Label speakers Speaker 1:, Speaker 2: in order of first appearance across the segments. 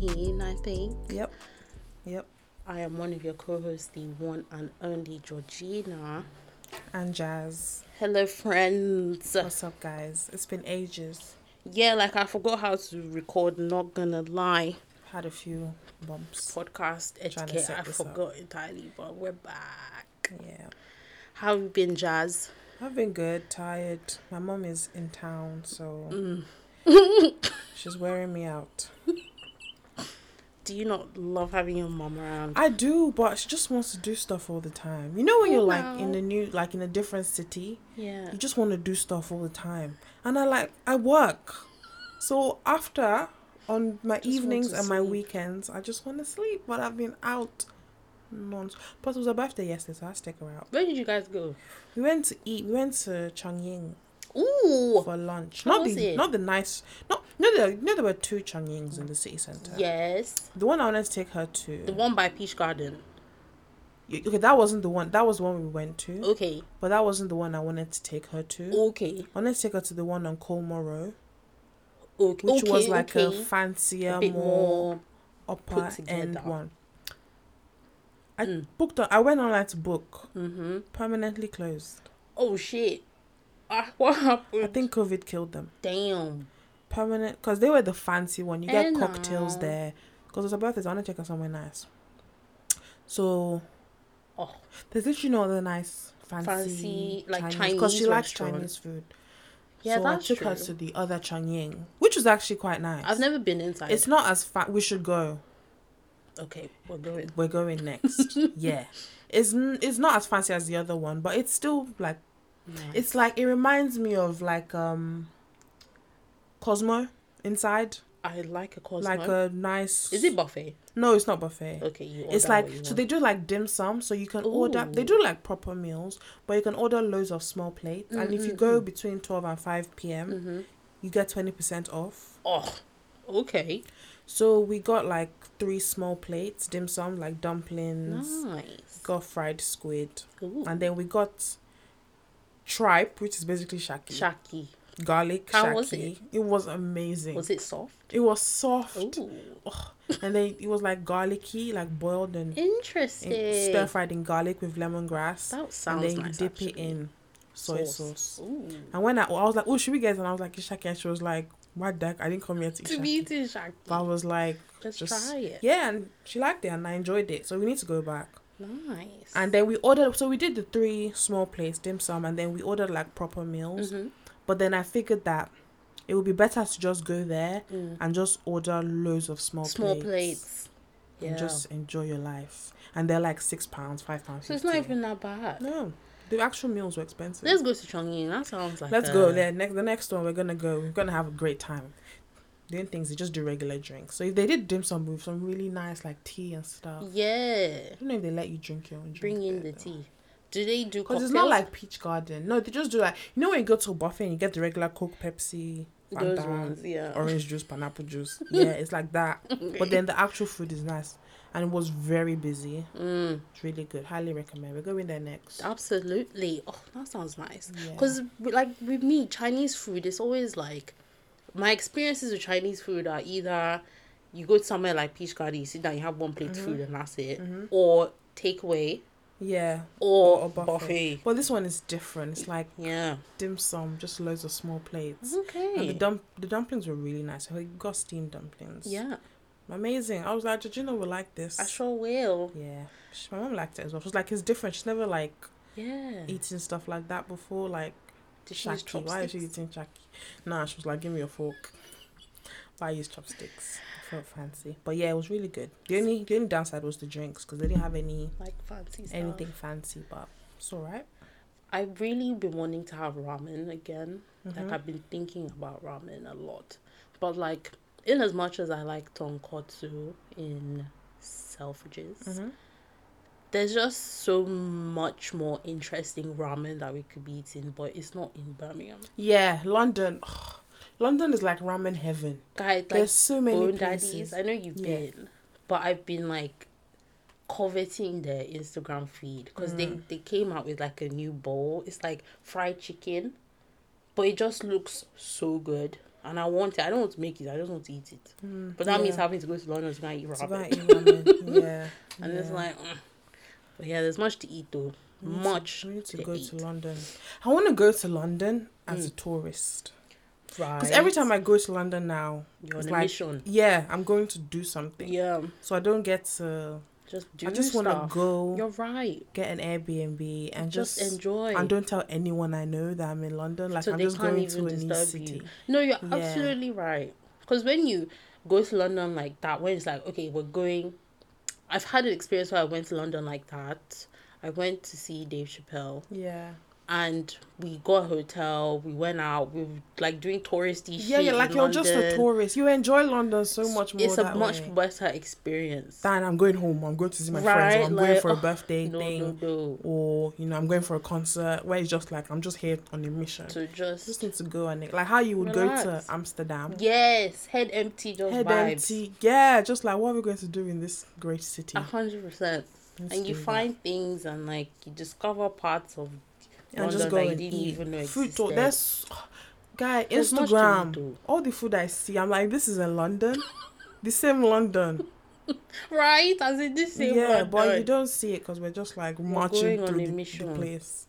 Speaker 1: in, I think.
Speaker 2: Yep. Yep.
Speaker 1: I am one of your co hosts, the one and only Georgina.
Speaker 2: And Jazz.
Speaker 1: Hello, friends.
Speaker 2: What's up, guys? It's been ages.
Speaker 1: Yeah, like I forgot how to record, not gonna lie.
Speaker 2: Had a few bumps.
Speaker 1: Podcast
Speaker 2: to
Speaker 1: etiquette,
Speaker 2: set
Speaker 1: I
Speaker 2: this up.
Speaker 1: forgot entirely, but we're back.
Speaker 2: Yeah.
Speaker 1: How have you been, Jazz?
Speaker 2: I've been good, tired. My mom is in town, so she's wearing me out.
Speaker 1: Do you not love having your mom around?
Speaker 2: I do, but she just wants to do stuff all the time. You know when you're like in
Speaker 1: Wow.
Speaker 2: a new like in a different city,
Speaker 1: Yeah.
Speaker 2: you just want to do stuff all the time. And I like I work. So after on my
Speaker 1: want
Speaker 2: evenings
Speaker 1: to
Speaker 2: and my
Speaker 1: sleep.
Speaker 2: weekends, I just want to sleep, but I've been out non plus it was her birthday yesterday, so I had to take her out.
Speaker 1: Where did you guys go?
Speaker 2: We went to eat. We went to Changying
Speaker 1: Ooh.
Speaker 2: for lunch.
Speaker 1: Oh. How
Speaker 2: not
Speaker 1: was
Speaker 2: the
Speaker 1: it?
Speaker 2: not the nice. Not no. There, no, there were two Changyings in the city center.
Speaker 1: Yes.
Speaker 2: The one I wanted to take her to.
Speaker 1: The one by Peach Garden.
Speaker 2: Y- okay, that wasn't the one. That was the one we went to,
Speaker 1: Okay.
Speaker 2: but that wasn't the one I wanted to take her to.
Speaker 1: Okay.
Speaker 2: I wanted to take her to the one on Colmoro,
Speaker 1: Okay.
Speaker 2: which
Speaker 1: okay.
Speaker 2: was like
Speaker 1: okay.
Speaker 2: a fancier,
Speaker 1: a bit
Speaker 2: more
Speaker 1: more.
Speaker 2: upper
Speaker 1: put together.
Speaker 2: end one. I
Speaker 1: Mm.
Speaker 2: booked. On, I went online to book.
Speaker 1: Mm-hmm.
Speaker 2: Permanently closed.
Speaker 1: Oh shit! Ah, what happened?
Speaker 2: I think COVID killed them.
Speaker 1: Damn.
Speaker 2: permanent because they were the fancy one. You get
Speaker 1: Hello.
Speaker 2: cocktails there because it's her birthday. So I want to take her somewhere nice. So
Speaker 1: Oh.
Speaker 2: there's literally no other nice fancy,
Speaker 1: Fancy, like,
Speaker 2: because she
Speaker 1: Chinese
Speaker 2: likes
Speaker 1: restaurant.
Speaker 2: Chinese food.
Speaker 1: Yeah,
Speaker 2: so
Speaker 1: that's
Speaker 2: I took her
Speaker 1: true.
Speaker 2: to the other Changying, which was actually quite nice.
Speaker 1: I've never been inside.
Speaker 2: It's not as fat. We should go.
Speaker 1: okay, we're going.
Speaker 2: We're going next. yeah, it's n- it's not as fancy as the other one, but it's still like
Speaker 1: Nice.
Speaker 2: it's like it reminds me of like um Cosmo inside,
Speaker 1: I like a Cosmo.
Speaker 2: like a nice.
Speaker 1: Is it Oh, buffet?
Speaker 2: No, it's not buffet.
Speaker 1: Okay, you.
Speaker 2: It's
Speaker 1: order
Speaker 2: like
Speaker 1: what you
Speaker 2: so they do like dim sum, so you can order. They
Speaker 1: Ooh.
Speaker 2: do like proper meals, but you can order loads of small plates. and if you
Speaker 1: Mm, mm,
Speaker 2: go between twelve and five p.m.,
Speaker 1: hmm
Speaker 2: you get twenty percent off.
Speaker 1: Oh, okay.
Speaker 2: So we got like three small plates dim sum, like dumplings.
Speaker 1: Nice.
Speaker 2: Got fried squid,
Speaker 1: Ooh.
Speaker 2: and then we got tripe, which is basically shaki,
Speaker 1: Shaki.
Speaker 2: garlic.
Speaker 1: How
Speaker 2: shaki.
Speaker 1: was
Speaker 2: It was amazing.
Speaker 1: Was it soft?
Speaker 2: It was soft,
Speaker 1: Ooh.
Speaker 2: and then it was like garlicky, like boiled and
Speaker 1: Interesting.
Speaker 2: stir fried in garlic with lemongrass.
Speaker 1: That
Speaker 2: and
Speaker 1: sounds
Speaker 2: then
Speaker 1: nice.
Speaker 2: you dip it
Speaker 1: actually.
Speaker 2: in soy sauce.
Speaker 1: Ooh.
Speaker 2: And when I, I was like, oh, should we get it? And I was like, Ishaki. And she was like, what the heck? I didn't come here to eat
Speaker 1: To be
Speaker 2: shaki.
Speaker 1: eating shaki.
Speaker 2: But I was like,
Speaker 1: Just,
Speaker 2: just-
Speaker 1: try it.
Speaker 2: yeah. And she liked it and I enjoyed it. So we need to go back.
Speaker 1: Nice.
Speaker 2: And then we ordered, so we did the three small plates, dim sum, and then we ordered like proper meals.
Speaker 1: Mhm.
Speaker 2: But then I figured that it would be better to just go there
Speaker 1: Mm.
Speaker 2: and just order loads of small,
Speaker 1: Small
Speaker 2: plates.
Speaker 1: plates. Yeah.
Speaker 2: And just enjoy your life. And they're like six pounds, five pounds.
Speaker 1: so it's not
Speaker 2: 50.
Speaker 1: even that bad.
Speaker 2: No. The actual meals were expensive.
Speaker 1: Let's go to Chongqing. That sounds like
Speaker 2: Let's
Speaker 1: a-
Speaker 2: go there. Next, the next one we're gonna go. We're gonna have a great time. Doing things, they just do regular drinks. So if they did dim sum with some really nice like tea and stuff,
Speaker 1: Yeah,
Speaker 2: I don't know if they let you drink your own drink.
Speaker 1: Mm. bring in the tea. Do they do
Speaker 2: Because
Speaker 1: cocktails?
Speaker 2: it's not like Peach Garden. No, they just do like you know when you go to a buffet and you get the regular Coke, Pepsi,
Speaker 1: those
Speaker 2: Fanta,
Speaker 1: ones. Yeah.
Speaker 2: orange juice, pineapple juice. Yeah, it's like that. But then the actual food is nice, and it was very busy.
Speaker 1: Mm,
Speaker 2: It's really good. Highly recommend. We're going there next.
Speaker 1: Ah, absolutely. Oh, that sounds nice.
Speaker 2: Yeah.
Speaker 1: Because like with me, Chinese food is always like my experiences with Chinese food are either you go somewhere like Peach Garden, you sit down, you have one
Speaker 2: Mm-hmm.
Speaker 1: plate of food, and that's it, or takeaway,
Speaker 2: yeah,
Speaker 1: or,
Speaker 2: Or a
Speaker 1: buffet.
Speaker 2: buffet. but this one is different. It's like
Speaker 1: Yeah.
Speaker 2: dim sum, just loads of small plates. And the
Speaker 1: Okay.
Speaker 2: dump the dumplings were really nice. I got steamed dumplings.
Speaker 1: Yeah,
Speaker 2: Amazing. I was like, Georgina will like this.
Speaker 1: I sure will.
Speaker 2: yeah. She, my mom liked it as well. She was like, it's different. She's never like
Speaker 1: Yeah.
Speaker 2: eating stuff like that before. Like
Speaker 1: Did she use
Speaker 2: Shaki. Why is she
Speaker 1: chopsticks?
Speaker 2: eating Shaki? Nah, she was like, Give me a fork. But I used chopsticks. I felt fancy. But yeah, it was really good. The only the only downside was the drinks because they didn't have any
Speaker 1: Like fancy stuff.
Speaker 2: anything fancy, but it's alright.
Speaker 1: I've really been wanting to have ramen again.
Speaker 2: Mm-hmm.
Speaker 1: Like I've been thinking about ramen a lot. But like in as much as I like tonkotsu in Selfridges,
Speaker 2: Mhm.
Speaker 1: there's just so much more interesting ramen that we could be eating, but it's not in Birmingham.
Speaker 2: Yeah, London. London is like ramen heaven.
Speaker 1: Guys, like
Speaker 2: There's so many
Speaker 1: Bone
Speaker 2: places.
Speaker 1: Daddies, I know you've
Speaker 2: Yeah.
Speaker 1: been, but I've been like coveting their Instagram feed because they,
Speaker 2: Mm.
Speaker 1: they came out with like a new bowl. It's like fried chicken, but it just looks so good. and I want it. I don't want to make it. I just want to eat it.
Speaker 2: Mm,
Speaker 1: But that
Speaker 2: yeah.
Speaker 1: means having to go to London to go and eat
Speaker 2: It's
Speaker 1: ramen.
Speaker 2: about you, ramen. yeah.
Speaker 1: and
Speaker 2: yeah.
Speaker 1: it's like, mm. but yeah, there's much to eat though.
Speaker 2: We need to-
Speaker 1: much
Speaker 2: we need to
Speaker 1: to
Speaker 2: go
Speaker 1: eat. Hmm.
Speaker 2: to London. I want to go to London as a tourist
Speaker 1: Right.
Speaker 2: because every time I go to London now,
Speaker 1: you're
Speaker 2: it's
Speaker 1: on a
Speaker 2: like-
Speaker 1: mission.
Speaker 2: yeah, I'm going to do something.
Speaker 1: Yeah.
Speaker 2: So I don't get to.
Speaker 1: Just do
Speaker 2: I just want to
Speaker 1: stuff.
Speaker 2: go
Speaker 1: You're right.
Speaker 2: get an Airbnb and just,
Speaker 1: just, enjoy.
Speaker 2: and don't tell anyone I know that I'm in London. Like
Speaker 1: So
Speaker 2: I'm
Speaker 1: they
Speaker 2: just
Speaker 1: can't
Speaker 2: going
Speaker 1: even
Speaker 2: to a new
Speaker 1: disturb
Speaker 2: city.
Speaker 1: you. no, you're
Speaker 2: Yeah.
Speaker 1: absolutely right. Because when you go to London like that, when it's like, okay, we're going. I've had an experience where I went to London like that. I went to see Dave Chappelle
Speaker 2: Yeah.
Speaker 1: and we got a hotel. We went out. We were like doing touristy shit.
Speaker 2: Yeah, yeah. Like
Speaker 1: in
Speaker 2: you're just a
Speaker 1: London.
Speaker 2: tourist. You enjoy London so much more.
Speaker 1: It's a
Speaker 2: that
Speaker 1: much
Speaker 2: way.
Speaker 1: better experience.
Speaker 2: than I'm going home. I'm going to see my friends.
Speaker 1: Right,
Speaker 2: Or I'm going
Speaker 1: like,
Speaker 2: for a
Speaker 1: oh,
Speaker 2: birthday
Speaker 1: no,
Speaker 2: thing.
Speaker 1: no, no.
Speaker 2: or you know i'm going for a concert where it's just like i'm just here on a mission
Speaker 1: To
Speaker 2: I
Speaker 1: just,
Speaker 2: just need to go and like how you would go
Speaker 1: Relax.
Speaker 2: to amsterdam
Speaker 1: yes, head empty, just
Speaker 2: head
Speaker 1: vibes.
Speaker 2: empty yeah just like what are we going to do in this great city
Speaker 1: A hundred percent.
Speaker 2: Let's
Speaker 1: and you
Speaker 2: do that.
Speaker 1: find things and like you discover parts of
Speaker 2: and
Speaker 1: London
Speaker 2: just go
Speaker 1: that you
Speaker 2: and
Speaker 1: didn't
Speaker 2: eat
Speaker 1: even know
Speaker 2: food
Speaker 1: existed.
Speaker 2: talk that's guy
Speaker 1: There's much to
Speaker 2: instagram
Speaker 1: do.
Speaker 2: all the food i see i'm like this is in london the same london
Speaker 1: right as in this same
Speaker 2: yeah
Speaker 1: London.
Speaker 2: but you don't see it because we're just like marching
Speaker 1: going on
Speaker 2: through
Speaker 1: a
Speaker 2: the, the
Speaker 1: mission.
Speaker 2: place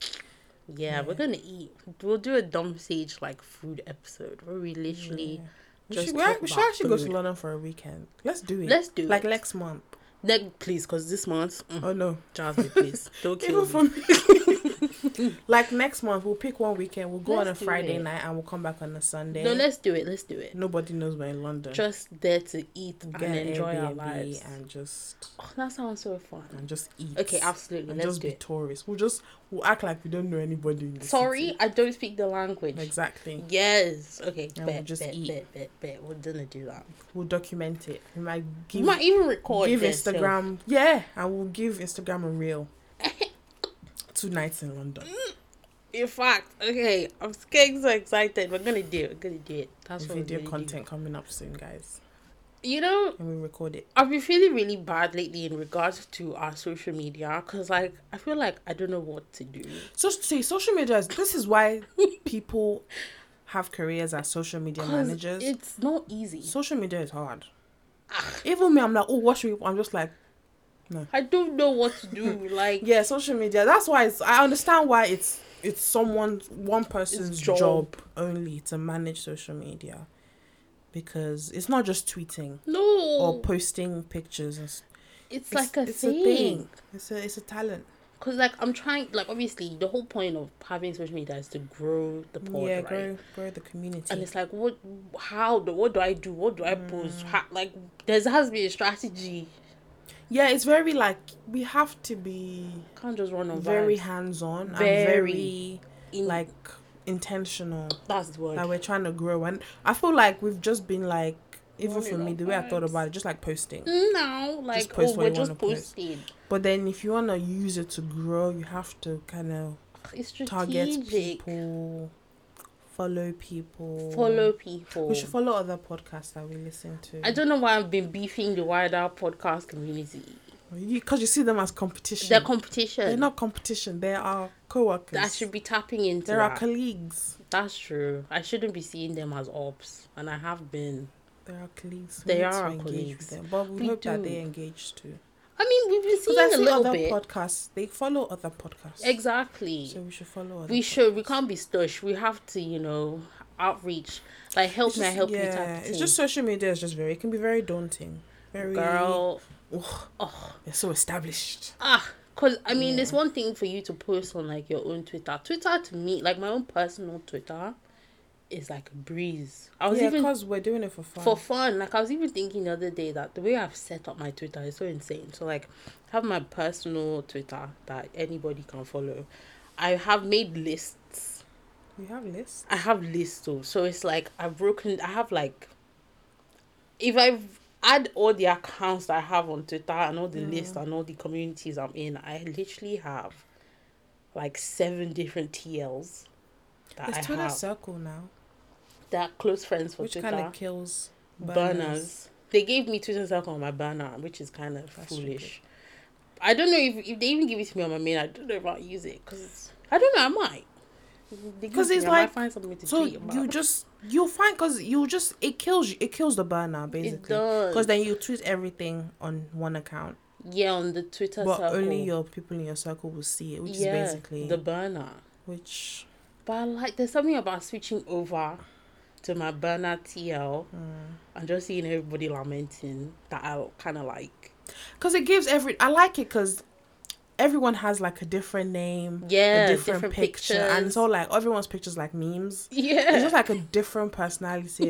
Speaker 1: yeah, we're gonna eat we'll do a dumb sage like food episode where we literally
Speaker 2: Yeah. we
Speaker 1: just
Speaker 2: should,
Speaker 1: talk
Speaker 2: we should
Speaker 1: about
Speaker 2: actually go to
Speaker 1: food.
Speaker 2: london for a weekend let's do it
Speaker 1: let's do
Speaker 2: like
Speaker 1: it.
Speaker 2: next month
Speaker 1: Neg- please because this month mm,
Speaker 2: oh no
Speaker 1: Jasmine please don't kill
Speaker 2: Even
Speaker 1: me
Speaker 2: for me. like next month, we'll pick one weekend. We'll go on a
Speaker 1: Let's do
Speaker 2: Friday
Speaker 1: it.
Speaker 2: night and we'll come back on a Sunday.
Speaker 1: no let's do it let's do it
Speaker 2: Nobody knows we're in London.
Speaker 1: just there to eat
Speaker 2: Get
Speaker 1: and
Speaker 2: an
Speaker 1: enjoy our
Speaker 2: Airbnb
Speaker 1: lives
Speaker 2: and just
Speaker 1: oh, that sounds so fun
Speaker 2: and just eat.
Speaker 1: okay absolutely
Speaker 2: and
Speaker 1: let's
Speaker 2: just
Speaker 1: do
Speaker 2: be
Speaker 1: it
Speaker 2: tourists. We'll just we'll act like we don't know anybody. In the
Speaker 1: sorry
Speaker 2: city.
Speaker 1: I don't speak the language
Speaker 2: Exactly.
Speaker 1: Yes. Okay.
Speaker 2: And
Speaker 1: bet,
Speaker 2: we'll just
Speaker 1: bet,
Speaker 2: eat.
Speaker 1: bet, bet, bet. We're gonna do that.
Speaker 2: We'll document it. We might
Speaker 1: You
Speaker 2: give,
Speaker 1: might even record
Speaker 2: give
Speaker 1: this, so-
Speaker 2: Instagram. Yeah, and we'll give Instagram a reel. Two nights in London.
Speaker 1: Mm. In fact, okay, I'm getting so excited. We're gonna do it. We're gonna do it. That's what
Speaker 2: Video
Speaker 1: we're gonna
Speaker 2: content coming up soon, guys.
Speaker 1: Do. You know,
Speaker 2: And we record it.
Speaker 1: I've been feeling really bad lately in regards to our social media because, like, I feel like I don't know what to do.
Speaker 2: So see, social media is this is why people have careers as social media
Speaker 1: 'Cause
Speaker 2: managers.
Speaker 1: it's not easy.
Speaker 2: social media is hard.
Speaker 1: Ah,
Speaker 2: Even me, I'm like, oh, what should we? I'm just like,
Speaker 1: I don't know what to do. Like,
Speaker 2: yeah, social media. That's why it's. I understand why it's it's someone one person's
Speaker 1: job.
Speaker 2: job. only to manage social media, because it's not just tweeting
Speaker 1: no,
Speaker 2: or posting pictures. And s-
Speaker 1: Mm. it's, like a
Speaker 2: it's
Speaker 1: thing.
Speaker 2: a thing. It's a it's a talent.
Speaker 1: Cause like I'm trying, like obviously the whole point of having social media is to grow the pod,
Speaker 2: yeah,
Speaker 1: right?
Speaker 2: grow grow the community.
Speaker 1: and it's like what how do what do i do what do i
Speaker 2: Mm.
Speaker 1: post how, like there has to be a strategy
Speaker 2: yeah, it's very like we have to be
Speaker 1: can't just run on
Speaker 2: very
Speaker 1: very
Speaker 2: hands on and
Speaker 1: Very.
Speaker 2: very
Speaker 1: in
Speaker 2: like intentional.
Speaker 1: that's the word
Speaker 2: Like we're trying to grow and I feel like we've just been like even
Speaker 1: Running
Speaker 2: for me,
Speaker 1: on
Speaker 2: the way I thought
Speaker 1: vibes.
Speaker 2: about it, just like posting.
Speaker 1: no like
Speaker 2: post
Speaker 1: oh
Speaker 2: what
Speaker 1: we're
Speaker 2: you
Speaker 1: just
Speaker 2: wanna post.
Speaker 1: posting
Speaker 2: But then if you wanna use it to grow, you have to kind of
Speaker 1: it's
Speaker 2: target
Speaker 1: strategic
Speaker 2: people, follow people,
Speaker 1: follow people
Speaker 2: We should follow other podcasts that we listen to.
Speaker 1: i don't know why i've been beefing the wider podcast community
Speaker 2: because you see them as competition.
Speaker 1: their competition
Speaker 2: They're not competition. They are coworkers.
Speaker 1: I should be tapping into
Speaker 2: They're our
Speaker 1: that.
Speaker 2: colleagues.
Speaker 1: That's true. I shouldn't be seeing them as ops, and I have been.
Speaker 2: They're our colleagues.
Speaker 1: They
Speaker 2: need
Speaker 1: are
Speaker 2: to
Speaker 1: our
Speaker 2: engage with
Speaker 1: colleagues.
Speaker 2: them, but we,
Speaker 1: We
Speaker 2: hope that
Speaker 1: do.
Speaker 2: they engage too.
Speaker 1: I mean, we've been seeing
Speaker 2: Because I
Speaker 1: a
Speaker 2: see
Speaker 1: little
Speaker 2: other
Speaker 1: bit.
Speaker 2: podcasts. They follow other podcasts.
Speaker 1: exactly.
Speaker 2: So we should follow other
Speaker 1: We should. We can't be stush. We have to, you know, outreach. Like help
Speaker 2: It's
Speaker 1: me, I
Speaker 2: just-
Speaker 1: help you.
Speaker 2: Yeah,
Speaker 1: Type of
Speaker 2: it's
Speaker 1: thing.
Speaker 2: just social media is just very. It can be very daunting. Very
Speaker 1: girl.
Speaker 2: Ugh,
Speaker 1: Oh,
Speaker 2: they're so established.
Speaker 1: ah, cause I mean,
Speaker 2: Yeah.
Speaker 1: it's one thing for you to post on like your own Twitter. Twitter to me, like my own personal Twitter, is like a breeze. I was
Speaker 2: yeah,
Speaker 1: even
Speaker 2: because we're doing it for fun.
Speaker 1: for fun. Like I was even thinking the other day that the way I've set up my Twitter is so insane. So like, I have my personal Twitter that anybody can follow. I have made lists
Speaker 2: you have lists.
Speaker 1: I have lists though, so it's like I've broken. I have like, if I add all the accounts that I have on Twitter and all the
Speaker 2: Mm.
Speaker 1: lists and all the communities I'm in, I literally have like seven different TLs that
Speaker 2: It's
Speaker 1: I
Speaker 2: Twitter
Speaker 1: have.
Speaker 2: Circle now,
Speaker 1: That are close friends for
Speaker 2: which
Speaker 1: Twitter
Speaker 2: kind of kills
Speaker 1: banners. They gave me Twitter circle on my banner, which is kind of
Speaker 2: That's
Speaker 1: foolish. I don't know if, if they even give it to me on my main. I don't know if I'll use it because I don't know. I might. They give
Speaker 2: Because
Speaker 1: it to
Speaker 2: it's
Speaker 1: me, I might
Speaker 2: like-
Speaker 1: find something to
Speaker 2: So
Speaker 1: tweet about.
Speaker 2: you just You'll find because you just it kills you. It kills the burner basically.
Speaker 1: does.
Speaker 2: Because then you tweet everything on one account,
Speaker 1: Yeah, on the Twitter
Speaker 2: but
Speaker 1: circle.
Speaker 2: only your people in your circle will see it, which
Speaker 1: Yeah,
Speaker 2: is basically
Speaker 1: the burner.
Speaker 2: which.
Speaker 1: But I like, there's something about switching over to my burner TL
Speaker 2: Hmm.
Speaker 1: and just seeing everybody lamenting that I kind of like.
Speaker 2: Because it gives every. I like it because everyone has like a different name,
Speaker 1: Yeah,
Speaker 2: a different,
Speaker 1: different
Speaker 2: picture, and it's
Speaker 1: pictures.
Speaker 2: all like everyone's pictures like memes. It's
Speaker 1: Yeah.
Speaker 2: just like a different personality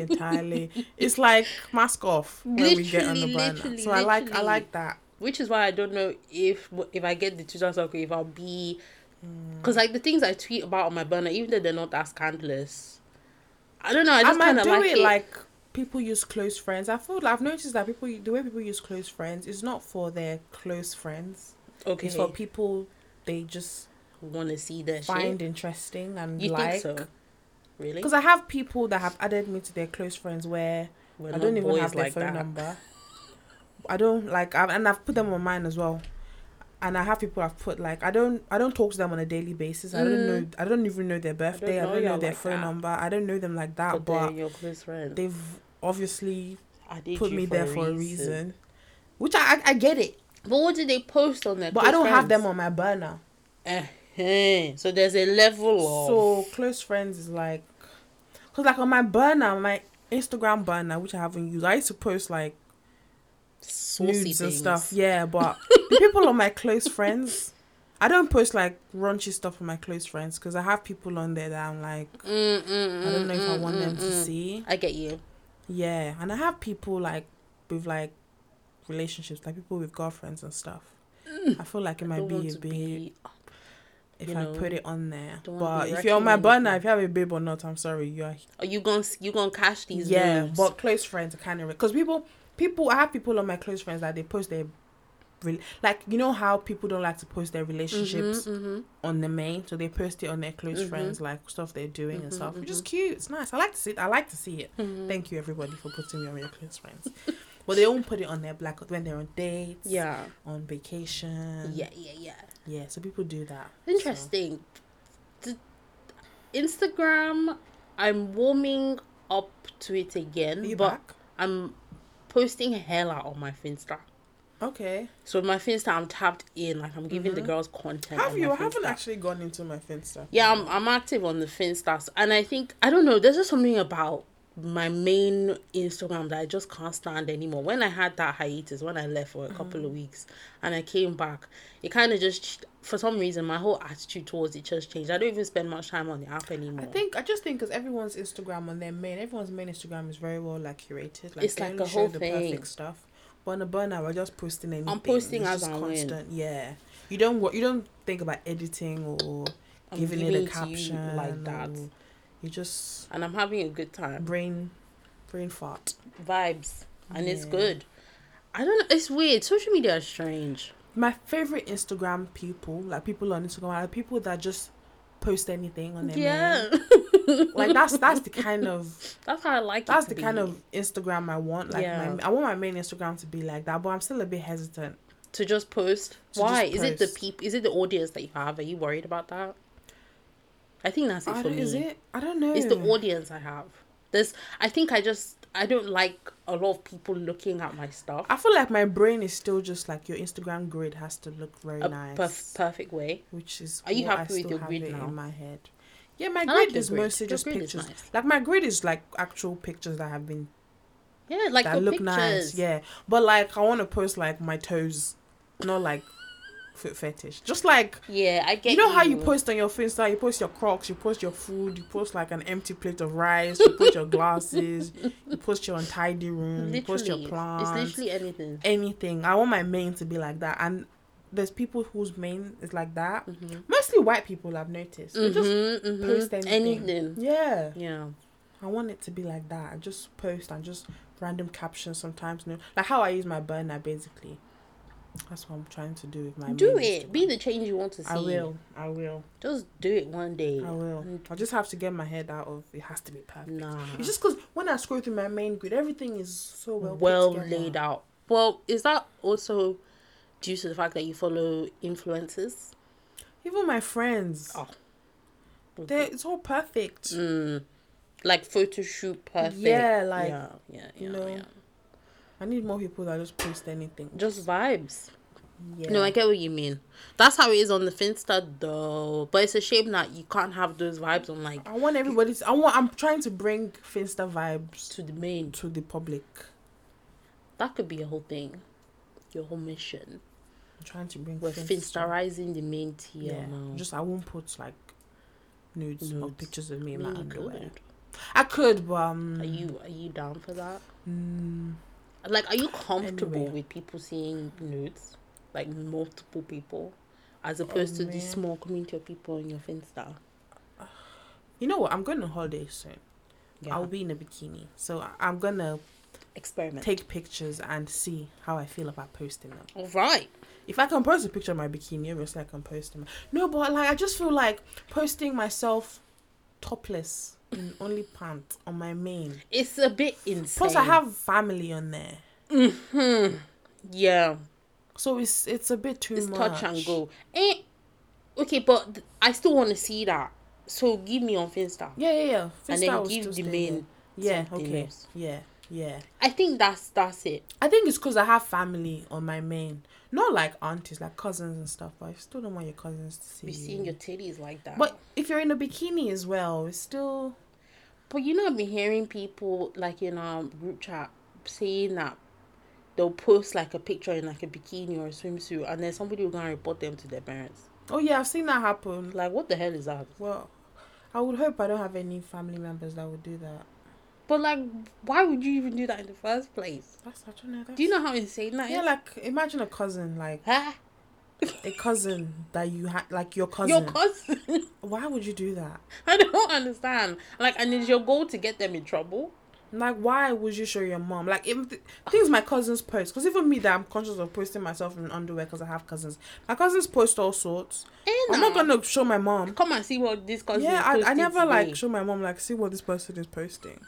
Speaker 2: entirely. it's like mask off when we get on the
Speaker 1: Literally,
Speaker 2: burner. So
Speaker 1: literally,
Speaker 2: I like I
Speaker 1: literally.
Speaker 2: like that.
Speaker 1: Which is why I don't know if if I get the Twitter circle, if I'll be.
Speaker 2: Hmm.
Speaker 1: Because, like, the things I tweet about on my burner, even though they're not that scandalous, I don't know. I
Speaker 2: I,
Speaker 1: just kind
Speaker 2: might
Speaker 1: of
Speaker 2: do
Speaker 1: like
Speaker 2: it,
Speaker 1: it.
Speaker 2: like people use close friends. I feel like I've noticed that people the way people use close friends is not for their close friends.
Speaker 1: okay,
Speaker 2: It's for people they just
Speaker 1: want to see their
Speaker 2: find
Speaker 1: shit.
Speaker 2: interesting and
Speaker 1: You
Speaker 2: like.
Speaker 1: think so? Really?
Speaker 2: Because I have people that have added me to their close friends where
Speaker 1: We're
Speaker 2: I
Speaker 1: not
Speaker 2: don't even
Speaker 1: boys
Speaker 2: have their phone number. I don't like, I've, and I've put them on mine as well. And I have people I've put like I don't I don't talk to them on a daily basis. I don't
Speaker 1: Mm.
Speaker 2: know I don't even know their birthday. I
Speaker 1: know
Speaker 2: don't know,
Speaker 1: y'all
Speaker 2: their
Speaker 1: like
Speaker 2: phone
Speaker 1: that.
Speaker 2: number. I don't know them like that.
Speaker 1: But
Speaker 2: but
Speaker 1: they're your close friends.
Speaker 2: they've obviously
Speaker 1: I did
Speaker 2: put
Speaker 1: you
Speaker 2: me there for a reason. Which I, I, I get it,
Speaker 1: But what did they post on their?
Speaker 2: but I don't have them on my burner.
Speaker 1: uh So there's a level of
Speaker 2: So close friends is like, cause like on my burner, my Instagram burner, which I haven't used, I used to post like
Speaker 1: saucy
Speaker 2: nudes and
Speaker 1: things.
Speaker 2: stuff. Yeah, but the people on my close friends, I don't post like raunchy stuff on my close friends because I have people on there that I'm like,
Speaker 1: Mm, mm,
Speaker 2: I don't know if I
Speaker 1: mm,
Speaker 2: want
Speaker 1: mm,
Speaker 2: them to
Speaker 1: mm.
Speaker 2: see.
Speaker 1: I get you.
Speaker 2: Yeah, and I have people like with like relationships, like people with girlfriends and stuff. I feel like it
Speaker 1: Mm. I don't
Speaker 2: might be
Speaker 1: want
Speaker 2: a
Speaker 1: to
Speaker 2: bit
Speaker 1: be.
Speaker 2: if
Speaker 1: you
Speaker 2: I
Speaker 1: know,
Speaker 2: put it on there.
Speaker 1: don't wanna
Speaker 2: But
Speaker 1: be
Speaker 2: if you're on my
Speaker 1: wrecking anything.
Speaker 2: burner, if you have a babe or not, I'm sorry, you are.
Speaker 1: Are you gonna you gonna cash these?
Speaker 2: yeah,
Speaker 1: nudes?
Speaker 2: but close friends are kind of because people, people, I have people on my close friends that they post their, re- like you know how people don't like to post their relationships
Speaker 1: Mhm, mhm.
Speaker 2: on the main, so they post it on their close
Speaker 1: Mhm.
Speaker 2: friends, like stuff they're doing and
Speaker 1: Mhm,
Speaker 2: stuff, which is
Speaker 1: mhm.
Speaker 2: cute. It's nice. I like to see. It. I like to see it.
Speaker 1: Mhm.
Speaker 2: Thank you everybody for putting me on your close friends. But they won't put it on their black when they're on dates,
Speaker 1: Yeah.
Speaker 2: on vacation,
Speaker 1: Yeah. Yeah. Yeah.
Speaker 2: yeah. So people do that. so-
Speaker 1: Interesting. D- Instagram. I'm warming up to it again,
Speaker 2: Are you
Speaker 1: but
Speaker 2: back?
Speaker 1: I'm posting hella on my Finsta.
Speaker 2: Okay.
Speaker 1: So my Finsta, I'm tapped in. Like I'm giving the
Speaker 2: Mhm.
Speaker 1: girls content.
Speaker 2: Have
Speaker 1: on
Speaker 2: you?
Speaker 1: my
Speaker 2: I haven't
Speaker 1: Finsta.
Speaker 2: actually gone into my Finsta.
Speaker 1: Yeah, I'm I'm active on the Finsta, and I think I don't know. There's just something about my main Instagram that I just can't stand anymore. When I had that hiatus, when I left for a couple
Speaker 2: Mm.
Speaker 1: of weeks, and I came back, it kind of just for some reason my whole attitude towards it just changed. I don't even spend much time on the app anymore.
Speaker 2: I think I just think because everyone's Instagram on their main, everyone's main Instagram is very well like curated. Like
Speaker 1: It's
Speaker 2: they
Speaker 1: like
Speaker 2: only
Speaker 1: a
Speaker 2: show
Speaker 1: whole
Speaker 2: the
Speaker 1: thing.
Speaker 2: perfect stuff. But on a burner, we're just posting anything.
Speaker 1: posting
Speaker 2: It's
Speaker 1: as
Speaker 2: just
Speaker 1: I win.
Speaker 2: Yeah, you don't wa- you don't think about editing or
Speaker 1: I'm
Speaker 2: giving,
Speaker 1: giving
Speaker 2: it a
Speaker 1: it to you
Speaker 2: caption
Speaker 1: like that.
Speaker 2: or- You just
Speaker 1: and I'm having a good time.
Speaker 2: brain brain fart.
Speaker 1: Vibes, and it's
Speaker 2: Yeah.
Speaker 1: good. I don't know. It's weird. Social media is strange.
Speaker 2: My favorite Instagram people, like people on Instagram, are people that just post anything on their
Speaker 1: Yeah,
Speaker 2: main. Like that's that's the kind of
Speaker 1: that's how I like. it
Speaker 2: that's
Speaker 1: to
Speaker 2: the
Speaker 1: be.
Speaker 2: kind of Instagram I want. Like,
Speaker 1: Yeah.
Speaker 2: my, I want my main Instagram to be like that, but I'm still a bit hesitant.
Speaker 1: to just post.
Speaker 2: To
Speaker 1: Why
Speaker 2: just
Speaker 1: is it the
Speaker 2: post.
Speaker 1: peep? Is it the audience that you have? Are you worried about that? I think that's it
Speaker 2: I
Speaker 1: for
Speaker 2: don't,
Speaker 1: me.
Speaker 2: is it? I don't know.
Speaker 1: It's the audience I have. There's. I think I just. I don't like a lot of people looking at my stuff.
Speaker 2: I feel like my brain is still just like your Instagram grid has to look very
Speaker 1: A
Speaker 2: nice,
Speaker 1: perf- perfect way.
Speaker 2: which is
Speaker 1: Are you
Speaker 2: what I
Speaker 1: happy with
Speaker 2: still
Speaker 1: your
Speaker 2: have
Speaker 1: grid
Speaker 2: it
Speaker 1: now?
Speaker 2: In my head, yeah, my
Speaker 1: I
Speaker 2: grid
Speaker 1: like your
Speaker 2: is
Speaker 1: grid.
Speaker 2: mostly
Speaker 1: Your
Speaker 2: just
Speaker 1: grid is
Speaker 2: pictures.
Speaker 1: nice.
Speaker 2: Like my grid is like actual pictures that have been
Speaker 1: Yeah, like
Speaker 2: that
Speaker 1: your
Speaker 2: look
Speaker 1: pictures.
Speaker 2: nice. Yeah, but like I want to post like my toes, not like foot fetish. Just like
Speaker 1: Yeah, I get.
Speaker 2: you know how you post on your Finsta, you post your crocs, you post your food, you post like an empty plate of rice, you post your glasses, you post your untidy room, you post your
Speaker 1: Literally, It's
Speaker 2: plants,
Speaker 1: literally anything.
Speaker 2: anything. I want my main to be like that. And there's people whose main is like that.
Speaker 1: Mm-hmm.
Speaker 2: Mostly white people, I've noticed. They Just, post anything.
Speaker 1: anything.
Speaker 2: yeah,
Speaker 1: Yeah.
Speaker 2: I want it to be like that. I just post and just random captions sometimes. You know, like how I use my burner basically. That's what I'm trying to do with my
Speaker 1: do
Speaker 2: main
Speaker 1: it. Be the change you want to see.
Speaker 2: Instagram. I will. I will.
Speaker 1: Just do it one day.
Speaker 2: I will.
Speaker 1: And-
Speaker 2: I just have to get my head out of it has to be perfect.
Speaker 1: Nah.
Speaker 2: It's just because when I scroll through my main grid, everything is so well
Speaker 1: well,
Speaker 2: put together.
Speaker 1: laid out. Well, is that also due to the fact that you follow influencers?
Speaker 2: Even my friends,
Speaker 1: Oh.
Speaker 2: they it's all perfect.
Speaker 1: Mm. like photo shoot perfect.
Speaker 2: Yeah, like,
Speaker 1: yeah, yeah, yeah,
Speaker 2: you know,
Speaker 1: yeah.
Speaker 2: I need more people that just post anything.
Speaker 1: Just vibes.
Speaker 2: yeah.
Speaker 1: No, I get what you mean. That's how it is on the Finsta though. But it's a shame that you can't have those vibes on like
Speaker 2: I want everybody to. I want. I'm trying to bring Finsta vibes
Speaker 1: to the main.
Speaker 2: to the public.
Speaker 1: That could be your whole thing. Your whole mission.
Speaker 2: I'm trying to bring
Speaker 1: We're
Speaker 2: Finsta.
Speaker 1: finsterizing the main tier
Speaker 2: Yeah.
Speaker 1: now.
Speaker 2: Just I won't put like nudes, or
Speaker 1: Nudes.
Speaker 2: pictures of me in my
Speaker 1: really
Speaker 2: underwear.
Speaker 1: good.
Speaker 2: I could, but um,
Speaker 1: Are you are you down for that?
Speaker 2: mm,
Speaker 1: Like, are you comfortable
Speaker 2: Anyway.
Speaker 1: with people seeing nudes, like multiple people, as opposed to the
Speaker 2: Oh, man.
Speaker 1: small community of people on your Finsta?
Speaker 2: you know what? I'm going on holiday soon.
Speaker 1: Yeah,
Speaker 2: I'll be in a bikini, so I- I'm gonna
Speaker 1: experiment.
Speaker 2: take pictures and see how I feel about posting them.
Speaker 1: All right.
Speaker 2: If I can post a picture of my bikini, obviously I can post them. No, but like I just feel like posting myself topless in only pants on my main.
Speaker 1: It's a bit insane.
Speaker 2: Plus, I have family on there,
Speaker 1: Hmm. Yeah.
Speaker 2: so it's it's a bit too
Speaker 1: It's
Speaker 2: much.
Speaker 1: touch and go. Eh. Okay, but th- I still want to see that. So give me on Finsta.
Speaker 2: Yeah, yeah, yeah.
Speaker 1: And
Speaker 2: Finsta
Speaker 1: then
Speaker 2: will still
Speaker 1: give the
Speaker 2: stay
Speaker 1: main.
Speaker 2: there. Yeah.
Speaker 1: something
Speaker 2: Okay.
Speaker 1: else.
Speaker 2: Yeah. Yeah.
Speaker 1: I think that's that's it.
Speaker 2: I think it's because I have family on my main, not like aunties, like cousins and stuff. But I still don't want your cousins to see.
Speaker 1: Be seeing
Speaker 2: you.
Speaker 1: your titties like that.
Speaker 2: Mm. But if you're in a bikini as well, it's still
Speaker 1: But you know, I've been hearing people like in our group chat saying that they'll post like a picture in like a bikini or a swimsuit, and then somebody will go and report them to their parents.
Speaker 2: Oh yeah, I've seen that happen.
Speaker 1: Like, what the hell is that?
Speaker 2: Well, I would hope I don't have any family members that would do that.
Speaker 1: But like, why would you even do that in the first place?
Speaker 2: That's I don't know. That's,
Speaker 1: Do you know how insane that is?
Speaker 2: Yeah, like imagine a cousin, like
Speaker 1: Huh?
Speaker 2: a cousin that you had, like your cousin.
Speaker 1: Your cousin.
Speaker 2: Why would you do that?
Speaker 1: I don't understand. Like, and is your goal to get them in trouble?
Speaker 2: Like, why would you show your mom? Like, if th- things my cousins post, because even me that I'm conscious of posting myself in underwear because I have cousins. My cousins post all sorts.
Speaker 1: Eh,
Speaker 2: I'm
Speaker 1: nah.
Speaker 2: not gonna show my mom.
Speaker 1: come and see what this cousin.
Speaker 2: Yeah,
Speaker 1: is
Speaker 2: I, I
Speaker 1: posting
Speaker 2: never like
Speaker 1: today.
Speaker 2: show my mom like see what this person is posting.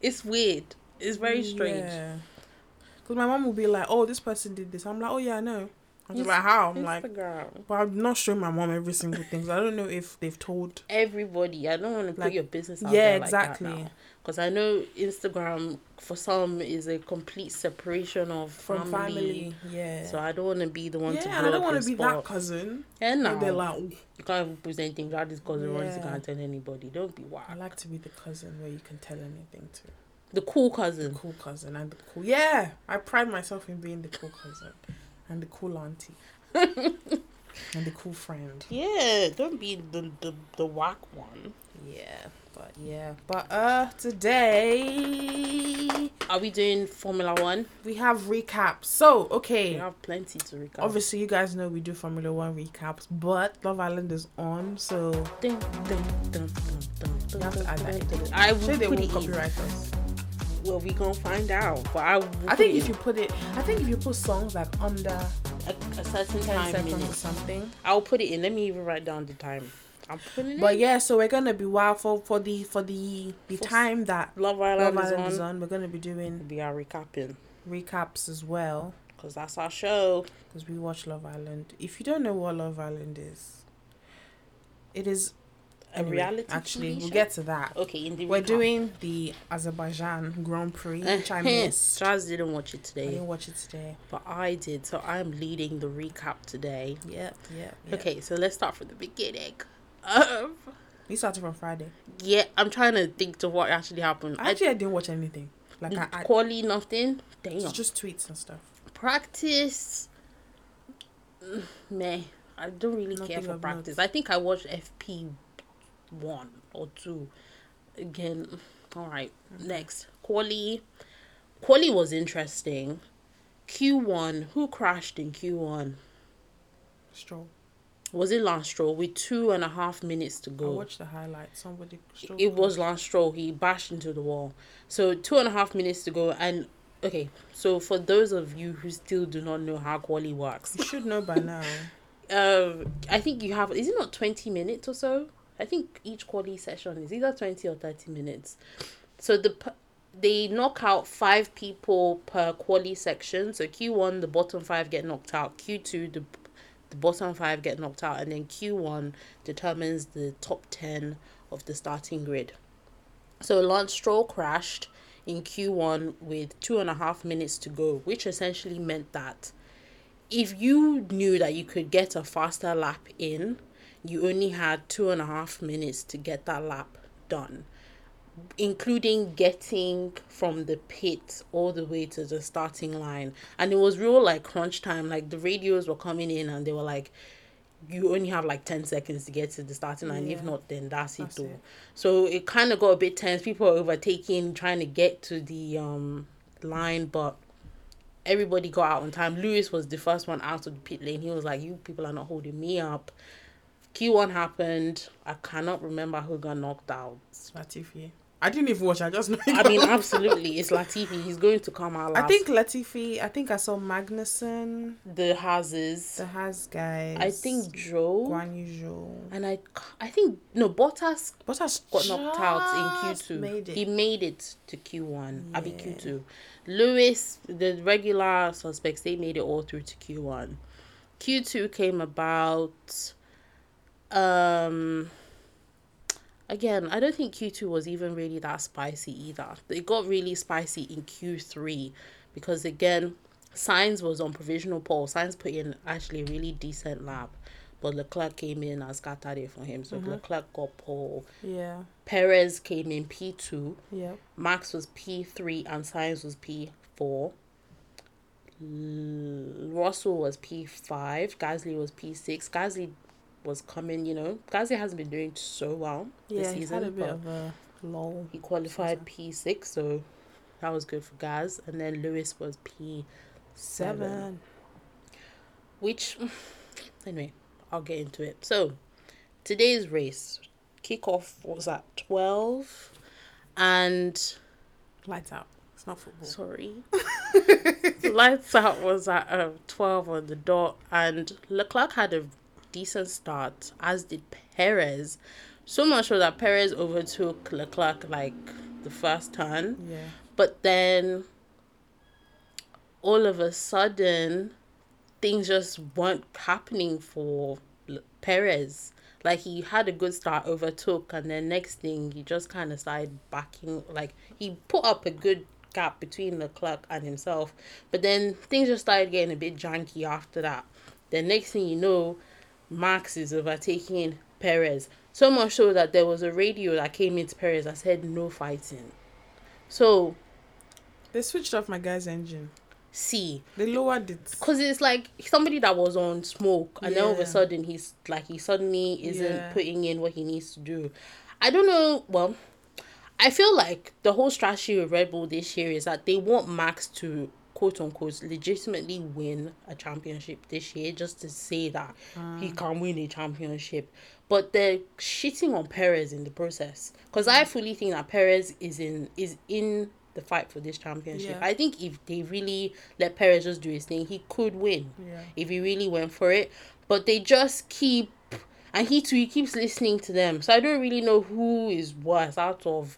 Speaker 1: It's weird. It's very strange.
Speaker 2: Because my mom will be like, "Oh, this person did this." I'm like, "Oh yeah, I know." I'm
Speaker 1: Yes,
Speaker 2: just like, "How?" I'm like,
Speaker 1: Instagram.
Speaker 2: "But I'm not showing my mom every single thing. 'cause I don't know if they've told."
Speaker 1: everybody. I don't want to put
Speaker 2: Like,
Speaker 1: your business out
Speaker 2: yeah,
Speaker 1: there like
Speaker 2: exactly.
Speaker 1: that now. Because I know Instagram for some is a complete separation of
Speaker 2: From
Speaker 1: family.
Speaker 2: family, yeah.
Speaker 1: So I don't want to be the one to
Speaker 2: yeah,
Speaker 1: blow
Speaker 2: and I don't
Speaker 1: want to
Speaker 2: be that cousin.
Speaker 1: And
Speaker 2: And they're
Speaker 1: now
Speaker 2: like, "Ooh,
Speaker 1: you can't even post anything that is causing yeah. You
Speaker 2: Yeah.
Speaker 1: can't tell anybody. Don't be
Speaker 2: I
Speaker 1: wild.
Speaker 2: like to be the cousin where you can tell anything to.
Speaker 1: The cool
Speaker 2: The
Speaker 1: cousin.
Speaker 2: cool cousin and the cool. Yeah, I pride myself in being the cool cousin, and the cool auntie, and the cool friend.
Speaker 1: Yeah, don't be the the, the whack one.
Speaker 2: Yeah, but yeah, but uh, today
Speaker 1: Are we doing Formula One?
Speaker 2: we have recaps. So okay.
Speaker 1: We have plenty to recap.
Speaker 2: Obviously, you guys know we do Formula One recaps, but Love Island is on, so
Speaker 1: Dun, dun, dun, dun, dun,
Speaker 2: you have to add that.
Speaker 1: dun,
Speaker 2: into
Speaker 1: dun.
Speaker 2: it.
Speaker 1: I will
Speaker 2: Sure they
Speaker 1: put
Speaker 2: will
Speaker 1: it in.
Speaker 2: copyright us.
Speaker 1: Well, we gonna find out. But I, will
Speaker 2: I
Speaker 1: put
Speaker 2: think
Speaker 1: it
Speaker 2: if
Speaker 1: in.
Speaker 2: you put it, I think if you put songs like under
Speaker 1: a, a certain
Speaker 2: 10
Speaker 1: time
Speaker 2: seconds
Speaker 1: minutes.
Speaker 2: or
Speaker 1: Mm-hmm.
Speaker 2: something.
Speaker 1: I'll put it in. Let me even write down the time. I'm putting it
Speaker 2: But
Speaker 1: in.
Speaker 2: yeah, so we're gonna be wild for for the for the the time that
Speaker 1: Love Island,
Speaker 2: Love Island
Speaker 1: is
Speaker 2: is
Speaker 1: on.
Speaker 2: on. We're gonna be doing
Speaker 1: We are recapping
Speaker 2: recaps as well
Speaker 1: because that's our show.
Speaker 2: because we watch Love Island. If you don't know what Love Island is, it is
Speaker 1: A
Speaker 2: anyway,
Speaker 1: reality
Speaker 2: Actually,
Speaker 1: TV
Speaker 2: we'll
Speaker 1: show? Oh,
Speaker 2: get to that.
Speaker 1: Okay, in the
Speaker 2: We're
Speaker 1: recap.
Speaker 2: doing the Azerbaijan Grand Prix, which I
Speaker 1: Eh,
Speaker 2: missed. I
Speaker 1: Charles didn't watch it today,
Speaker 2: didn't watch it today.
Speaker 1: but I did, so I'm leading the recap today.
Speaker 2: Yeah, yeah.
Speaker 1: Okay, so let's start from the beginning. Um,
Speaker 2: We started from Friday.
Speaker 1: yeah, I'm trying to think to what actually happened. I Mm,
Speaker 2: Actually, I didn't watch anything. Like I, I
Speaker 1: quality nothing. Damn.
Speaker 2: it's just tweets and stuff.
Speaker 1: practice mm, meh i don't really
Speaker 2: Nothing
Speaker 1: care for
Speaker 2: of
Speaker 1: practice i think i watched fp one or two again all right,
Speaker 2: Mm-hmm.
Speaker 1: next quali quali was interesting q1 who crashed in q1
Speaker 2: Stroll.
Speaker 1: was it lance stroll with two and a half minutes to
Speaker 2: I
Speaker 1: go
Speaker 2: watched the highlights. Somebody. Stroll
Speaker 1: Oh. it was Lance Stroll. He bashed into the wall. So two and a half minutes to go. And okay, so for those of you who still do not know how quali works,
Speaker 2: You should know by now.
Speaker 1: um, I think you have is it not twenty minutes or so? I think each quali session is either twenty or thirty minutes. So the p- they knock out five people per quali section. So Q one the bottom five get knocked out. Q two the the bottom five get knocked out, and then Q one determines the top ten of the starting grid. So Lance Stroll crashed in Q1 with two and a half minutes to go, which essentially meant that if you knew that you could get a faster lap in, you only had two and a half minutes to get that lap done, including getting from the pit all the way to the starting line. And it was real like crunch time. Like the radios were coming in and they were like, you only have like 10 seconds to get to the starting line. If
Speaker 2: Yeah.
Speaker 1: not, then that's,
Speaker 2: That's
Speaker 1: it, though.
Speaker 2: it.
Speaker 1: So it kind of got a bit tense. People were overtaking, trying to get to the um line, but everybody got out on time. Lewis was the first one out of the pit lane. He was like, "You people are not holding me up." Q1 happened. I cannot remember who got knocked out.
Speaker 2: Latifi. I didn't even watch. I just know. he
Speaker 1: I
Speaker 2: got-
Speaker 1: mean, absolutely, it's Latifi. He's going to come out. Last.
Speaker 2: I think Latifi. I think I saw Magnuson,
Speaker 1: the Hazes.
Speaker 2: the Has guys.
Speaker 1: I think Joe.
Speaker 2: Guan Yu Zhou.
Speaker 1: and I, ca- I think no Bottas
Speaker 2: But I just
Speaker 1: got knocked out in
Speaker 2: just
Speaker 1: Q2.
Speaker 2: Made it.
Speaker 1: He made it to Q1. I mean
Speaker 2: Yeah.
Speaker 1: Q2. Lewis, the regular suspects, they made it all through to Q1. Q2 came about. Um. Again, I don't think Q2 was even really that spicy either. It got really spicy in Q3 because, again, Signs was on provisional pole. Signs put in actually a really decent lap, but Leclerc came in and scattered it for him. So
Speaker 2: Mm-hmm.
Speaker 1: Leclerc got pole.
Speaker 2: Yeah.
Speaker 1: Perez came in P2,
Speaker 2: Yeah.
Speaker 1: Max was P3, and Sainz was P4. L- Russell was P5, Gasly was P6. Gasly was coming, you know. Gasly hasn't been doing so well
Speaker 2: Yeah.
Speaker 1: this
Speaker 2: He's
Speaker 1: season.
Speaker 2: had a bit
Speaker 1: but
Speaker 2: of a lull.
Speaker 1: he qualified P6, so that was good for Gaz. And then Lewis was P7,
Speaker 2: Seven.
Speaker 1: which, anyway, I'll get into it. So, today's race kickoff was at 12, and
Speaker 2: Lights out. It's not football.
Speaker 1: Sorry. Lights out was at um, 12 on the dot, and Leclerc had a decent start, as did Perez. So much so that Perez overtook Leclerc like the first turn,
Speaker 2: yeah.
Speaker 1: but then all of a sudden, things just weren't happening for L- Perez. Like he had a good start, overtook, and then next thing he just kind of started backing. Like he put up a good gap between Leclerc and himself, but then things just started getting a bit janky after that. The next thing you know, Max is overtaking Perez. So much so that there was a radio that came into Perez that said no fighting. So
Speaker 2: They switched off my guy's engine.
Speaker 1: see,
Speaker 2: They lowered it.
Speaker 1: because it's like somebody that was on smoke and then all of
Speaker 2: Yeah.
Speaker 1: a sudden he's like he suddenly isn't
Speaker 2: Yeah.
Speaker 1: putting in what he needs to do i don't know well i feel like the whole strategy of red bull this year is that they want max to quote unquote legitimately win a championship this year just to say that
Speaker 2: Ah.
Speaker 1: he can win a championship but they're shitting on perez in the process because
Speaker 2: Mm.
Speaker 1: i fully think that perez is in is in the fight for this championship
Speaker 2: Yeah.
Speaker 1: i think if they really let perez just do his thing he could win
Speaker 2: Yeah.
Speaker 1: if he really went for it. But they just keep, and he too, he keeps listening to them. So I don't really know who is worse out of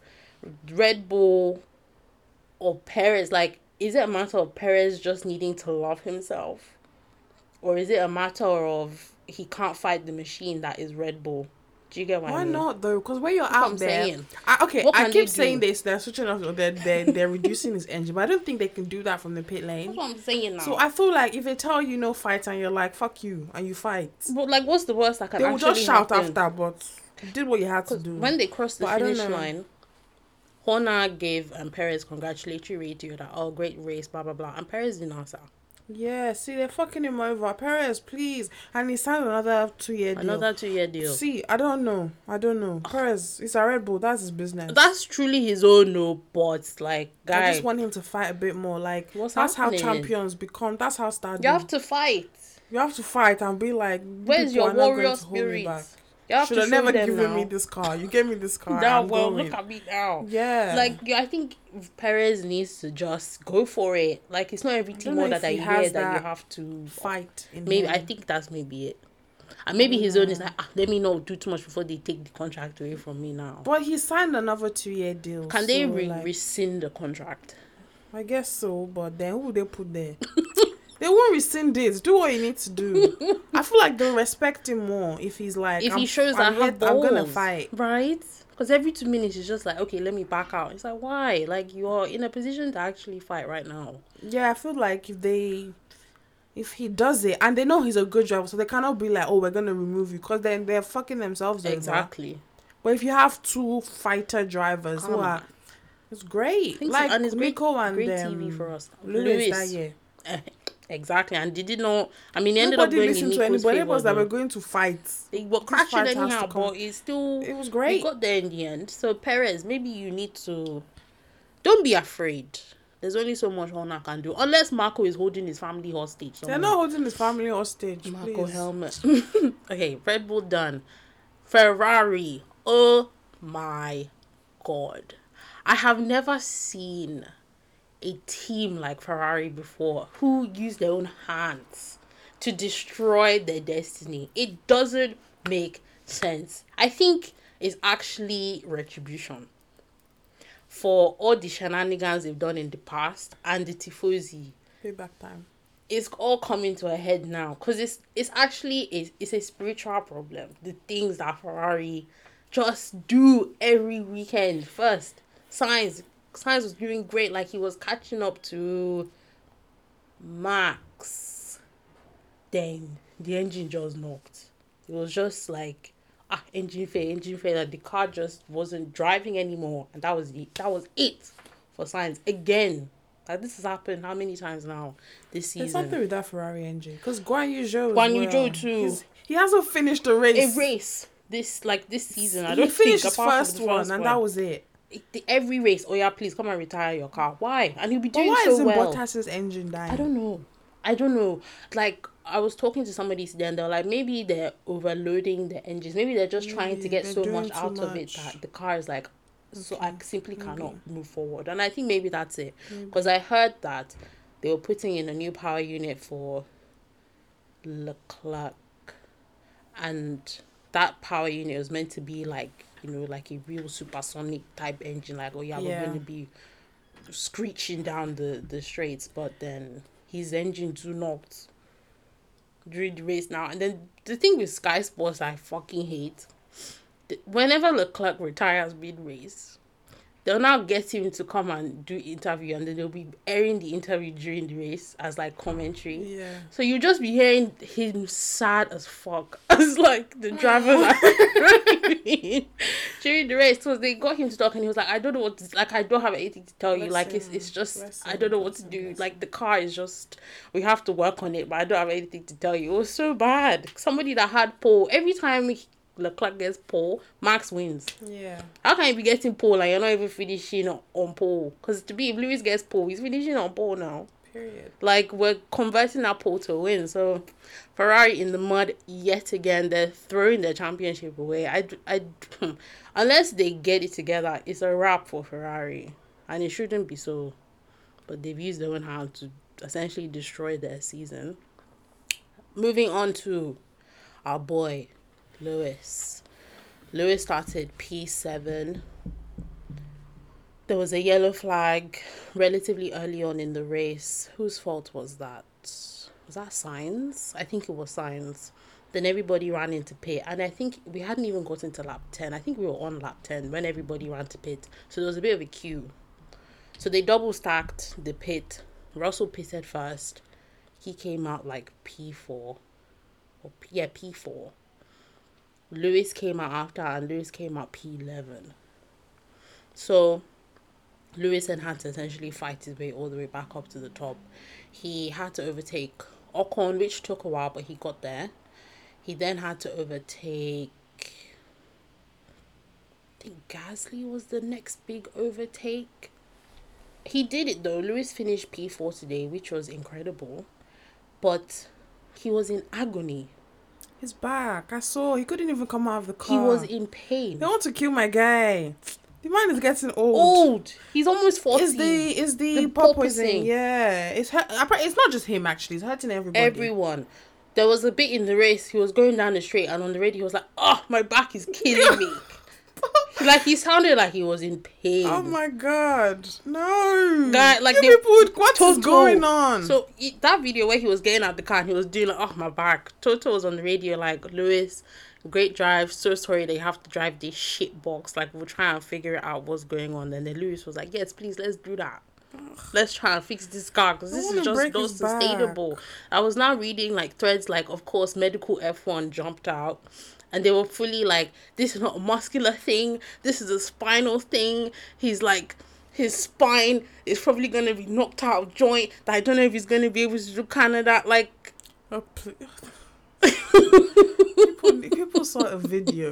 Speaker 1: Red Bull or Perez. Like, is it a matter of Perez just needing to love himself? Or is it a matter of he can't fight the machine that is Red Bull? Do you get what I
Speaker 2: Why
Speaker 1: mean?
Speaker 2: not though? Because when you're out
Speaker 1: what I'm
Speaker 2: there,
Speaker 1: saying.
Speaker 2: I, okay,
Speaker 1: What
Speaker 2: I
Speaker 1: can
Speaker 2: keep
Speaker 1: they
Speaker 2: saying
Speaker 1: do?
Speaker 2: this. They're switching off. They're they're, they're reducing his engine, but I don't think they can do that from the pit
Speaker 1: That's
Speaker 2: lane.
Speaker 1: what I'm saying now.
Speaker 2: So I feel like if they tell you no fight and you're like fuck you and you fight,
Speaker 1: but like, what's the worst that can
Speaker 2: they will
Speaker 1: actually
Speaker 2: just shout
Speaker 1: happen?
Speaker 2: after. But you did what you had to
Speaker 1: 'Cause
Speaker 2: do.
Speaker 1: When they crossed the
Speaker 2: But I don't
Speaker 1: finish
Speaker 2: know.
Speaker 1: line, Horner gave and Perez congratulatory radio that oh great race, blah blah blah. And Perez didn't answer.
Speaker 2: yeah, see they're fucking him over. Perez, please, and he signed another two year deal.
Speaker 1: Another two year deal. Ah.
Speaker 2: See, I don't know. I don't know. Perez, it's a Red Bull. That's his business.
Speaker 1: That's truly his own no but like
Speaker 2: I
Speaker 1: guys
Speaker 2: just want him to fight a bit more. Like
Speaker 1: What's
Speaker 2: that's
Speaker 1: happening?
Speaker 2: how champions become. That's how stars.
Speaker 1: you have to fight.
Speaker 2: You have to fight and be like, "You
Speaker 1: Where's your
Speaker 2: people are not going
Speaker 1: warrior
Speaker 2: to hold me
Speaker 1: spirit?
Speaker 2: back."
Speaker 1: You have
Speaker 2: Should
Speaker 1: to
Speaker 2: have
Speaker 1: show
Speaker 2: never
Speaker 1: them
Speaker 2: given
Speaker 1: now.
Speaker 2: me this car. You gave me this car.
Speaker 1: Now,
Speaker 2: I'm
Speaker 1: well,
Speaker 2: going.
Speaker 1: look at me now.
Speaker 2: yeah,
Speaker 1: Like yeah, I think Perez needs to just go for it. Like it's not every
Speaker 2: don't
Speaker 1: team
Speaker 2: know
Speaker 1: order
Speaker 2: if
Speaker 1: that
Speaker 2: he
Speaker 1: you
Speaker 2: has
Speaker 1: hear that you
Speaker 2: that
Speaker 1: have to
Speaker 2: fight. In
Speaker 1: Maybe
Speaker 2: him.
Speaker 1: I think that's maybe it. And maybe his own is like, ah, let me not do too much before they take the contract away from me now.
Speaker 2: But he signed another two-year deal.
Speaker 1: Can they
Speaker 2: so,
Speaker 1: re-
Speaker 2: like,
Speaker 1: rescind the contract?
Speaker 2: I guess so. But then who would they put there? They won't rescind it. Do what you need to do. I feel like they'll respect him more if he's like.
Speaker 1: if
Speaker 2: I'm-
Speaker 1: he shows
Speaker 2: I'm
Speaker 1: that I
Speaker 2: here-
Speaker 1: have balls,
Speaker 2: I'm gonna fight.
Speaker 1: right? Because every two minutes he's just like, okay, let me back out. It's like why? Like you're in a position to actually fight right now.
Speaker 2: Yeah, I feel like if they, if he does it, and they know he's a good driver, so they cannot be like, oh, we're gonna remove you, because then they're fucking themselves over.
Speaker 1: Exactly.
Speaker 2: But if you have two fighter drivers who
Speaker 1: Come on.
Speaker 2: are, it's great.
Speaker 1: Things-
Speaker 2: Like
Speaker 1: and it's great-
Speaker 2: Miko and
Speaker 1: Great
Speaker 2: um,
Speaker 1: TV for us.
Speaker 2: Lewis that year.
Speaker 1: exactly. And they did not. I mean, they ended up
Speaker 2: Nobody
Speaker 1: going in
Speaker 2: listened to
Speaker 1: Nico's
Speaker 2: anybody.
Speaker 1: favor.
Speaker 2: It was that
Speaker 1: though.
Speaker 2: we're going to fight.
Speaker 1: They were
Speaker 2: fight
Speaker 1: crashing
Speaker 2: has to
Speaker 1: anyhow,
Speaker 2: come.
Speaker 1: but it's still
Speaker 2: It was
Speaker 1: we
Speaker 2: great.
Speaker 1: got there in the end. So Perez, maybe you need to don't be afraid. There's only so much Honor can do, unless Marco is holding his family hostage.
Speaker 2: They're
Speaker 1: somewhere.
Speaker 2: not holding his family hostage.
Speaker 1: Marco
Speaker 2: please.
Speaker 1: helmet. okay, Red Bull done. Ferrari. Oh my god. I have never seen a team like Ferrari before who use their own hands to destroy their destiny. It doesn't make sense. I think it's actually retribution for all the shenanigans they've done in the past and the Tifosi
Speaker 2: Payback time.
Speaker 1: it's all coming to a head now because it's it's actually a, it's a spiritual problem the things that ferrari just do every weekend first science science was doing great like he was catching up to max then the engine just knocked it was just like ah engine fail engine fail and the car just wasn't driving anymore and that was it that was it for science again like this has happened how many times now this
Speaker 2: There's
Speaker 1: season
Speaker 2: something with that Ferrari engine. Because Guan Yu Zhou. as
Speaker 1: Guan Yu
Speaker 2: well,
Speaker 1: Zhou too.
Speaker 2: he's- He hasn't finished the race.
Speaker 1: a race this like this season i don't
Speaker 2: he finished
Speaker 1: think
Speaker 2: his
Speaker 1: apart
Speaker 2: first
Speaker 1: from the
Speaker 2: one,
Speaker 1: first
Speaker 2: and
Speaker 1: one.
Speaker 2: that was it.
Speaker 1: It- the- every race oh yeah please come and retire your car why and he'll be
Speaker 2: But
Speaker 1: doing
Speaker 2: why
Speaker 1: so
Speaker 2: isn't
Speaker 1: well
Speaker 2: Bottas's engine dying?
Speaker 1: I don't know. I don't know. Like I was talking to somebody today, and they're like, maybe they're overloading the engines. Maybe they're just trying to
Speaker 2: Maybe
Speaker 1: get
Speaker 2: they're
Speaker 1: so
Speaker 2: doing
Speaker 1: much
Speaker 2: too
Speaker 1: out of it
Speaker 2: much.
Speaker 1: that the car is like, so I simply cannot move forward. And I think maybe that's it, because I heard that they were putting in a new power unit for Leclerc, and that power unit was meant to be like you know like a real supersonic type engine. Like oh yeah,
Speaker 2: Yeah.
Speaker 1: we're going to be screeching down the the straights, but then his engine do not during the race now. And then the thing with Sky Sports, I fucking hate. th- Whenever Leclerc retires mid race, they'll now get him to come and do interview, and then they'll be airing the interview during the race as like commentary.
Speaker 2: Yeah.
Speaker 1: So you just be hearing him sad as fuck. As like the driver like, during the race. So they got him to talk and he was like, I don't know what to, like I don't have anything to tell you.
Speaker 2: Bless
Speaker 1: Like it's
Speaker 2: him.
Speaker 1: it's just
Speaker 2: Bless
Speaker 1: I
Speaker 2: him.
Speaker 1: don't know what
Speaker 2: Bless
Speaker 1: to
Speaker 2: him.
Speaker 1: do.
Speaker 2: Bless
Speaker 1: Like the car is just we have to work on it, but I don't have anything to tell you. It was so bad. Somebody that had pole every time he- Leclerc gets pole, Max wins.
Speaker 2: Yeah.
Speaker 1: How can you be getting pole and you're not even finishing on- on pole? Because to be if Lewis gets pole, he's finishing on pole now.
Speaker 2: Period.
Speaker 1: Like we're converting our pole to a win. So Ferrari in the mud yet again. They're throwing their championship away. I, d- I d- unless they get it together, it's a wrap for Ferrari, and it shouldn't be so. But they've used their own hand to essentially destroy their season. Moving on to our boy Lewis. Lewis started P seven. There was a yellow flag relatively early on in the race. Whose fault was that? Was that signs? I think it was signs. Then everybody ran into pit, and I think we hadn't even gotten to lap 10. I think we were on lap 10 when everybody ran to pit, so there was a bit of a queue. So they double stacked the pit. Russell pitted first, he came out like P4 or P- yeah, P4. Lewis came out after, and Lewis came out P11. So Lewis and had to essentially fight his way all the way back up to the top. He had to overtake Ocon, which took a while, but he got there. He then had to overtake. I think Gasly was the next big overtake. He did it though. Lewis finished P4 today, which was incredible. But he was in agony.
Speaker 2: His back. I saw. He couldn't even come out of the car.
Speaker 1: He was in pain.
Speaker 2: They want to kill my guy. The man is getting old.
Speaker 1: Old. He's almost 40.
Speaker 2: Is the is the,
Speaker 1: The
Speaker 2: pot
Speaker 1: pot
Speaker 2: poisoning?
Speaker 1: poisoning.
Speaker 2: Yeah, it's hurt. It's not just him actually. It's hurting everybody.
Speaker 1: everyone. There was a bit in the race, he was going down the straight, and on the radio, he was like, Oh, my back is killing me. like he sounded like he was in pain.
Speaker 2: Oh my god, no!
Speaker 1: Guy, like,
Speaker 2: You
Speaker 1: they-
Speaker 2: people, what is
Speaker 1: Toto.
Speaker 2: going on?
Speaker 1: So he- that video where he was getting out the car and he was doing like, oh my back. Toto was on the radio like, Lewis, great drive. So sorry that you have to drive this shit box. Like we'll try and figure out what's going on. And then Lewis was like, yes, please, let's do that. Let's try and fix this car because this
Speaker 2: wanna
Speaker 1: is just
Speaker 2: break
Speaker 1: not
Speaker 2: his back.
Speaker 1: sustainable. I was now reading like threads like, of course, medical F one jumped out. And they were fully like, this is not a muscular thing. This is a spinal thing. He's like, his spine is probably gonna be knocked out of joint. That I don't know if he's gonna be able to do Canada. Like,
Speaker 2: Oh, pl- people, people saw a video.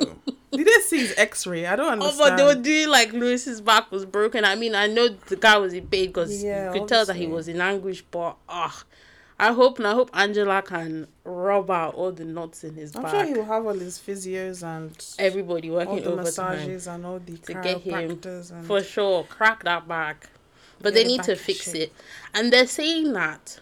Speaker 2: Did they see his X-ray? I don't
Speaker 1: oh,
Speaker 2: understand.
Speaker 1: but they were doing like Lewis's back was broken. I mean, I know the guy was in pain because
Speaker 2: Yeah,
Speaker 1: you could tell that he
Speaker 2: obviously.
Speaker 1: was in anguish. But ah, I hope and I hope Angela can rub out all the knots in his
Speaker 2: I'm
Speaker 1: back.
Speaker 2: sure he will have all his physios and
Speaker 1: Everybody
Speaker 2: all
Speaker 1: working
Speaker 2: the
Speaker 1: overtime
Speaker 2: massages and all the
Speaker 1: to get him
Speaker 2: chiropractors and
Speaker 1: for sure. Crack that back, but
Speaker 2: Yeah,
Speaker 1: they
Speaker 2: the
Speaker 1: need
Speaker 2: back
Speaker 1: to
Speaker 2: is
Speaker 1: fix
Speaker 2: shit.
Speaker 1: it, and they're saying that.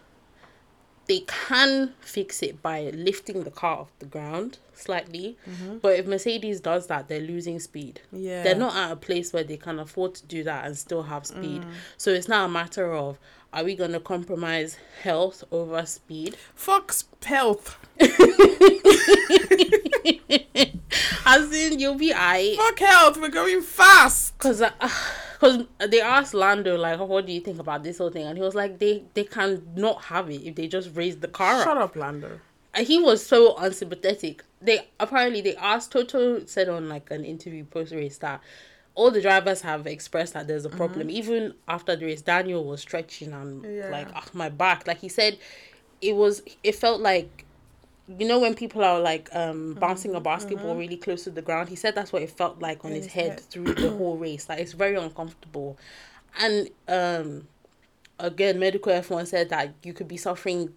Speaker 1: They can fix it by lifting the car off the ground slightly, but if Mercedes does that, they're losing speed.
Speaker 2: Mm-hmm. yeah.
Speaker 1: they're not at a place where they can afford to do that and still have speed.
Speaker 2: Mm.
Speaker 1: So it's not a matter of are we going to compromise health over speed?
Speaker 2: Fox health.
Speaker 1: As in, you'll be I.
Speaker 2: Fuck health. We're going fast.
Speaker 1: Cause, I- cause they asked Lando like, "Oh, "What do you think about this whole thing?" And he was like, "They they can not have it if they just raise the car up."
Speaker 2: Shut up, Lando.
Speaker 1: And he was so unsympathetic. They apparently they asked Toto said on like an interview post race that all the drivers have expressed that there's a problem. Even after the race, Daniel was stretching and
Speaker 2: Yeah.
Speaker 1: like ah, my back. Like he said, it was it felt like you know when people are like um bouncing a basketball really close to the ground. He said that's what it felt like on his,
Speaker 2: his
Speaker 1: head,
Speaker 2: head.
Speaker 1: through the whole race. Like it's very uncomfortable, and um again, medical F one said that you could be suffering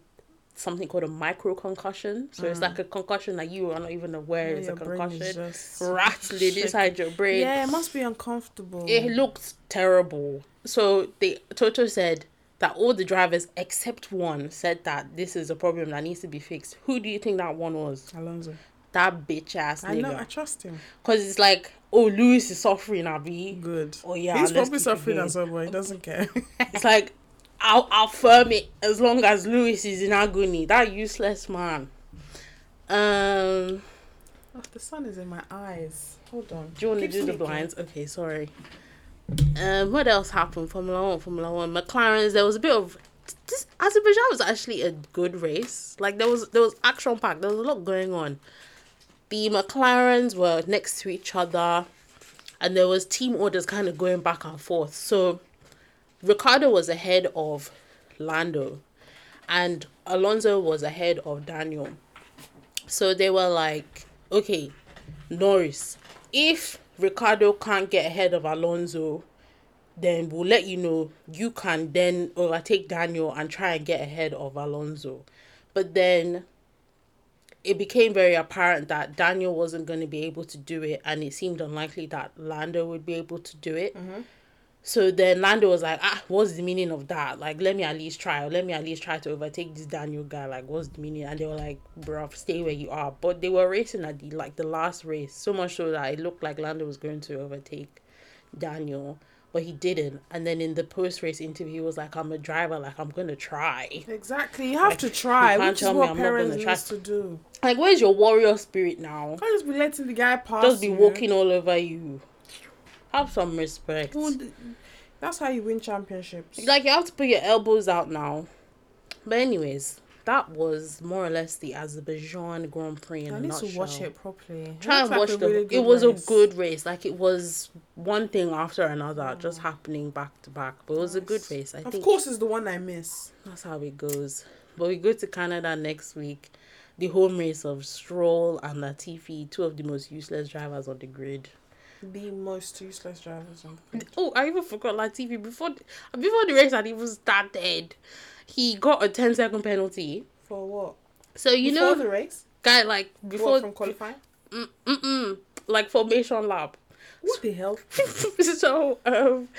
Speaker 1: something called a micro concussion. So it's like a concussion that you are not even aware is a
Speaker 2: Mm. Your brain is
Speaker 1: concussion.
Speaker 2: just-
Speaker 1: Rattling inside your brain.
Speaker 2: Yeah, it must be uncomfortable.
Speaker 1: It looked terrible. So they Toto said that all the drivers except one said that this is a problem that needs to be fixed. Who do you think that one was?
Speaker 2: Alonso.
Speaker 1: That bitch ass
Speaker 2: I know. I
Speaker 1: nigga.
Speaker 2: trust him.
Speaker 1: Because it's like, oh, Lewis is suffering, Abby.
Speaker 2: Good.
Speaker 1: Oh, yeah,
Speaker 2: He's
Speaker 1: let's
Speaker 2: probably
Speaker 1: keep it
Speaker 2: suffering
Speaker 1: going.
Speaker 2: as well, but he doesn't care.
Speaker 1: It's like, I'll, I'll firm it as long as Lewis is in agony. That useless man. Um,
Speaker 2: Oh, the sun is in my eyes. Hold on.
Speaker 1: Do you want
Speaker 2: Keep
Speaker 1: to do the
Speaker 2: speaking.
Speaker 1: blinds? Okay, sorry. Um, what else happened? Formula One, Formula One, McLarens. There was a bit of this. Azerbaijan was actually a good race. Like there was there was action packed. There was a lot going on. The McLarens were next to each other, and there was team orders kind of going back and forth. So, Ricardo was ahead of Lando, and Alonso was ahead of Daniel. So they were like, okay, Norris, if Ricardo can't get ahead of Alonso, then we'll let you know you can then overtake Daniel and try and get ahead of Alonso. But then it became very apparent that Daniel wasn't going to be able to do it, and it seemed unlikely that Lando would be able to do it. So then Lando was like, ah, what's the meaning of that? Like, let me at least try, or let me at least try to overtake this Daniel guy. Like, what's the meaning? And they were like, bruv, stay where you are. But they were racing at the like the last race, so much so that it looked like Lando was going to overtake Daniel, but he didn't. And then in the post race interview, he was like, I'm a driver, like I'm gonna try.
Speaker 2: Exactly. You have
Speaker 1: Like,
Speaker 2: to
Speaker 1: you
Speaker 2: try,
Speaker 1: can't
Speaker 2: which is
Speaker 1: tell me
Speaker 2: what
Speaker 1: I'm not gonna
Speaker 2: parents
Speaker 1: try.
Speaker 2: need to do.
Speaker 1: Like, where's your warrior spirit now?
Speaker 2: Can't just be letting the guy pass.
Speaker 1: Just be
Speaker 2: you.
Speaker 1: walking all over you. Have some respect.
Speaker 2: Well, th- That's how you win championships.
Speaker 1: Like you have to put your elbows out now. But anyways, that was more or less the Azerbaijan Grand Prix in
Speaker 2: I
Speaker 1: a
Speaker 2: need to
Speaker 1: nutshell.
Speaker 2: watch it properly.
Speaker 1: Try and
Speaker 2: looks like
Speaker 1: watch
Speaker 2: a
Speaker 1: the.
Speaker 2: really
Speaker 1: it
Speaker 2: good
Speaker 1: was
Speaker 2: race.
Speaker 1: a good race. Like it was one thing after another, just happening back to back. But it was a good
Speaker 2: Nice.
Speaker 1: race. I
Speaker 2: Of
Speaker 1: think
Speaker 2: course, it's the one I miss.
Speaker 1: that's how it goes. But we go to Canada next week. The home race of Stroll and Latifi, two of the most useless drivers on the grid.
Speaker 2: The most useless drivers. on the grid.
Speaker 1: Oh, I even forgot Latifi before the, before the race had even started. He got a 10 second penalty.
Speaker 2: For what?
Speaker 1: So you
Speaker 2: Before
Speaker 1: know,
Speaker 2: the race.
Speaker 1: guy like before
Speaker 2: Before from qualifying.
Speaker 1: mm, mm, mm, like formation lap.
Speaker 2: What the hell?
Speaker 1: so um,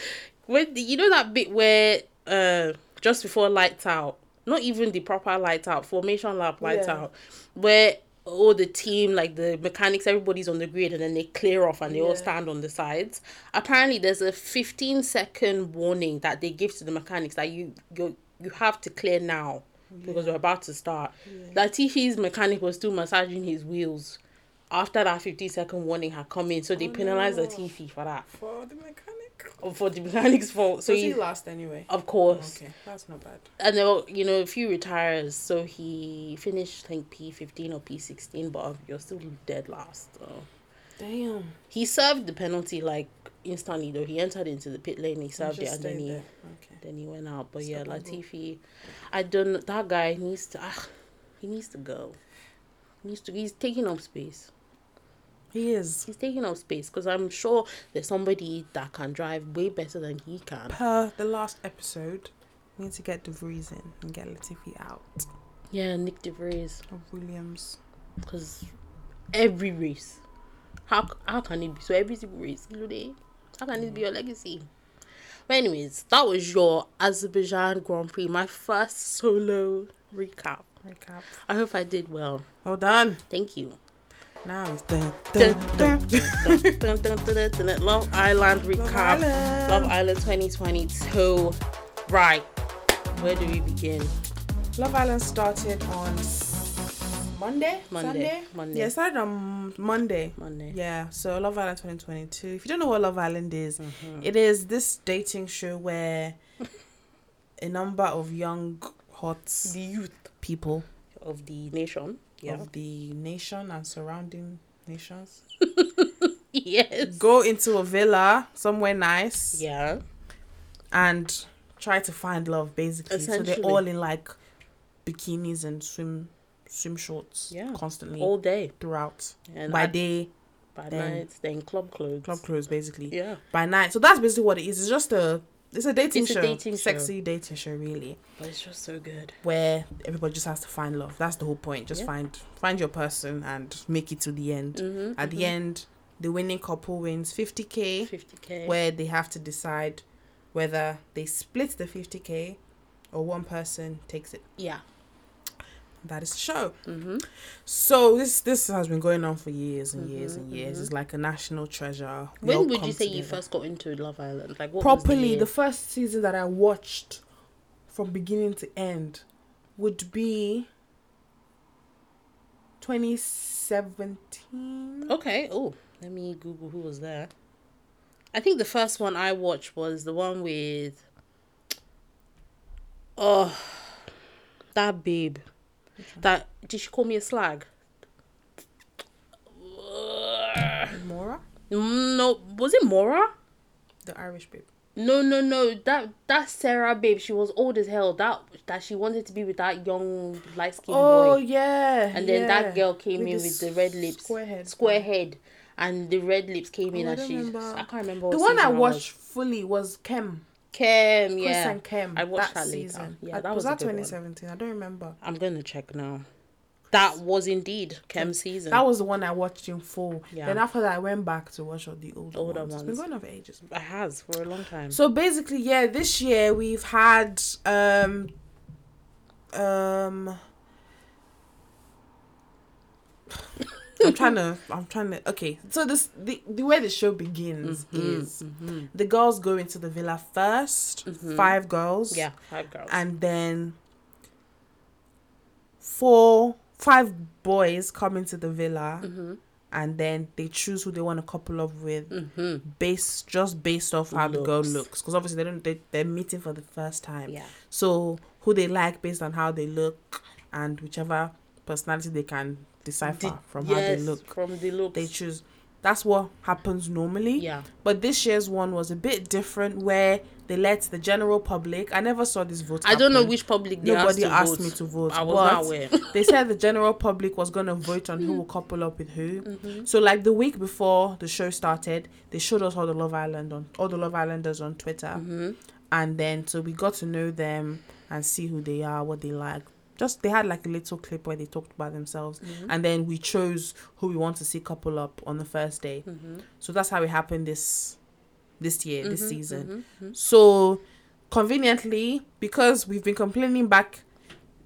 Speaker 1: when the, you know that bit where uh just before lights out, not even the proper lights out formation lap lights
Speaker 2: Yeah.
Speaker 1: out, where all the team, like the mechanics, everybody's on the grid, and then they clear off and they all
Speaker 2: Yeah.
Speaker 1: stand on the sides. Apparently, there's a 15 second warning that they give to the mechanics that you you you have to clear now because we're about to start. Latifi's mechanic was still massaging his wheels after that 15 second warning had come in, so they
Speaker 2: Oh,
Speaker 1: penalized
Speaker 2: no.
Speaker 1: Latifi for that
Speaker 2: For the mechanic.
Speaker 1: for the mechanic's fault. So
Speaker 2: So he
Speaker 1: he,
Speaker 2: last anyway.
Speaker 1: of course,
Speaker 2: Okay, that's not bad.
Speaker 1: and there were, you know, a few retires, so he finished, I think, P15 or P16, but um, you're still dead last. So.
Speaker 2: Damn.
Speaker 1: He served the penalty like instantly, though. He entered into the pit lane, he served it, and then he,
Speaker 2: Okay.
Speaker 1: then he went out. But yeah,
Speaker 2: Stop and go.
Speaker 1: Latifi, I don't know. That guy needs to, ah, he needs to go. He needs to, he's taking up space.
Speaker 2: He is
Speaker 1: He's taking up space because I'm sure there's somebody that can drive way better than he can.
Speaker 2: per the last episode. We need to get the in and get Latifi out
Speaker 1: Yeah, Nick DeVries.
Speaker 2: of Williams.
Speaker 1: Because every race, how c- how can it be? So every single race, Lude, how can it be your legacy? But anyways, that was your Azerbaijan Grand Prix, my first solo recap.
Speaker 2: Recap.
Speaker 1: I hope I did well.
Speaker 2: Well done.
Speaker 1: Thank you.
Speaker 2: Now it's done.
Speaker 1: Dun, dun, dun, dun, dun, dun, dun, dun. Love Island recap.
Speaker 2: Island.
Speaker 1: Love Island 2022. Right. Where do we begin?
Speaker 2: Love Island started on Monday.
Speaker 1: Monday,
Speaker 2: Sunday?
Speaker 1: Monday.
Speaker 2: Yeah, it started on Monday.
Speaker 1: Monday.
Speaker 2: Yeah, so Love Island 2022. If you don't know what Love Island is,
Speaker 1: Mm-hmm.
Speaker 2: it is this dating show where a number of young, hot
Speaker 1: The youth
Speaker 2: people
Speaker 1: of the nation. Yeah.
Speaker 2: of the nation and surrounding nations
Speaker 1: Yes.
Speaker 2: go into a villa somewhere nice
Speaker 1: Yeah.
Speaker 2: and try to find love, basically. So they're
Speaker 1: Essentially.
Speaker 2: all in like bikinis and swim swim shorts
Speaker 1: Yeah.
Speaker 2: constantly
Speaker 1: All day.
Speaker 2: throughout.
Speaker 1: And
Speaker 2: by
Speaker 1: I-
Speaker 2: day,
Speaker 1: by
Speaker 2: Then-
Speaker 1: night, then club clothes.
Speaker 2: club clothes basically.
Speaker 1: Yeah.
Speaker 2: By night, so that's basically what it is. It's just a it's a dating
Speaker 1: It's a
Speaker 2: show,
Speaker 1: dating show.
Speaker 2: sexy dating show, really,
Speaker 1: But it's just so good.
Speaker 2: where everybody just has to find love. That's the whole point. Just
Speaker 1: Yeah.
Speaker 2: find find your person and make it to the end.
Speaker 1: Mm-hmm.
Speaker 2: At the end, the winning couple wins 50k,
Speaker 1: 50k.
Speaker 2: where they have to decide whether they split the 50k or one person takes it.
Speaker 1: Yeah.
Speaker 2: That is the show.
Speaker 1: Mm-hmm.
Speaker 2: So this this has been going on for years and years
Speaker 1: Mhm,
Speaker 2: and years.
Speaker 1: mhm.
Speaker 2: It's like a national treasure. We all
Speaker 1: When would you
Speaker 2: come
Speaker 1: say you
Speaker 2: together.
Speaker 1: first got into Love Island? Like what was
Speaker 2: properly
Speaker 1: the,
Speaker 2: the first season that I watched from beginning to end would be 2017.
Speaker 1: Okay. Oh, let me Google who was there. I think the first one I watched was the one with. Oh, that babe. That did she call me a slag?
Speaker 2: Mora,
Speaker 1: Mm, No, was it Mora?
Speaker 2: the Irish babe.
Speaker 1: No, no, no. That that Sarah babe, she was old as hell. That that she wanted to be with that young light skinned
Speaker 2: Oh
Speaker 1: boy.
Speaker 2: yeah.
Speaker 1: And then
Speaker 2: yeah.
Speaker 1: that girl came in
Speaker 2: the
Speaker 1: with the red lips,
Speaker 2: Square head. Oh,
Speaker 1: square head, and the red lips came in,
Speaker 2: I
Speaker 1: and
Speaker 2: don't
Speaker 1: she.
Speaker 2: remember.
Speaker 1: I can't remember.
Speaker 2: The
Speaker 1: what
Speaker 2: one I
Speaker 1: season was.
Speaker 2: watched fully was Kem.
Speaker 1: Kim,
Speaker 2: Chris
Speaker 1: yeah.
Speaker 2: and Kem.
Speaker 1: I watched that later.
Speaker 2: season.
Speaker 1: Yeah,
Speaker 2: Uh,
Speaker 1: that was
Speaker 2: was
Speaker 1: a
Speaker 2: that
Speaker 1: good one.
Speaker 2: 2017. I don't remember.
Speaker 1: I'm gonna check now. That was indeed Kim's season.
Speaker 2: That was the one I watched in full.
Speaker 1: Yeah.
Speaker 2: Then after that, I went back to watch all the old
Speaker 1: Older
Speaker 2: ones. It's been
Speaker 1: ones.
Speaker 2: going on for ages.
Speaker 1: it has for a long time.
Speaker 2: So basically, yeah, this year we've had um um I'm trying to I'm trying to okay. So this the, the way the show begins
Speaker 1: Mm-hmm,
Speaker 2: is the girls go into the villa 1st Five girls.
Speaker 1: Mm-hmm. yeah, five girls.
Speaker 2: And then four five boys come into the villa and then they choose who they want to couple up with
Speaker 1: mm-hmm.
Speaker 2: based just based off how the girl
Speaker 1: Looks.
Speaker 2: looks because obviously they don't they, they're meeting for the first time
Speaker 1: Yeah.
Speaker 2: so who they like based on how they look and whichever personality they can decipher
Speaker 1: The-
Speaker 2: from how they
Speaker 1: yes,
Speaker 2: look
Speaker 1: From the looks.
Speaker 2: they choose that's what happens normally
Speaker 1: yeah.
Speaker 2: but this year's one was a bit different where they let the general public i never saw this vote
Speaker 1: I don't know
Speaker 2: happen.
Speaker 1: which public they
Speaker 2: nobody
Speaker 1: asked,
Speaker 2: asked,
Speaker 1: to
Speaker 2: me
Speaker 1: vote.
Speaker 2: to vote
Speaker 1: I was
Speaker 2: but
Speaker 1: not aware.
Speaker 2: they said the general public was going to vote on who will couple up with who.
Speaker 1: Mm-hmm.
Speaker 2: So, like the week before the show started, they showed us all the Love Island on all the Love Islanders on Twitter,
Speaker 1: Mm-hmm.
Speaker 2: and then so we got to know them and see who they are, what they like. Just they had like a little clip where they talked about themselves,
Speaker 1: Mm-hmm.
Speaker 2: and then we chose who we want to see couple up on the first day.
Speaker 1: Mm-hmm.
Speaker 2: So that's how it happened this this year, this season.
Speaker 1: Mm-hmm.
Speaker 2: So conveniently, because we've been complaining back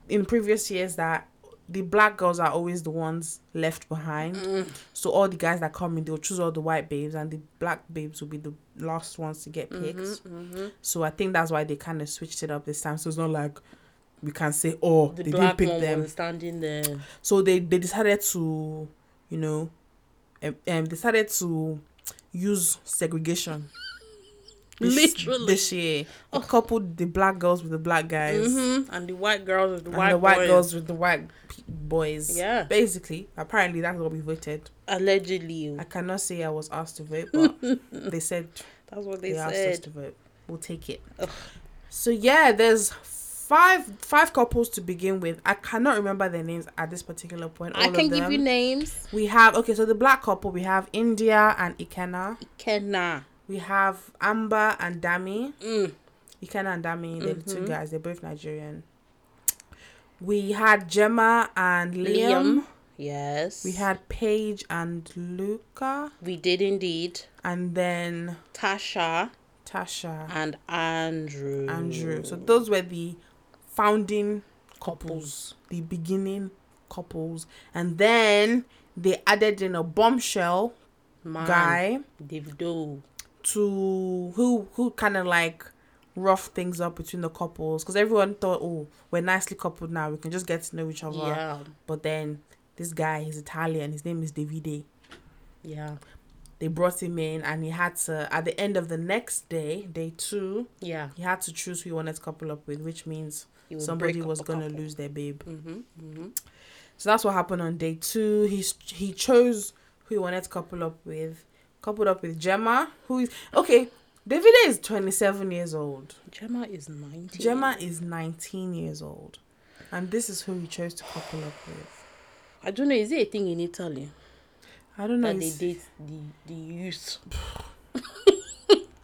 Speaker 2: in previous years that the black girls are always the ones left behind.
Speaker 1: Mm.
Speaker 2: So all the guys that come in, they'll choose all the white babes, and the black babes will be the last ones to get picked.
Speaker 1: Mm-hmm.
Speaker 2: So I think that's why they kind of switched it up this time. So it's not like we can say, oh,
Speaker 1: The
Speaker 2: they didn't
Speaker 1: black
Speaker 2: pick
Speaker 1: one
Speaker 2: them.
Speaker 1: was standing there.
Speaker 2: So they they decided to, you know, um, um decided to use segregation.
Speaker 1: Literally. Oh.
Speaker 2: this year, it coupled the black girls with the black guys
Speaker 1: Mhm. And the white girls with the
Speaker 2: and
Speaker 1: white
Speaker 2: the white
Speaker 1: boys.
Speaker 2: girls with the white p- boys.
Speaker 1: Yeah.
Speaker 2: Basically, apparently that's what we voted.
Speaker 1: Allegedly.
Speaker 2: I cannot say I was asked to vote, but they said
Speaker 1: That's what
Speaker 2: they,
Speaker 1: they
Speaker 2: asked us
Speaker 1: said.
Speaker 2: to vote. We'll take it.
Speaker 1: Ugh.
Speaker 2: So yeah, there's five five couples to begin with. I cannot remember their names at this particular point.
Speaker 1: I
Speaker 2: all of
Speaker 1: can give
Speaker 2: them.
Speaker 1: you names.
Speaker 2: We have okay, so the black couple we have India and Ikena.
Speaker 1: Kenna.
Speaker 2: We have Amber and Dami.
Speaker 1: Mm.
Speaker 2: Ikena and Dami, they're the two guys. They're both Nigerian. We had Gemma and Liam.
Speaker 1: Liam. Yes.
Speaker 2: We had Paige and Luca,
Speaker 1: We did indeed.
Speaker 2: and then
Speaker 1: Tasha
Speaker 2: Tasha,
Speaker 1: and Andrew.
Speaker 2: Andrew. So those were the founding couples, the beginning couples, and then they added in a bombshell Um,
Speaker 1: Man,
Speaker 2: guy.
Speaker 1: Davido.
Speaker 2: to who who kind of like rough things up between the couples because everyone thought oh we're nicely coupled now we can just get to know each other
Speaker 1: Yeah.
Speaker 2: but then this guy he's italian his name is davide
Speaker 1: Yeah.
Speaker 2: they brought him in and he had to at the end of the next day day two
Speaker 1: Yeah.
Speaker 2: he had to choose who he wanted to couple up with which means
Speaker 1: He would
Speaker 2: somebody
Speaker 1: break up
Speaker 2: was
Speaker 1: a
Speaker 2: gonna
Speaker 1: couple.
Speaker 2: lose their babe
Speaker 1: Mhm, mhm.
Speaker 2: so that's what happened on day two. He he chose who he wanted to couple up with. Coupled up with Gemma, who is okay. Davide is twenty seven years old.
Speaker 1: Gemma is 19.
Speaker 2: Gemma is nineteen years old, and this is who he chose to couple up with.
Speaker 1: I don't know. Is it a thing in Italy
Speaker 2: I don't know.
Speaker 1: that they
Speaker 2: it's-
Speaker 1: date the the youth?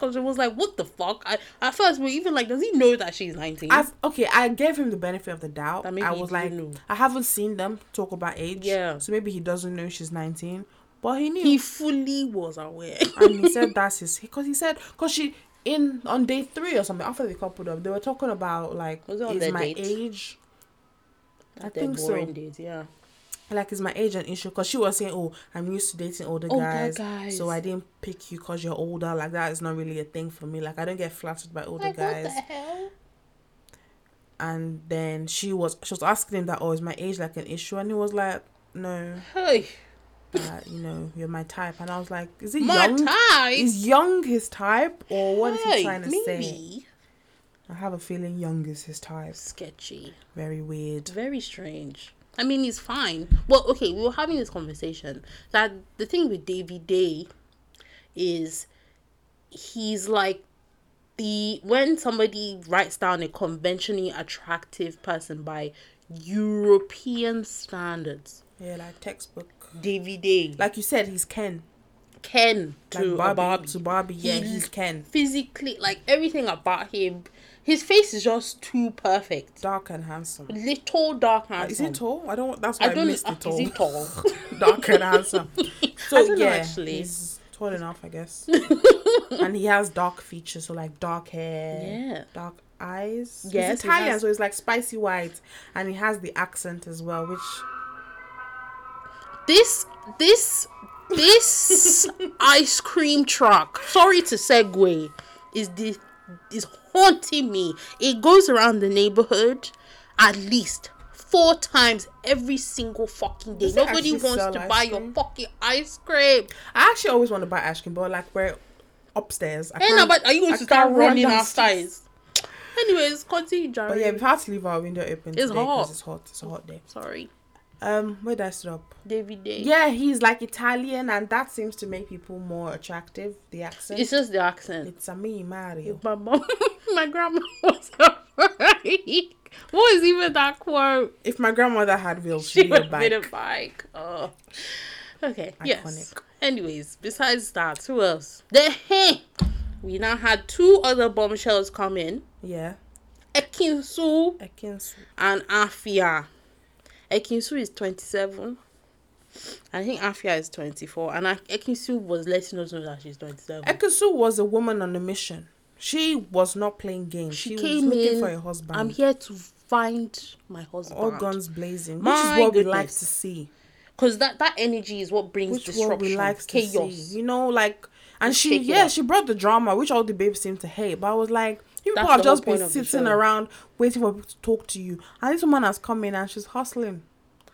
Speaker 1: Because it was like, what the fuck? I at first we were even like, does he know that she's nineteen?
Speaker 2: I've okay. I gave him the benefit of the doubt.
Speaker 1: That maybe
Speaker 2: I
Speaker 1: he
Speaker 2: was like,
Speaker 1: didn't know.
Speaker 2: I haven't seen them talk about age.
Speaker 1: Yeah.
Speaker 2: So maybe he doesn't know she's nineteen, but he knew.
Speaker 1: He fully was aware.
Speaker 2: and he said that's his because he said because she in on day three or something after they coupled up they were talking about like
Speaker 1: Was it on
Speaker 2: is
Speaker 1: their
Speaker 2: my
Speaker 1: date?
Speaker 2: age I
Speaker 1: They're
Speaker 2: think so.
Speaker 1: boring dates, yeah.
Speaker 2: Like, is my age an issue? Because she was saying, "Oh, I'm used to dating older,
Speaker 1: Older
Speaker 2: guys,
Speaker 1: guys.
Speaker 2: so I didn't pick you because you're older. Like, that is not really a thing for me. Like, I don't get flattered by older
Speaker 1: Like,
Speaker 2: guys."
Speaker 1: what the hell?
Speaker 2: And then she was she was asking him that, "Oh, is my age like an issue?" And he was like, "No,
Speaker 1: Hey,
Speaker 2: uh, you know, you're my type." And I was like, "Is he
Speaker 1: my
Speaker 2: young?
Speaker 1: type.
Speaker 2: Is young his type, or what is he
Speaker 1: Hey,
Speaker 2: trying to
Speaker 1: maybe.
Speaker 2: say?" I have a feeling young is his type.
Speaker 1: Sketchy.
Speaker 2: Very weird.
Speaker 1: It's very strange. I mean, he's fine. Well, okay, we were having this conversation that the thing with Davy Day is he's like the when somebody writes down a conventionally attractive person by European standards,
Speaker 2: Yeah, like textbook.
Speaker 1: Davy Day like
Speaker 2: Like you said, he's Ken.
Speaker 1: Ken
Speaker 2: Like
Speaker 1: to
Speaker 2: Barbie,
Speaker 1: a Barbie.
Speaker 2: To Barbie, yeah,
Speaker 1: He-
Speaker 2: he's Ken.
Speaker 1: physically like everything about him, his face is just too perfect.
Speaker 2: Dark and handsome.
Speaker 1: Little dark handsome.
Speaker 2: Is he tall? I don't. That's why
Speaker 1: I
Speaker 2: I,
Speaker 1: don't.
Speaker 2: missed the
Speaker 1: is
Speaker 2: tall.
Speaker 1: he tall?
Speaker 2: Dark and handsome. So
Speaker 1: I don't know,
Speaker 2: yeah,
Speaker 1: actually.
Speaker 2: he's tall enough, I guess. and he has dark features, so like dark hair,
Speaker 1: Yeah.
Speaker 2: dark eyes.
Speaker 1: Yes,
Speaker 2: he's
Speaker 1: he
Speaker 2: Italian,
Speaker 1: has-
Speaker 2: so it's like spicy white, and he has the accent as well, which
Speaker 1: This this this ice cream truck. Sorry to segue. Is the is haunting me. It goes around the neighborhood at least four times every single fucking day.
Speaker 2: Does it
Speaker 1: Nobody
Speaker 2: actually
Speaker 1: wants
Speaker 2: sell
Speaker 1: to
Speaker 2: ice
Speaker 1: buy your
Speaker 2: cream?
Speaker 1: fucking ice cream.
Speaker 2: I actually always want to buy ice cream, but like we're upstairs. I
Speaker 1: Hey,
Speaker 2: can't-
Speaker 1: nobody, are you going
Speaker 2: I
Speaker 1: to
Speaker 2: can't
Speaker 1: start
Speaker 2: run
Speaker 1: running after
Speaker 2: downstairs.
Speaker 1: it? Anyways, continue,
Speaker 2: But
Speaker 1: Jerry.
Speaker 2: yeah, we've had to leave our window open
Speaker 1: It's
Speaker 2: today 'cause
Speaker 1: hot.
Speaker 2: it's hot. It's a hot day.
Speaker 1: Sorry,
Speaker 2: Um, where did I stop?
Speaker 1: David Day.
Speaker 2: Yeah, he's like Italian, and that seems to make people more attractive. The accent.
Speaker 1: it's
Speaker 2: It's,
Speaker 1: just the accent.
Speaker 2: a me Mario.
Speaker 1: My mom, my grandma was right. What is even that quote?
Speaker 2: If my grandmother had wheels,
Speaker 1: She
Speaker 2: she'd be a
Speaker 1: would have
Speaker 2: bike.
Speaker 1: been a bike. Oh. Okay. Yes.
Speaker 2: Iconic.
Speaker 1: Anyways, besides that, who else? The hey, we now had two other bombshells come in:
Speaker 2: Yeah,
Speaker 1: Ekinsu
Speaker 2: I can. s-
Speaker 1: and Afia. Ekinsu is twenty-seven. I think Afia is twenty-four, and Ak- Ekinsu was letting us know that she's twenty-seven.
Speaker 2: Ekansu was a woman on a mission. She was not playing games. She,
Speaker 1: She
Speaker 2: was
Speaker 1: came
Speaker 2: looking
Speaker 1: in,
Speaker 2: for a husband.
Speaker 1: I'm here to find my husband.
Speaker 2: All guns blazing, which
Speaker 1: My
Speaker 2: is what we
Speaker 1: goodness.
Speaker 2: like to see.
Speaker 1: Because that, that energy is what brings
Speaker 2: Which
Speaker 1: disruption,
Speaker 2: what we like to
Speaker 1: chaos.
Speaker 2: see. You know, like and she
Speaker 1: shake it
Speaker 2: yeah
Speaker 1: up.
Speaker 2: she brought the drama, which all the babes seem to hate. But I was like, you
Speaker 1: That's
Speaker 2: people have
Speaker 1: the whole
Speaker 2: just
Speaker 1: point
Speaker 2: been
Speaker 1: of the
Speaker 2: sitting
Speaker 1: show.
Speaker 2: around waiting for people to talk to you, and this woman has come in and she's hustling.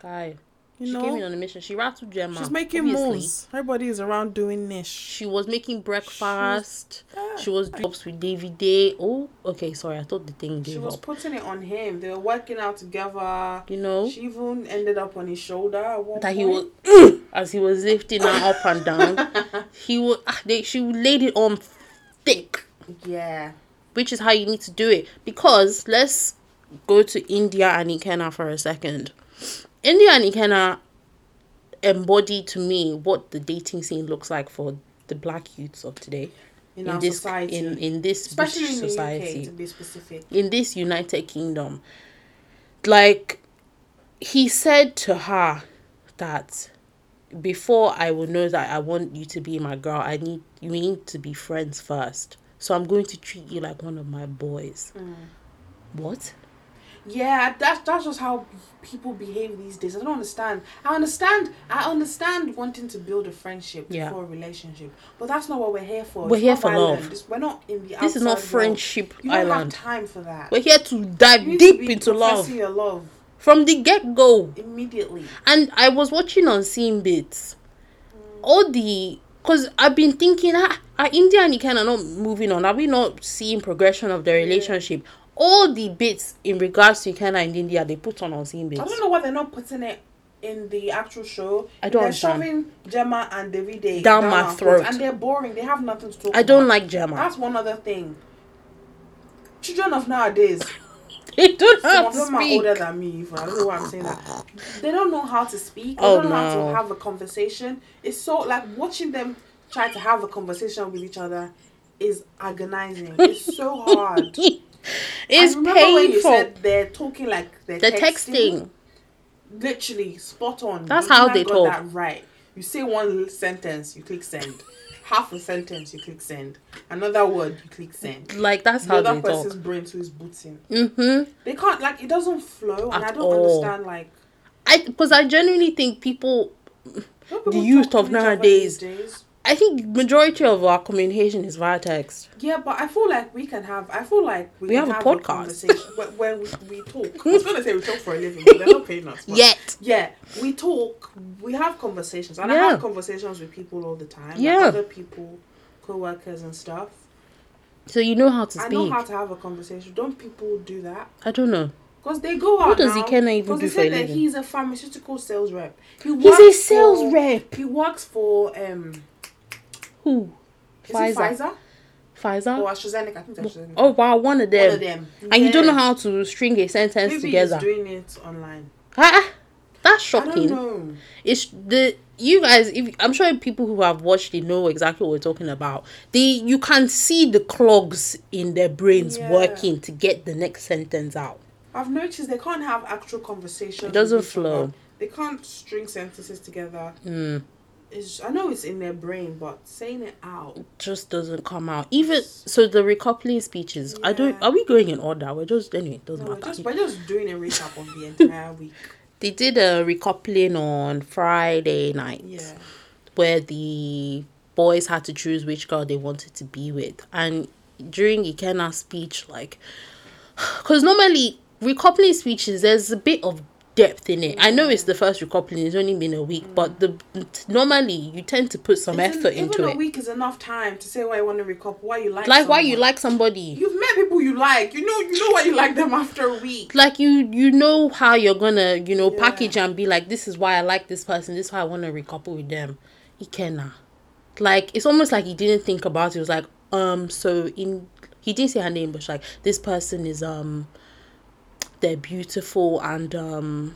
Speaker 1: Guy,
Speaker 2: You
Speaker 1: she
Speaker 2: know,
Speaker 1: came in on a mission. She rattled Gemma.
Speaker 2: She's making
Speaker 1: obviously.
Speaker 2: moves. Everybody is around doing niche.
Speaker 1: She was making breakfast.
Speaker 2: Ah.
Speaker 1: She was jobs with David Day. Oh, okay. Sorry, I thought the thing gave up.
Speaker 2: putting it on him. They were working out together.
Speaker 1: You know
Speaker 2: even ended up on his shoulder.
Speaker 1: that he was as he was lifting her up and down. he was they, she laid it on thick,
Speaker 2: Yeah.
Speaker 1: which is how you need to do it. Because let's go to India and Ikena for a second. India and Ikena embody to me what the dating scene looks like for the black youths of today
Speaker 2: In,
Speaker 1: in, this in in this British society.
Speaker 2: be specific.
Speaker 1: in this United Kingdom, like he said to her that before I will know that I want you to be my girl, I need you need to be friends first. So I'm going to treat you like one of my boys.
Speaker 2: Mm.
Speaker 1: What?
Speaker 2: Yeah, that's that's just how people behave these days. I don't understand. I understand. I understand wanting to build a friendship
Speaker 1: Yeah.
Speaker 2: for a relationship, but that's not what we're here for.
Speaker 1: We're
Speaker 2: It's
Speaker 1: here
Speaker 2: not
Speaker 1: for
Speaker 2: island.
Speaker 1: love.
Speaker 2: It's- we're not in the.
Speaker 1: This is not
Speaker 2: outside world.
Speaker 1: friendship
Speaker 2: You don't
Speaker 1: island.
Speaker 2: have time for that.
Speaker 1: We're here to
Speaker 2: You
Speaker 1: dive
Speaker 2: need to
Speaker 1: deep
Speaker 2: be
Speaker 1: into love
Speaker 2: professing Your love
Speaker 1: from the get go.
Speaker 2: immediately.
Speaker 1: And I was watching on Scene Bits. All the because I've been thinking, ah, are India and Ikena not moving on? Are we not seeing progression of their relationship? All the bits in regards to Ikena and India, they put on on Scene
Speaker 2: I don't
Speaker 1: Bits.
Speaker 2: know why they're not putting it in the actual show.
Speaker 1: I don't
Speaker 2: They're
Speaker 1: understand.
Speaker 2: shoving Gemma and Davide
Speaker 1: Down my
Speaker 2: our throats,
Speaker 1: throat.
Speaker 2: and they're boring. They have nothing to talk.
Speaker 1: I don't
Speaker 2: about.
Speaker 1: like Gemma.
Speaker 2: That's one other thing. Children of nowadays,
Speaker 1: They don't
Speaker 2: some
Speaker 1: have
Speaker 2: of
Speaker 1: to
Speaker 2: them are older
Speaker 1: speak.
Speaker 2: than me. Even. I don't know why I'm saying that. They don't know how to speak. They
Speaker 1: Oh,
Speaker 2: don't know how
Speaker 1: no.
Speaker 2: to have a conversation. It's so like watching them try to have a conversation with each other is agonizing. It's so hard.
Speaker 1: it's
Speaker 2: I remember when you
Speaker 1: painful.
Speaker 2: said they're talking like they're,
Speaker 1: The
Speaker 2: texting.
Speaker 1: texting.
Speaker 2: Literally spot on.
Speaker 1: That's
Speaker 2: You
Speaker 1: how
Speaker 2: even
Speaker 1: they
Speaker 2: got
Speaker 1: talk.
Speaker 2: That right. You say one l- sentence, you click send. Half a sentence, you click send. Another word, you click send.
Speaker 1: Like that's
Speaker 2: The
Speaker 1: how
Speaker 2: other
Speaker 1: they
Speaker 2: person's
Speaker 1: talk.
Speaker 2: brain too is booting.
Speaker 1: Mm-hmm.
Speaker 2: They can't like it doesn't flow, and
Speaker 1: At
Speaker 2: I don't
Speaker 1: all.
Speaker 2: understand like
Speaker 1: I because I genuinely think people
Speaker 2: Don't people
Speaker 1: The youth
Speaker 2: talk
Speaker 1: of
Speaker 2: to each other
Speaker 1: nowadays.
Speaker 2: these days?
Speaker 1: I think majority of our communication is via text.
Speaker 2: Yeah, but I feel like we can have. I feel like we,
Speaker 1: We
Speaker 2: can
Speaker 1: have a podcast.
Speaker 2: conversation wh- when we, we talk. I was gonna say we talk for a living, but they're not paying us. but-
Speaker 1: Yet.
Speaker 2: Yeah, we talk. We have conversations, and I
Speaker 1: Yeah.
Speaker 2: have conversations with people all the time. like
Speaker 1: Yeah.
Speaker 2: other people, co-workers and stuff.
Speaker 1: So you know how to
Speaker 2: I
Speaker 1: speak.
Speaker 2: know how to have a conversation. Don't people do that?
Speaker 1: I don't know.
Speaker 2: Because they go out.
Speaker 1: does
Speaker 2: now,
Speaker 1: Ikenna even do
Speaker 2: 'cause they
Speaker 1: for a
Speaker 2: said that
Speaker 1: living?
Speaker 2: He's a pharmaceutical sales rep. He
Speaker 1: He's a
Speaker 2: works
Speaker 1: sales
Speaker 2: for-
Speaker 1: rep.
Speaker 2: He works for um.
Speaker 1: Who?
Speaker 2: Is
Speaker 1: Pfizer.
Speaker 2: it Pfizer
Speaker 1: Pfizer?
Speaker 2: or AstraZeneca? I think it's AstraZeneca.
Speaker 1: oh wow, one of them.
Speaker 2: One of them.
Speaker 1: And you don't
Speaker 2: Yeah.
Speaker 1: know how to string a sentence
Speaker 2: Maybe
Speaker 1: together.
Speaker 2: he's doing it online.
Speaker 1: ah, that's
Speaker 2: I
Speaker 1: shocking.
Speaker 2: don't know.
Speaker 1: It's the you guys. If I'm sure people who have watched it know exactly what we're talking about. They you can see the clogs in their brains
Speaker 2: Yeah.
Speaker 1: working to get the next sentence out.
Speaker 2: I've noticed they can't have actual conversations.
Speaker 1: It doesn't
Speaker 2: with each other.
Speaker 1: flow. Hmm.
Speaker 2: They can't string sentences together. It's, I know it's in their brain, but saying it out.
Speaker 1: Just doesn't come out. Even so, the recoupling speeches. I don't.
Speaker 2: Yeah.
Speaker 1: Are we going in order? We're just anyway. It doesn't
Speaker 2: No, we're
Speaker 1: matter.
Speaker 2: just, we're just doing a recap of the entire week.
Speaker 1: they did a recoupling on Friday night
Speaker 2: Yeah.
Speaker 1: where the boys had to choose which girl they wanted to be with. And during Ikena's speech, like, because normally recoupling speeches, there's a bit of depth in it. I know it's the first recoupling, it's only been a week, but the normally you tend to put some
Speaker 2: Isn't-
Speaker 1: effort
Speaker 2: even
Speaker 1: into
Speaker 2: a
Speaker 1: it.
Speaker 2: week is enough time to say why you want to recap, why you like.
Speaker 1: Like, why you
Speaker 2: someone.
Speaker 1: like somebody.
Speaker 2: You've met people you like. You know. You know why you like them after a week.
Speaker 1: like you you know how you're gonna you know
Speaker 2: Yeah.
Speaker 1: package and be like this is why i like this person this is why i want to recouple with them ikena like it's almost like he didn't think about it He was like um so in he didn't say her name but she's like this person is um they're beautiful and um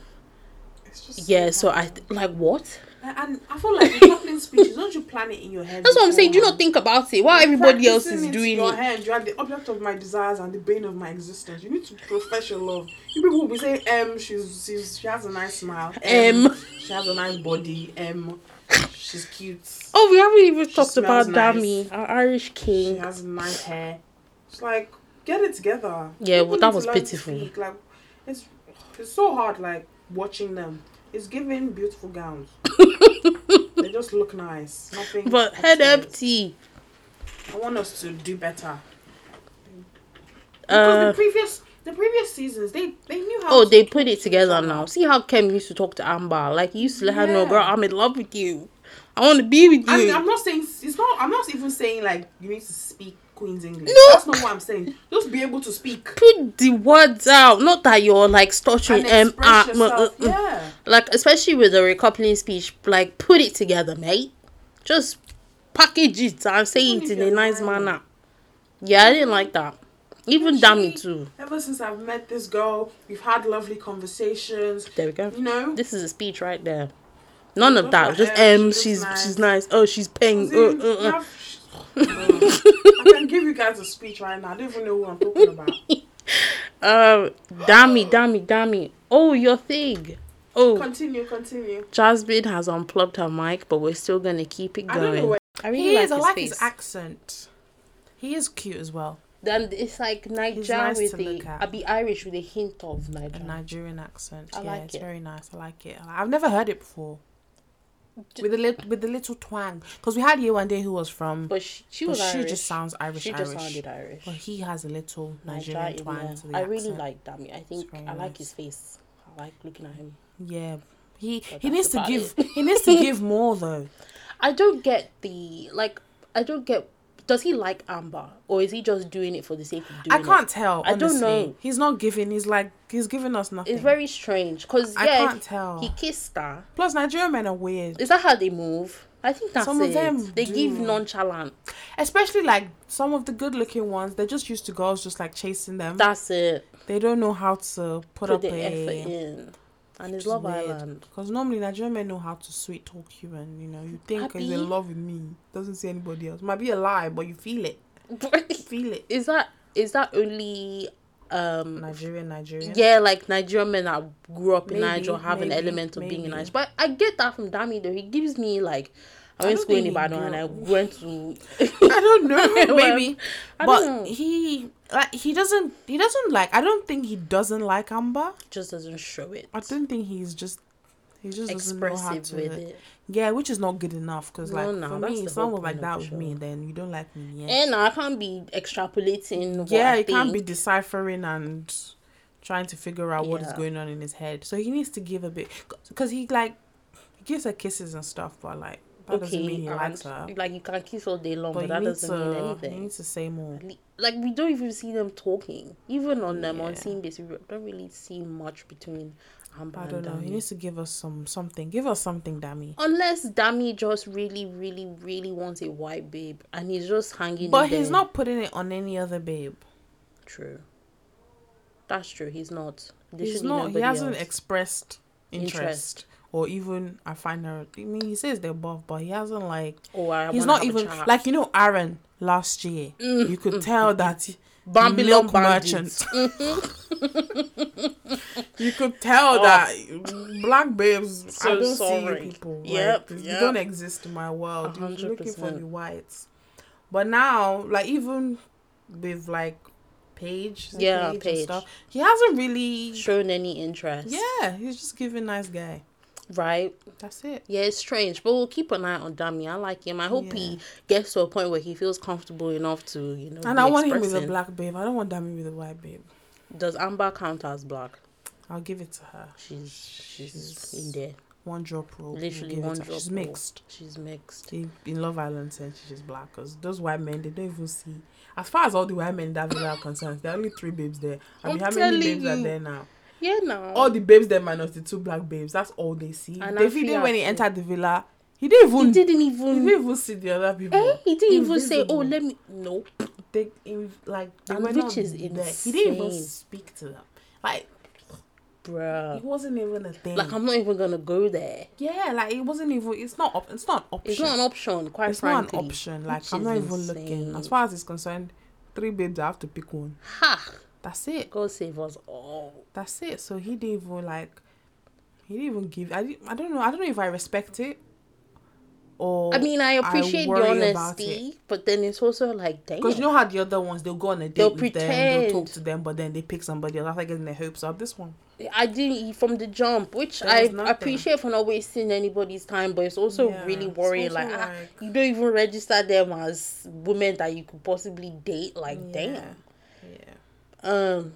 Speaker 2: It's just
Speaker 1: yeah so
Speaker 2: hard.
Speaker 1: i th- like what
Speaker 2: and I feel like recoupling speeches. Don't you plan it in your head?
Speaker 1: that's what i'm saying do you not
Speaker 2: beforehand?
Speaker 1: think about it while everybody else
Speaker 2: Practicing
Speaker 1: is
Speaker 2: it
Speaker 1: doing
Speaker 2: to your
Speaker 1: it
Speaker 2: hand. You are the object of my desires and the bane of my existence. You need to profess your love. You people will be saying, um, she's, she's she has a nice smile. Um,
Speaker 1: Um.
Speaker 2: she has a nice body. Um, she's cute.
Speaker 1: oh we haven't even
Speaker 2: She
Speaker 1: talked about
Speaker 2: smells nice.
Speaker 1: dami our irish
Speaker 2: She
Speaker 1: king
Speaker 2: has nice hair. It's like get it together.
Speaker 1: Yeah, well, that
Speaker 2: need to
Speaker 1: was
Speaker 2: learn to
Speaker 1: pitiful.
Speaker 2: speak. Like, It's it's so hard like watching them. It's giving beautiful gowns. they just look nice. Nothing.
Speaker 1: But head
Speaker 2: upstairs.
Speaker 1: empty.
Speaker 2: I want us to do better. Because
Speaker 1: Uh,
Speaker 2: the previous the previous seasons they they knew how.
Speaker 1: oh,
Speaker 2: to
Speaker 1: they put it together now. See how Kem used to talk to Amber. Like, he used to let her know,
Speaker 2: Yeah.
Speaker 1: girl, I'm in love with you. I want to be with
Speaker 2: I mean,
Speaker 1: you.
Speaker 2: I'm not saying it's not. I'm not even saying like you need to speak Queen's English.
Speaker 1: No.
Speaker 2: That's not what I'm saying. Just be able to speak
Speaker 1: put the words out. Not that you're like
Speaker 2: and
Speaker 1: stuttering. Um, uh,
Speaker 2: express
Speaker 1: mm, uh,
Speaker 2: yourself.
Speaker 1: mm.
Speaker 2: Yeah.
Speaker 1: Like, especially with the recoupling speech, like, put it together, mate. Just package it and say
Speaker 2: Even
Speaker 1: it
Speaker 2: if
Speaker 1: in a
Speaker 2: you're
Speaker 1: nice
Speaker 2: lying.
Speaker 1: manner. Yeah, I didn't like that. Even Dami,
Speaker 2: Mm-hmm. She-
Speaker 1: too.
Speaker 2: Ever since I've met this girl, we've had lovely conversations.
Speaker 1: There we go.
Speaker 2: You know,
Speaker 1: This is a speech right there. None of
Speaker 2: Mm-hmm. Look
Speaker 1: that.
Speaker 2: at
Speaker 1: Just
Speaker 2: her,
Speaker 1: um,
Speaker 2: she
Speaker 1: she's
Speaker 2: looks nice.
Speaker 1: she's nice. Oh, she's paying.
Speaker 2: As
Speaker 1: Uh,
Speaker 2: in, you
Speaker 1: uh, uh.
Speaker 2: have- I can give you guys a speech right now. I don't even know what I'm talking about.
Speaker 1: Um, Dami, Dami, Dami. Oh, your thing. Oh,
Speaker 2: Continue, continue.
Speaker 1: Jasmine has unplugged her mic, but we're still gonna keep it
Speaker 2: I don't know
Speaker 1: going.
Speaker 2: where.
Speaker 1: I really
Speaker 2: He
Speaker 1: like
Speaker 2: is- I
Speaker 1: his
Speaker 2: like
Speaker 1: face.
Speaker 2: his accent. He is cute as well.
Speaker 1: then it's like Niger
Speaker 2: nice
Speaker 1: with
Speaker 2: to
Speaker 1: the
Speaker 2: look at.
Speaker 1: I'll be Irish with a hint of Niger.
Speaker 2: A Nigerian accent.
Speaker 1: I
Speaker 2: yeah,
Speaker 1: like
Speaker 2: it's
Speaker 1: it.
Speaker 2: very nice. I like it. I like- I've never heard it before.
Speaker 1: J-
Speaker 2: With the little, with the little twang, because we had you one day who was from, but
Speaker 1: but she, she
Speaker 2: she,
Speaker 1: was Irish.
Speaker 2: just sounds Irish.
Speaker 1: she just
Speaker 2: Irish.
Speaker 1: sounded Irish.
Speaker 2: But he has a little
Speaker 1: Niger
Speaker 2: Nigerian
Speaker 1: in
Speaker 2: twang
Speaker 1: there.
Speaker 2: to the
Speaker 1: I really
Speaker 2: accent.
Speaker 1: like Dami. I think
Speaker 2: very
Speaker 1: I like
Speaker 2: nice.
Speaker 1: his face. I like looking at him.
Speaker 2: Yeah, he
Speaker 1: But
Speaker 2: he
Speaker 1: that's
Speaker 2: needs to
Speaker 1: about
Speaker 2: give
Speaker 1: it.
Speaker 2: he needs to give more though.
Speaker 1: I don't get the like. I don't get. Does he like Amber, or is he just doing it for the sake of doing
Speaker 2: I can't
Speaker 1: it?
Speaker 2: tell.
Speaker 1: I don't
Speaker 2: Honestly.
Speaker 1: know.
Speaker 2: He's not giving. He's like he's giving us nothing.
Speaker 1: It's very strange because yeah,
Speaker 2: I can't tell.
Speaker 1: he kissed her.
Speaker 2: Plus, Nigerian men are weird,
Speaker 1: Is that how they move? I think that's
Speaker 2: Some of
Speaker 1: it.
Speaker 2: them
Speaker 1: they
Speaker 2: do.
Speaker 1: give nonchalant.
Speaker 2: especially like some of the good-looking ones. They're just used to girls just like chasing them.
Speaker 1: That's it.
Speaker 2: they don't know how to put,
Speaker 1: Put
Speaker 2: up
Speaker 1: the effort
Speaker 2: a
Speaker 1: in, and it's Love Island.
Speaker 2: Because normally Nigerian men know how to sweet talk you, and you know you think he's
Speaker 1: Abi.
Speaker 2: in love with me. Doesn't see anybody else. Might be a lie, but you feel it. Feel it.
Speaker 1: is that is that only um
Speaker 2: Nigerian, Nigerian.
Speaker 1: yeah like Nigerian men that grew up in
Speaker 2: Maybe,
Speaker 1: Niger have an
Speaker 2: maybe,
Speaker 1: element of being
Speaker 2: maybe.
Speaker 1: Nigerian? But I get that from Dami though. He gives me like. I
Speaker 2: I
Speaker 1: went to
Speaker 2: don't
Speaker 1: school in
Speaker 2: think he
Speaker 1: Ibadan and I
Speaker 2: grew-
Speaker 1: went to.
Speaker 2: I don't know.
Speaker 1: Well,
Speaker 2: Maybe,
Speaker 1: I
Speaker 2: but
Speaker 1: don't know.
Speaker 2: he like he doesn't he doesn't like. I don't think he doesn't like Amber.
Speaker 1: just doesn't show it.
Speaker 2: I don't think he's just he just doesn't know how
Speaker 1: Expressive
Speaker 2: to.
Speaker 1: with it.
Speaker 2: Yeah, which is not good enough. Cause
Speaker 1: No,
Speaker 2: like
Speaker 1: no,
Speaker 2: for
Speaker 1: that's
Speaker 2: me,
Speaker 1: the
Speaker 2: if someone
Speaker 1: whole point
Speaker 2: like
Speaker 1: of
Speaker 2: that
Speaker 1: the
Speaker 2: with
Speaker 1: show. Eh,
Speaker 2: me, then you don't like me. Yeah,
Speaker 1: And I can't be extrapolating. What
Speaker 2: yeah,
Speaker 1: I
Speaker 2: you can't be
Speaker 1: think.
Speaker 2: deciphering and trying to figure out what is
Speaker 1: Yeah.
Speaker 2: going on in his head. So he needs to give a bit. Cause he like he gives her kisses and stuff, but like that doesn't
Speaker 1: okay.
Speaker 2: mean he
Speaker 1: and,
Speaker 2: likes her.
Speaker 1: Like you can kiss all day long, but,
Speaker 2: But,
Speaker 1: that
Speaker 2: you need to
Speaker 1: doesn't mean
Speaker 2: you
Speaker 1: anything.
Speaker 2: need to say more.
Speaker 1: Le- Like we don't even see them talking. Even on them on
Speaker 2: Yeah.
Speaker 1: scene basis, we don't really see much between Amber
Speaker 2: I
Speaker 1: and
Speaker 2: don't know. He
Speaker 1: Dami.
Speaker 2: needs to give us some something. Give us something, Dami.
Speaker 1: Unless Dami just really, really, really wants a white babe, and he's just hanging.
Speaker 2: But
Speaker 1: in
Speaker 2: he's
Speaker 1: there.
Speaker 2: not putting it on any other babe.
Speaker 1: true. That's true. He's not. There
Speaker 2: He's
Speaker 1: should be
Speaker 2: not. He
Speaker 1: nobody
Speaker 2: hasn't
Speaker 1: else.
Speaker 2: expressed interest,
Speaker 1: Interest.
Speaker 2: or even I find her. I mean, he says they're both, but he hasn't like.
Speaker 1: Or Oh, I wanna
Speaker 2: he's not
Speaker 1: have a
Speaker 2: even
Speaker 1: chat. Mm,
Speaker 2: like you know Aaron last year. you could tell that he-
Speaker 1: Bambi
Speaker 2: milk
Speaker 1: milk
Speaker 2: merchant. you could tell
Speaker 1: Oh.
Speaker 2: that black babes. I
Speaker 1: So
Speaker 2: don't see
Speaker 1: sorry.
Speaker 2: you people.
Speaker 1: Yep,
Speaker 2: Like, You
Speaker 1: yep.
Speaker 2: don't exist in my world.
Speaker 1: A
Speaker 2: You're
Speaker 1: hundred
Speaker 2: looking for
Speaker 1: percent.
Speaker 2: the whites. But now, like even with like Paige, is it
Speaker 1: Yeah,
Speaker 2: Paige
Speaker 1: Paige.
Speaker 2: and stuff, he hasn't really.
Speaker 1: shown any interest.
Speaker 2: Yeah, he's just giving nice guy.
Speaker 1: Right?
Speaker 2: That's it.
Speaker 1: Yeah, it's strange. But we'll keep an eye on Dami. I like him. I hope
Speaker 2: Yeah.
Speaker 1: he gets to a point where he feels comfortable enough to, you know.
Speaker 2: And
Speaker 1: be
Speaker 2: I want him with a
Speaker 1: expressing.
Speaker 2: black babe. I don't want Dami with a white babe.
Speaker 1: Does Amber count as black?
Speaker 2: I'll give it to her.
Speaker 1: She's she's
Speaker 2: She's
Speaker 1: in there.
Speaker 2: One drop rule. we'll
Speaker 1: Literally
Speaker 2: give it
Speaker 1: one
Speaker 2: to her.
Speaker 1: drop
Speaker 2: She's
Speaker 1: rule.
Speaker 2: mixed.
Speaker 1: She's mixed.
Speaker 2: She, in Love Island, said she's black because those white men they don't even see. As far as all the white men in that villa are concerned, there are only three babes there. I
Speaker 1: I'm
Speaker 2: mean, how
Speaker 1: telling
Speaker 2: many babes are
Speaker 1: you.
Speaker 2: there now?
Speaker 1: Yeah, no.
Speaker 2: All the babes there minus the two black babes. That's all they see.
Speaker 1: And
Speaker 2: David
Speaker 1: Afia
Speaker 2: when he
Speaker 1: too.
Speaker 2: entered the villa, he didn't even
Speaker 1: he
Speaker 2: he didn't,
Speaker 1: didn't even.
Speaker 2: even see the other people.
Speaker 1: eh, he didn't even say, "Oh,
Speaker 2: Invisible.
Speaker 1: let me." No.
Speaker 2: they in, like they
Speaker 1: And
Speaker 2: were
Speaker 1: which
Speaker 2: not
Speaker 1: is
Speaker 2: there. He didn't even
Speaker 1: insane.
Speaker 2: speak to them. Like it
Speaker 1: bruh.
Speaker 2: wasn't even a thing.
Speaker 1: Like I'm not even gonna go there.
Speaker 2: yeah, like it wasn't even. It's not. Op- it's not an option.
Speaker 1: It's not an option. Quite
Speaker 2: It's not
Speaker 1: frankly,
Speaker 2: an option. Like
Speaker 1: Which
Speaker 2: I'm
Speaker 1: is
Speaker 2: not even
Speaker 1: insane.
Speaker 2: looking. As far as it's concerned, three babes. I have to pick one.
Speaker 1: ha!
Speaker 2: That's it.
Speaker 1: God save us all.
Speaker 2: That's it. So he didn't even like. He didn't even give. Oh, I, didn't- I don't know. I don't know if I respect it, or
Speaker 1: I mean, I appreciate the
Speaker 2: worry about
Speaker 1: honesty, but then it's also like, damn.
Speaker 2: Because you know how the other ones they'll go on a date
Speaker 1: They'll
Speaker 2: with them, they'll
Speaker 1: pretend.
Speaker 2: talk to them, but then they pick somebody else after getting their hopes up. This one,
Speaker 1: I didn't e-, from the jump, which
Speaker 2: There
Speaker 1: I
Speaker 2: was nothing.
Speaker 1: appreciate for not wasting anybody's time, but it's also
Speaker 2: Yeah,
Speaker 1: really
Speaker 2: it's
Speaker 1: worrying.
Speaker 2: also
Speaker 1: like, ah,
Speaker 2: like-
Speaker 1: you don't even register them as women that you could possibly date. Like,
Speaker 2: Yeah.
Speaker 1: damn.
Speaker 2: yeah.
Speaker 1: Um,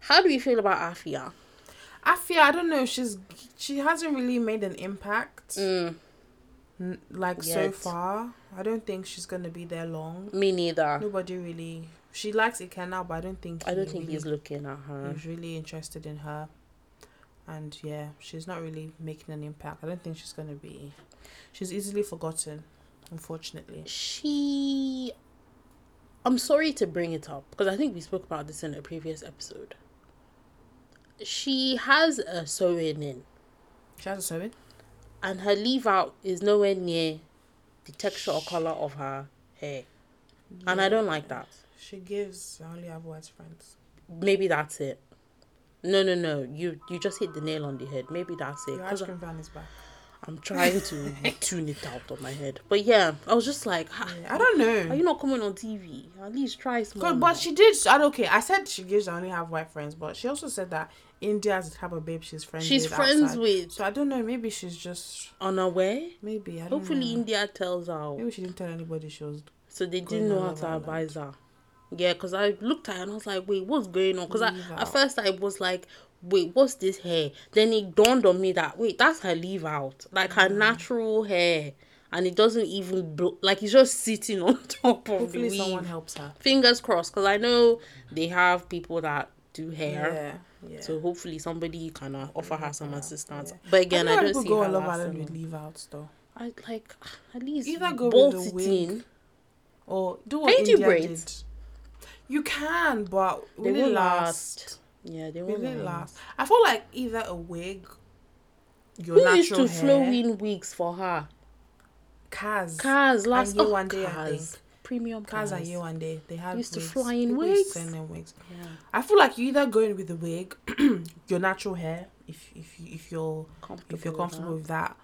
Speaker 1: how do you feel about Afia?
Speaker 2: I feel I don't know. She's she hasn't really made an impact
Speaker 1: Mm,
Speaker 2: n- like so
Speaker 1: Yet.
Speaker 2: far. I don't think she's gonna be there long.
Speaker 1: me neither.
Speaker 2: Nobody really. She likes Ikenna, but I don't think
Speaker 1: Ah. I
Speaker 2: he
Speaker 1: don't think
Speaker 2: really-
Speaker 1: he's looking at her.
Speaker 2: he's really interested in her. And yeah, she's not really making an impact. I don't think she's gonna be. She's easily forgotten, unfortunately.
Speaker 1: She. I'm sorry to bring it up because I think we spoke about this in a previous episode. She has a sewing in.
Speaker 2: She has a sewing.
Speaker 1: and her leave out is nowhere near the texture or color of her hair. And I don't like that.
Speaker 2: She gives. I only have words, friends.
Speaker 1: Maybe that's it. No, no, no. You you just hit the nail on the head. Maybe that's it.
Speaker 2: Your ice
Speaker 1: 'Cause
Speaker 2: cream van is back.
Speaker 1: I'm trying to tune it out of my head. But yeah, I was just like, "Ah,
Speaker 2: I don't
Speaker 1: are
Speaker 2: know.
Speaker 1: you not coming on TV? At least try some.
Speaker 2: God, but she did. I don't care. I said she gives. I only have white friends, but she also said that India is the type of babe she's friends.
Speaker 1: She's
Speaker 2: with
Speaker 1: friends
Speaker 2: outside.
Speaker 1: with.
Speaker 2: So I don't know. Maybe she's just.
Speaker 1: unaware.
Speaker 2: Maybe I don't
Speaker 1: Hopefully,
Speaker 2: know.
Speaker 1: India tells her.
Speaker 2: Maybe she didn't tell anybody she was.
Speaker 1: So they
Speaker 2: Going
Speaker 1: didn't know
Speaker 2: on
Speaker 1: how
Speaker 2: Love
Speaker 1: to
Speaker 2: Island.
Speaker 1: advise her. Yeah, because I looked at her and I was like, wait, what's going on? Because
Speaker 2: Leave
Speaker 1: at
Speaker 2: out.
Speaker 1: first I was like, wait, what's this hair? Then it dawned on me that, wait, that's her leave out. Like her
Speaker 2: Mm.
Speaker 1: natural hair. And it doesn't even, blow, like it's just sitting on top of
Speaker 2: Hopefully,
Speaker 1: the
Speaker 2: someone
Speaker 1: weave.
Speaker 2: helps her.
Speaker 1: Fingers crossed, because I know they have people that do hair.
Speaker 2: Yeah. yeah.
Speaker 1: So hopefully somebody can uh, offer her some
Speaker 2: Yeah,
Speaker 1: assistance.
Speaker 2: yeah.
Speaker 1: But again, I
Speaker 2: know
Speaker 1: don't,
Speaker 2: people
Speaker 1: see
Speaker 2: go
Speaker 1: her
Speaker 2: on Love
Speaker 1: lasting
Speaker 2: Island with
Speaker 1: long.
Speaker 2: leave outs though,
Speaker 1: I like at least
Speaker 2: Either go with
Speaker 1: bolt
Speaker 2: the
Speaker 1: it
Speaker 2: wig
Speaker 1: in.
Speaker 2: or do what
Speaker 1: Can you do
Speaker 2: India
Speaker 1: braids?
Speaker 2: did. You can, but
Speaker 1: They
Speaker 2: will
Speaker 1: will
Speaker 2: it
Speaker 1: last.
Speaker 2: last?
Speaker 1: Yeah, they will
Speaker 2: Will it
Speaker 1: last.
Speaker 2: last? I feel like either a wig, your
Speaker 1: Who
Speaker 2: natural
Speaker 1: used to
Speaker 2: hair,
Speaker 1: flow in wigs for her?
Speaker 2: Kaz,
Speaker 1: Cars last
Speaker 2: Ye
Speaker 1: oh,
Speaker 2: Wande, I
Speaker 1: Kaz.
Speaker 2: think.
Speaker 1: Premium
Speaker 2: Kaz
Speaker 1: cars.
Speaker 2: and you one day they had
Speaker 1: Used to
Speaker 2: wigs.
Speaker 1: fly in
Speaker 2: People used to
Speaker 1: wigs.
Speaker 2: send them wigs.
Speaker 1: Yeah,
Speaker 2: I feel like you either go in with the wig, your natural hair, if if you- if you're
Speaker 1: comfortable.
Speaker 2: if you're
Speaker 1: with
Speaker 2: comfortable
Speaker 1: that.
Speaker 2: with that.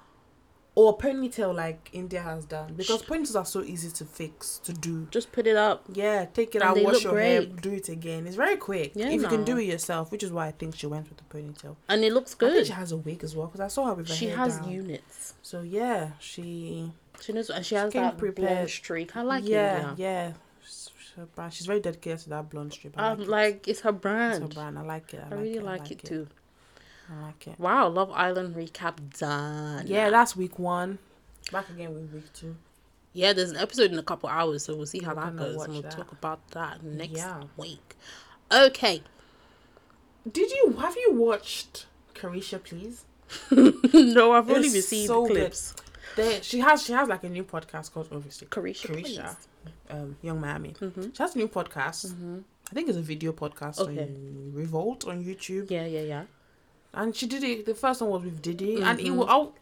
Speaker 2: Or ponytail like India has done because ponytails are so easy to fix to do.
Speaker 1: just put it up.
Speaker 2: Yeah, take it
Speaker 1: And
Speaker 2: out,
Speaker 1: they
Speaker 2: wash
Speaker 1: look
Speaker 2: your hair,
Speaker 1: great.
Speaker 2: do it again. It's very quick.
Speaker 1: Yeah,
Speaker 2: if you can do
Speaker 1: no.
Speaker 2: it yourself, which is why I think she went with the ponytail.
Speaker 1: And it looks
Speaker 2: I think
Speaker 1: good.
Speaker 2: she has a wig as well because I saw her with her
Speaker 1: She
Speaker 2: hair
Speaker 1: has
Speaker 2: down.
Speaker 1: units.
Speaker 2: So yeah, she
Speaker 1: She knows, and she has
Speaker 2: came
Speaker 1: that blonde
Speaker 2: prepared.
Speaker 1: streak. I like
Speaker 2: yeah,
Speaker 1: it. Yeah,
Speaker 2: yeah. She's, she's, brand. she's very dedicated to that blonde strip. I
Speaker 1: I'm
Speaker 2: like, it.
Speaker 1: Um, like, it's her brand.
Speaker 2: It's her brand. I like it. I,
Speaker 1: I really
Speaker 2: it. I
Speaker 1: like, it, too.
Speaker 2: I like it.
Speaker 1: Wow, Love Island recap done.
Speaker 2: Yeah, that's week one. Back again with week two.
Speaker 1: yeah. There's an episode in a couple hours, so we'll see how
Speaker 2: We're
Speaker 1: that
Speaker 2: gonna
Speaker 1: goes,
Speaker 2: watch
Speaker 1: and we'll
Speaker 2: that.
Speaker 1: talk about that next
Speaker 2: Yeah.
Speaker 1: week. Okay,
Speaker 2: Did you have you watched Carisha? Please.
Speaker 1: no, I've only
Speaker 2: It's
Speaker 1: been seeing
Speaker 2: so
Speaker 1: the
Speaker 2: good.
Speaker 1: clips.
Speaker 2: There, she has she has like a new podcast called Obviously
Speaker 1: Carisha, please.
Speaker 2: um, Young Miami.
Speaker 1: Mhm.
Speaker 2: She has a new podcast. I think it's a video podcast
Speaker 1: Mm-hmm. Okay.
Speaker 2: on Revolt on YouTube.
Speaker 1: Yeah, yeah, yeah.
Speaker 2: And she did it. The first one was with Diddy, and
Speaker 1: Mm-hmm.
Speaker 2: it will.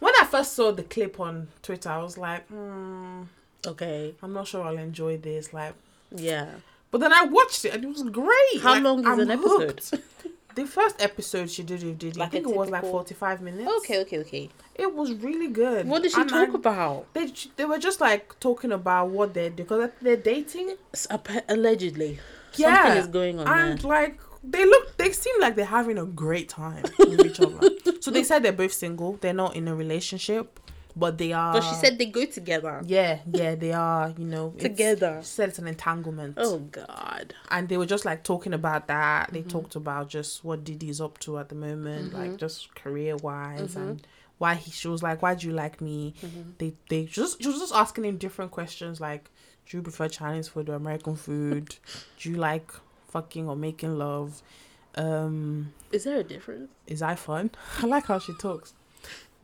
Speaker 2: When I first saw the clip on Twitter, I was like, mm,
Speaker 1: Okay.
Speaker 2: I'm not sure I'll enjoy this. Like,
Speaker 1: Yeah.
Speaker 2: but then I watched it, and it was great.
Speaker 1: How
Speaker 2: Like,
Speaker 1: long is
Speaker 2: I'm
Speaker 1: an episode?
Speaker 2: hooked. The first episode she did with Diddy,
Speaker 1: Like
Speaker 2: I
Speaker 1: a
Speaker 2: think it was like
Speaker 1: typical-
Speaker 2: 45 minutes.
Speaker 1: okay, okay, okay.
Speaker 2: it was really good.
Speaker 1: What did she
Speaker 2: And I-
Speaker 1: talk about?
Speaker 2: They they were just like talking about what they're doing because they're dating.
Speaker 1: S- appa- Allegedly.
Speaker 2: Yeah,
Speaker 1: Something is going on
Speaker 2: and
Speaker 1: there.
Speaker 2: like they look they seem like they're having a great time with each other so they said they're both single they're not in a relationship but they are
Speaker 1: But she said they go together.
Speaker 2: yeah yeah they are you know it's-
Speaker 1: Together.
Speaker 2: she said it's an entanglement
Speaker 1: Oh, God.
Speaker 2: and they were just like talking about that they talked about just what diddy's up to at the moment like just career wise and why he she was like why do you like me they they just she was just asking him different questions like do you prefer chinese food or american food do you like fucking or making love um
Speaker 1: Is there a difference?
Speaker 2: is I fun? I like how she talks.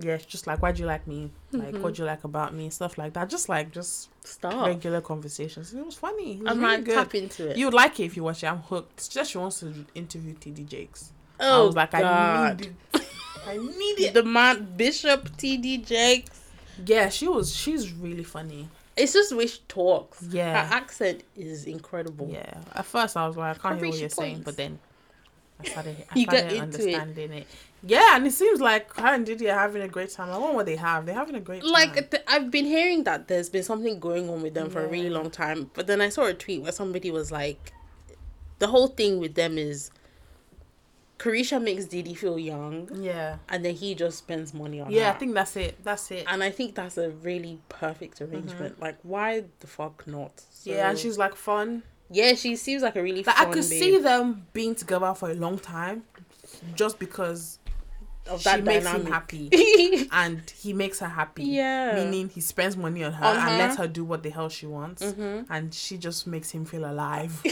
Speaker 2: Yeah, it's just like why do you like me? Like what do you like about me? Stuff like that. Just like just
Speaker 1: Stop.
Speaker 2: regular conversations. It was funny. It was
Speaker 1: I'm
Speaker 2: really
Speaker 1: Oh. like,
Speaker 2: good.
Speaker 1: tap into it.
Speaker 2: You would like it if you watch it. I'm hooked. It's just she wants to interview TD Jakes.
Speaker 1: oh,
Speaker 2: I was like,
Speaker 1: God.
Speaker 2: I need it. I need it.
Speaker 1: The man, Bishop TD Jakes.
Speaker 2: Yeah, she was. She's really funny.
Speaker 1: It's just the way she talks.
Speaker 2: Yeah.
Speaker 1: Her accent is incredible.
Speaker 2: Yeah. At first, I was like, I can't hear what
Speaker 1: Horatio
Speaker 2: you're saying,
Speaker 1: Points.
Speaker 2: but then I started. I
Speaker 1: You got
Speaker 2: started
Speaker 1: into it.
Speaker 2: understanding it. Yeah, and it seems like her and Diddy are having a great time. I wonder what they have. They're having a great time.
Speaker 1: Like th- I've been hearing that there's been something going on with them for a really long time, but then I saw a tweet where somebody was like, "The whole thing with them is, Carisha makes Diddy feel young,
Speaker 2: yeah.
Speaker 1: and then he just spends money on
Speaker 2: Yeah, I
Speaker 1: her."
Speaker 2: think that's it. That's it.
Speaker 1: and I think that's a really perfect arrangement. Like, why the fuck not?
Speaker 2: Mm-hmm. yeah, and
Speaker 1: So-
Speaker 2: she's like fun.
Speaker 1: yeah, she seems like a really.
Speaker 2: Like
Speaker 1: fun
Speaker 2: I could
Speaker 1: babe
Speaker 2: see them being together for a long time, just because
Speaker 1: of
Speaker 2: she makes him
Speaker 1: dynamic.
Speaker 2: happy and he makes her happy.
Speaker 1: Yeah.
Speaker 2: Meaning he spends money on her
Speaker 1: On
Speaker 2: and
Speaker 1: her.
Speaker 2: lets her do what the hell she wants.
Speaker 1: Mm-hmm.
Speaker 2: And she just makes him feel alive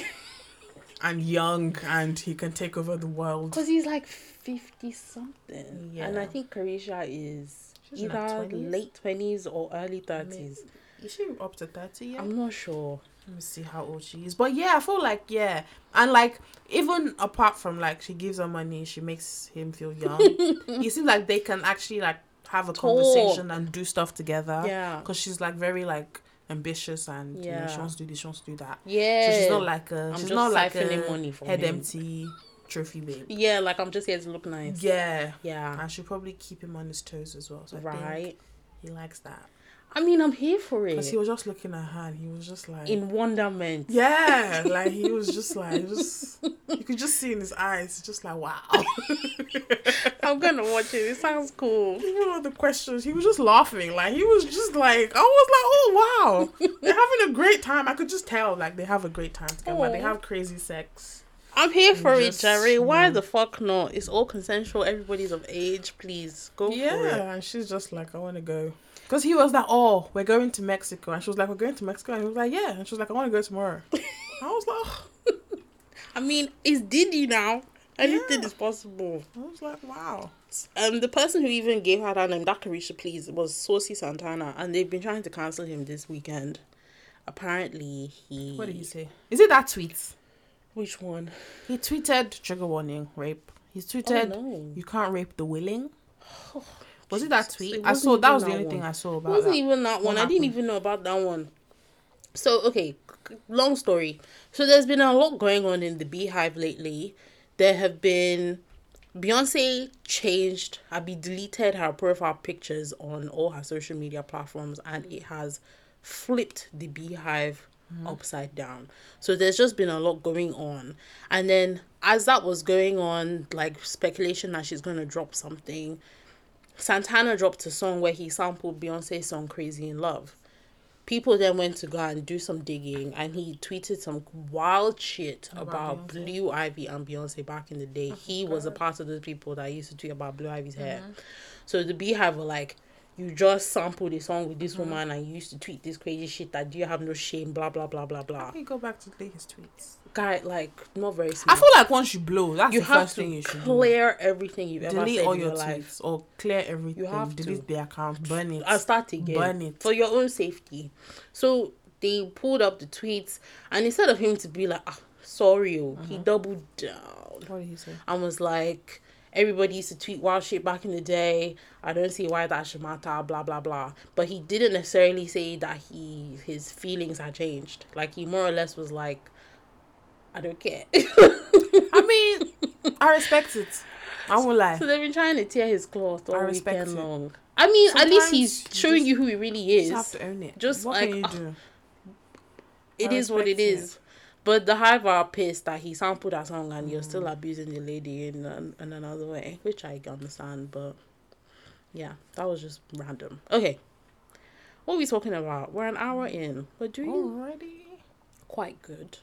Speaker 2: and young and he can take over the world.
Speaker 1: Because he's like 50 something. And
Speaker 2: Yeah.
Speaker 1: I think Carisha is
Speaker 2: She's in her
Speaker 1: either
Speaker 2: 20s?
Speaker 1: late 20s or early 30s.
Speaker 2: Is she up to 30 yet?
Speaker 1: I'm not sure.
Speaker 2: Let me see how old she is. But yeah, I feel like, yeah. And like, even apart from like, she gives her money, she makes him feel young. it seems like they can actually like have a conversation and do stuff together.
Speaker 1: Yeah.
Speaker 2: Because she's like very like ambitious and you know, she
Speaker 1: Yeah.
Speaker 2: wants to do this, she wants to do that.
Speaker 1: Yeah.
Speaker 2: So she's not like a
Speaker 1: I'm
Speaker 2: she's
Speaker 1: just
Speaker 2: not like
Speaker 1: siphoning
Speaker 2: a
Speaker 1: money from
Speaker 2: head
Speaker 1: him.
Speaker 2: empty trophy babe.
Speaker 1: Yeah, like I'm just here to look nice.
Speaker 2: Yeah.
Speaker 1: Yeah.
Speaker 2: And she'll probably keep him on his toes as well. So I think
Speaker 1: right.
Speaker 2: he likes that.
Speaker 1: I mean, I'm here for it.
Speaker 2: Because he was just looking at her and he was just like
Speaker 1: In wonderment.
Speaker 2: Yeah. Like he was just like just you could just see in his eyes, just like wow.
Speaker 1: I'm going to watch it. It sounds cool.
Speaker 2: You know the questions. He was just laughing. Like he was just like I was like, Oh wow. They're having a great time. I could just tell like they have a great time together. They
Speaker 1: Aw.
Speaker 2: have crazy sex.
Speaker 1: I'm here for
Speaker 2: just,
Speaker 1: it, Jerry. Why
Speaker 2: mm.
Speaker 1: the fuck not? It's all consensual. Everybody's of age. Please go for it.
Speaker 2: Yeah, and she's just like, I want to go. Because he was like, Oh, we're going to Mexico. And she was like, We're going to Mexico. And he was like, Yeah. And she was like, I want to go tomorrow. I was like, "Ugh."
Speaker 1: I mean, it's Diddy now. Anything
Speaker 2: Yeah.
Speaker 1: is possible.
Speaker 2: I was like, Wow.
Speaker 1: Um, the person who even gave her that name, that Carisha, please, was Saucy Santana, and they've been trying to cancel him this weekend. Apparently, he.
Speaker 2: What did he say? Is it that tweet?
Speaker 1: Which one?
Speaker 2: He tweeted, Trigger warning, rape. He tweeted,
Speaker 1: Oh, no.
Speaker 2: You can't rape the willing. Was it that
Speaker 1: Jesus,
Speaker 2: tweet?
Speaker 1: it
Speaker 2: I saw
Speaker 1: wasn't
Speaker 2: that
Speaker 1: even
Speaker 2: was the
Speaker 1: that
Speaker 2: only thing
Speaker 1: one.
Speaker 2: I saw
Speaker 1: It
Speaker 2: about
Speaker 1: wasn't
Speaker 2: that.
Speaker 1: even that one. I didn't
Speaker 2: happened?
Speaker 1: even know about that one. So okay, c- long story. So there's been a lot going on in the Beehive lately. There have been Beyonce changed, I be deleted her profile pictures on all her social media platforms, and it has flipped the Beehive
Speaker 2: Hmm.
Speaker 1: upside down. So there's just been a lot going on, and then as that was going on, like speculation that she's gonna drop something. Santana dropped a song where he sampled Beyonce's song Crazy in Love. People then went to go and do some digging and he tweeted some wild shit about,
Speaker 2: Beyonce. Oh,
Speaker 1: Blue Ivy and Beyonce back in the day. he was a part of those people that used to tweet about Blue Ivy's hair.
Speaker 2: Mm-hmm.
Speaker 1: So the Beehive were like, You just sampled a song with this
Speaker 2: Mm-hmm.
Speaker 1: woman and you used to tweet this crazy shit that you have no shame, blah, blah, blah, blah, blah.
Speaker 2: Let me go back to delete his tweets.
Speaker 1: Guy, like, not very smart.
Speaker 2: I feel like once you blow, that's
Speaker 1: you
Speaker 2: the
Speaker 1: have
Speaker 2: first thing
Speaker 1: to
Speaker 2: you should do.
Speaker 1: clear everything you've ever
Speaker 2: Delete
Speaker 1: said
Speaker 2: all
Speaker 1: in
Speaker 2: your
Speaker 1: your life.
Speaker 2: tweets or clear everything.
Speaker 1: have to.
Speaker 2: delete the account, burn it.
Speaker 1: I'll start again.
Speaker 2: Burn it.
Speaker 1: For your own safety. So they pulled up the tweets and instead of him to be like, ah, sorry, oh,
Speaker 2: Mm-hmm.
Speaker 1: he doubled down
Speaker 2: What did he say?
Speaker 1: and was like, everybody used to tweet wild shit back in the day. I don't see why that should matter, blah, blah, blah. But he didn't necessarily say that he his feelings had changed. Like, he more or less was like, I don't care.
Speaker 2: I mean, I respect it. I won't lie.
Speaker 1: So they've been trying to tear his cloth all
Speaker 2: respect
Speaker 1: weekend
Speaker 2: it.
Speaker 1: long. I mean, at least
Speaker 2: Sometimes
Speaker 1: he's
Speaker 2: you
Speaker 1: showing
Speaker 2: just-
Speaker 1: you who he really is.
Speaker 2: You have to own it.
Speaker 1: Just
Speaker 2: what
Speaker 1: like,
Speaker 2: can you
Speaker 1: ah,
Speaker 2: do?
Speaker 1: It
Speaker 2: I
Speaker 1: is what it
Speaker 2: respect it.
Speaker 1: is. But the hive are pissed that he sampled that song and you're still abusing the lady in, an in another way, which I understand. But yeah, that was just random. Okay, what are we talking about? We're an hour in. We're doing
Speaker 2: Oh. Already.
Speaker 1: quite good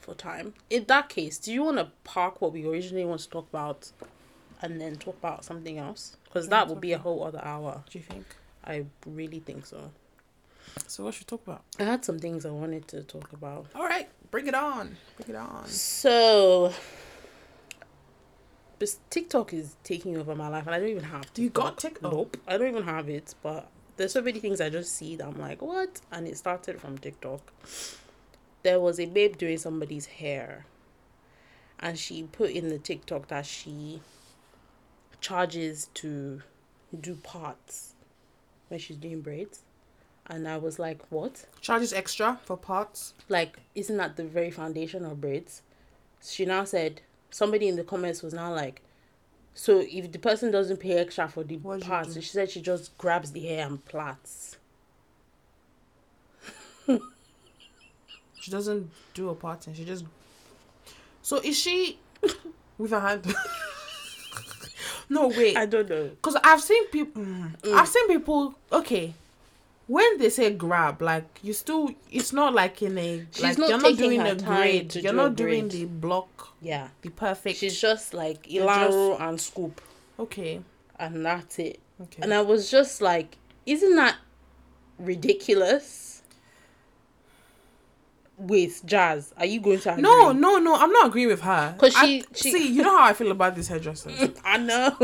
Speaker 1: for time. In that case, do you want to park what we originally want to talk about and then talk about something else? Because
Speaker 2: Yeah,
Speaker 1: that would be a
Speaker 2: talk
Speaker 1: whole other hour.
Speaker 2: What do you think?
Speaker 1: I really think so.
Speaker 2: So what should we talk about?
Speaker 1: I had some things I wanted to talk about.
Speaker 2: All right, bring it on. Bring it on.
Speaker 1: So, this TikTok is taking over my life, and I don't even have.
Speaker 2: Do you got oh, TikTok?
Speaker 1: Nope, I don't even have it. But there's so many things I just see that I'm like, what? And it started from TikTok. There was a babe doing somebody's hair, and she put in the TikTok that she charges to do parts when she's doing braids, and I was like, what?
Speaker 2: Charges extra for parts.
Speaker 1: like isn't that the very foundation of braids she now said somebody in the comments was now like So if the person doesn't pay extra for the
Speaker 2: What do you
Speaker 1: parts,
Speaker 2: do?
Speaker 1: she said she just grabs the hair and plats.
Speaker 2: She doesn't do a parting. She just. So is she with her hand? no wait.
Speaker 1: I don't know.
Speaker 2: Cause I've seen people.
Speaker 1: Mm.
Speaker 2: I've seen people. Okay, when they say grab, like you still, it's not like in a.
Speaker 1: She's
Speaker 2: like,
Speaker 1: not
Speaker 2: you're not
Speaker 1: taking
Speaker 2: doing
Speaker 1: her
Speaker 2: a
Speaker 1: time
Speaker 2: grade.
Speaker 1: to
Speaker 2: You're
Speaker 1: do a
Speaker 2: not doing
Speaker 1: grade.
Speaker 2: the block,
Speaker 1: Yeah.
Speaker 2: the perfect.
Speaker 1: She's just like
Speaker 2: They're just-
Speaker 1: Ilaro and Scoop,
Speaker 2: okay.
Speaker 1: and that's it.
Speaker 2: Okay.
Speaker 1: And I was just like, isn't that ridiculous? With Jazz, are you going to agree?
Speaker 2: no, no, no. I'm not agreeing with her.
Speaker 1: 'Cause
Speaker 2: I-
Speaker 1: she- she-
Speaker 2: see, you know how I feel about these hairdressers.
Speaker 1: I know.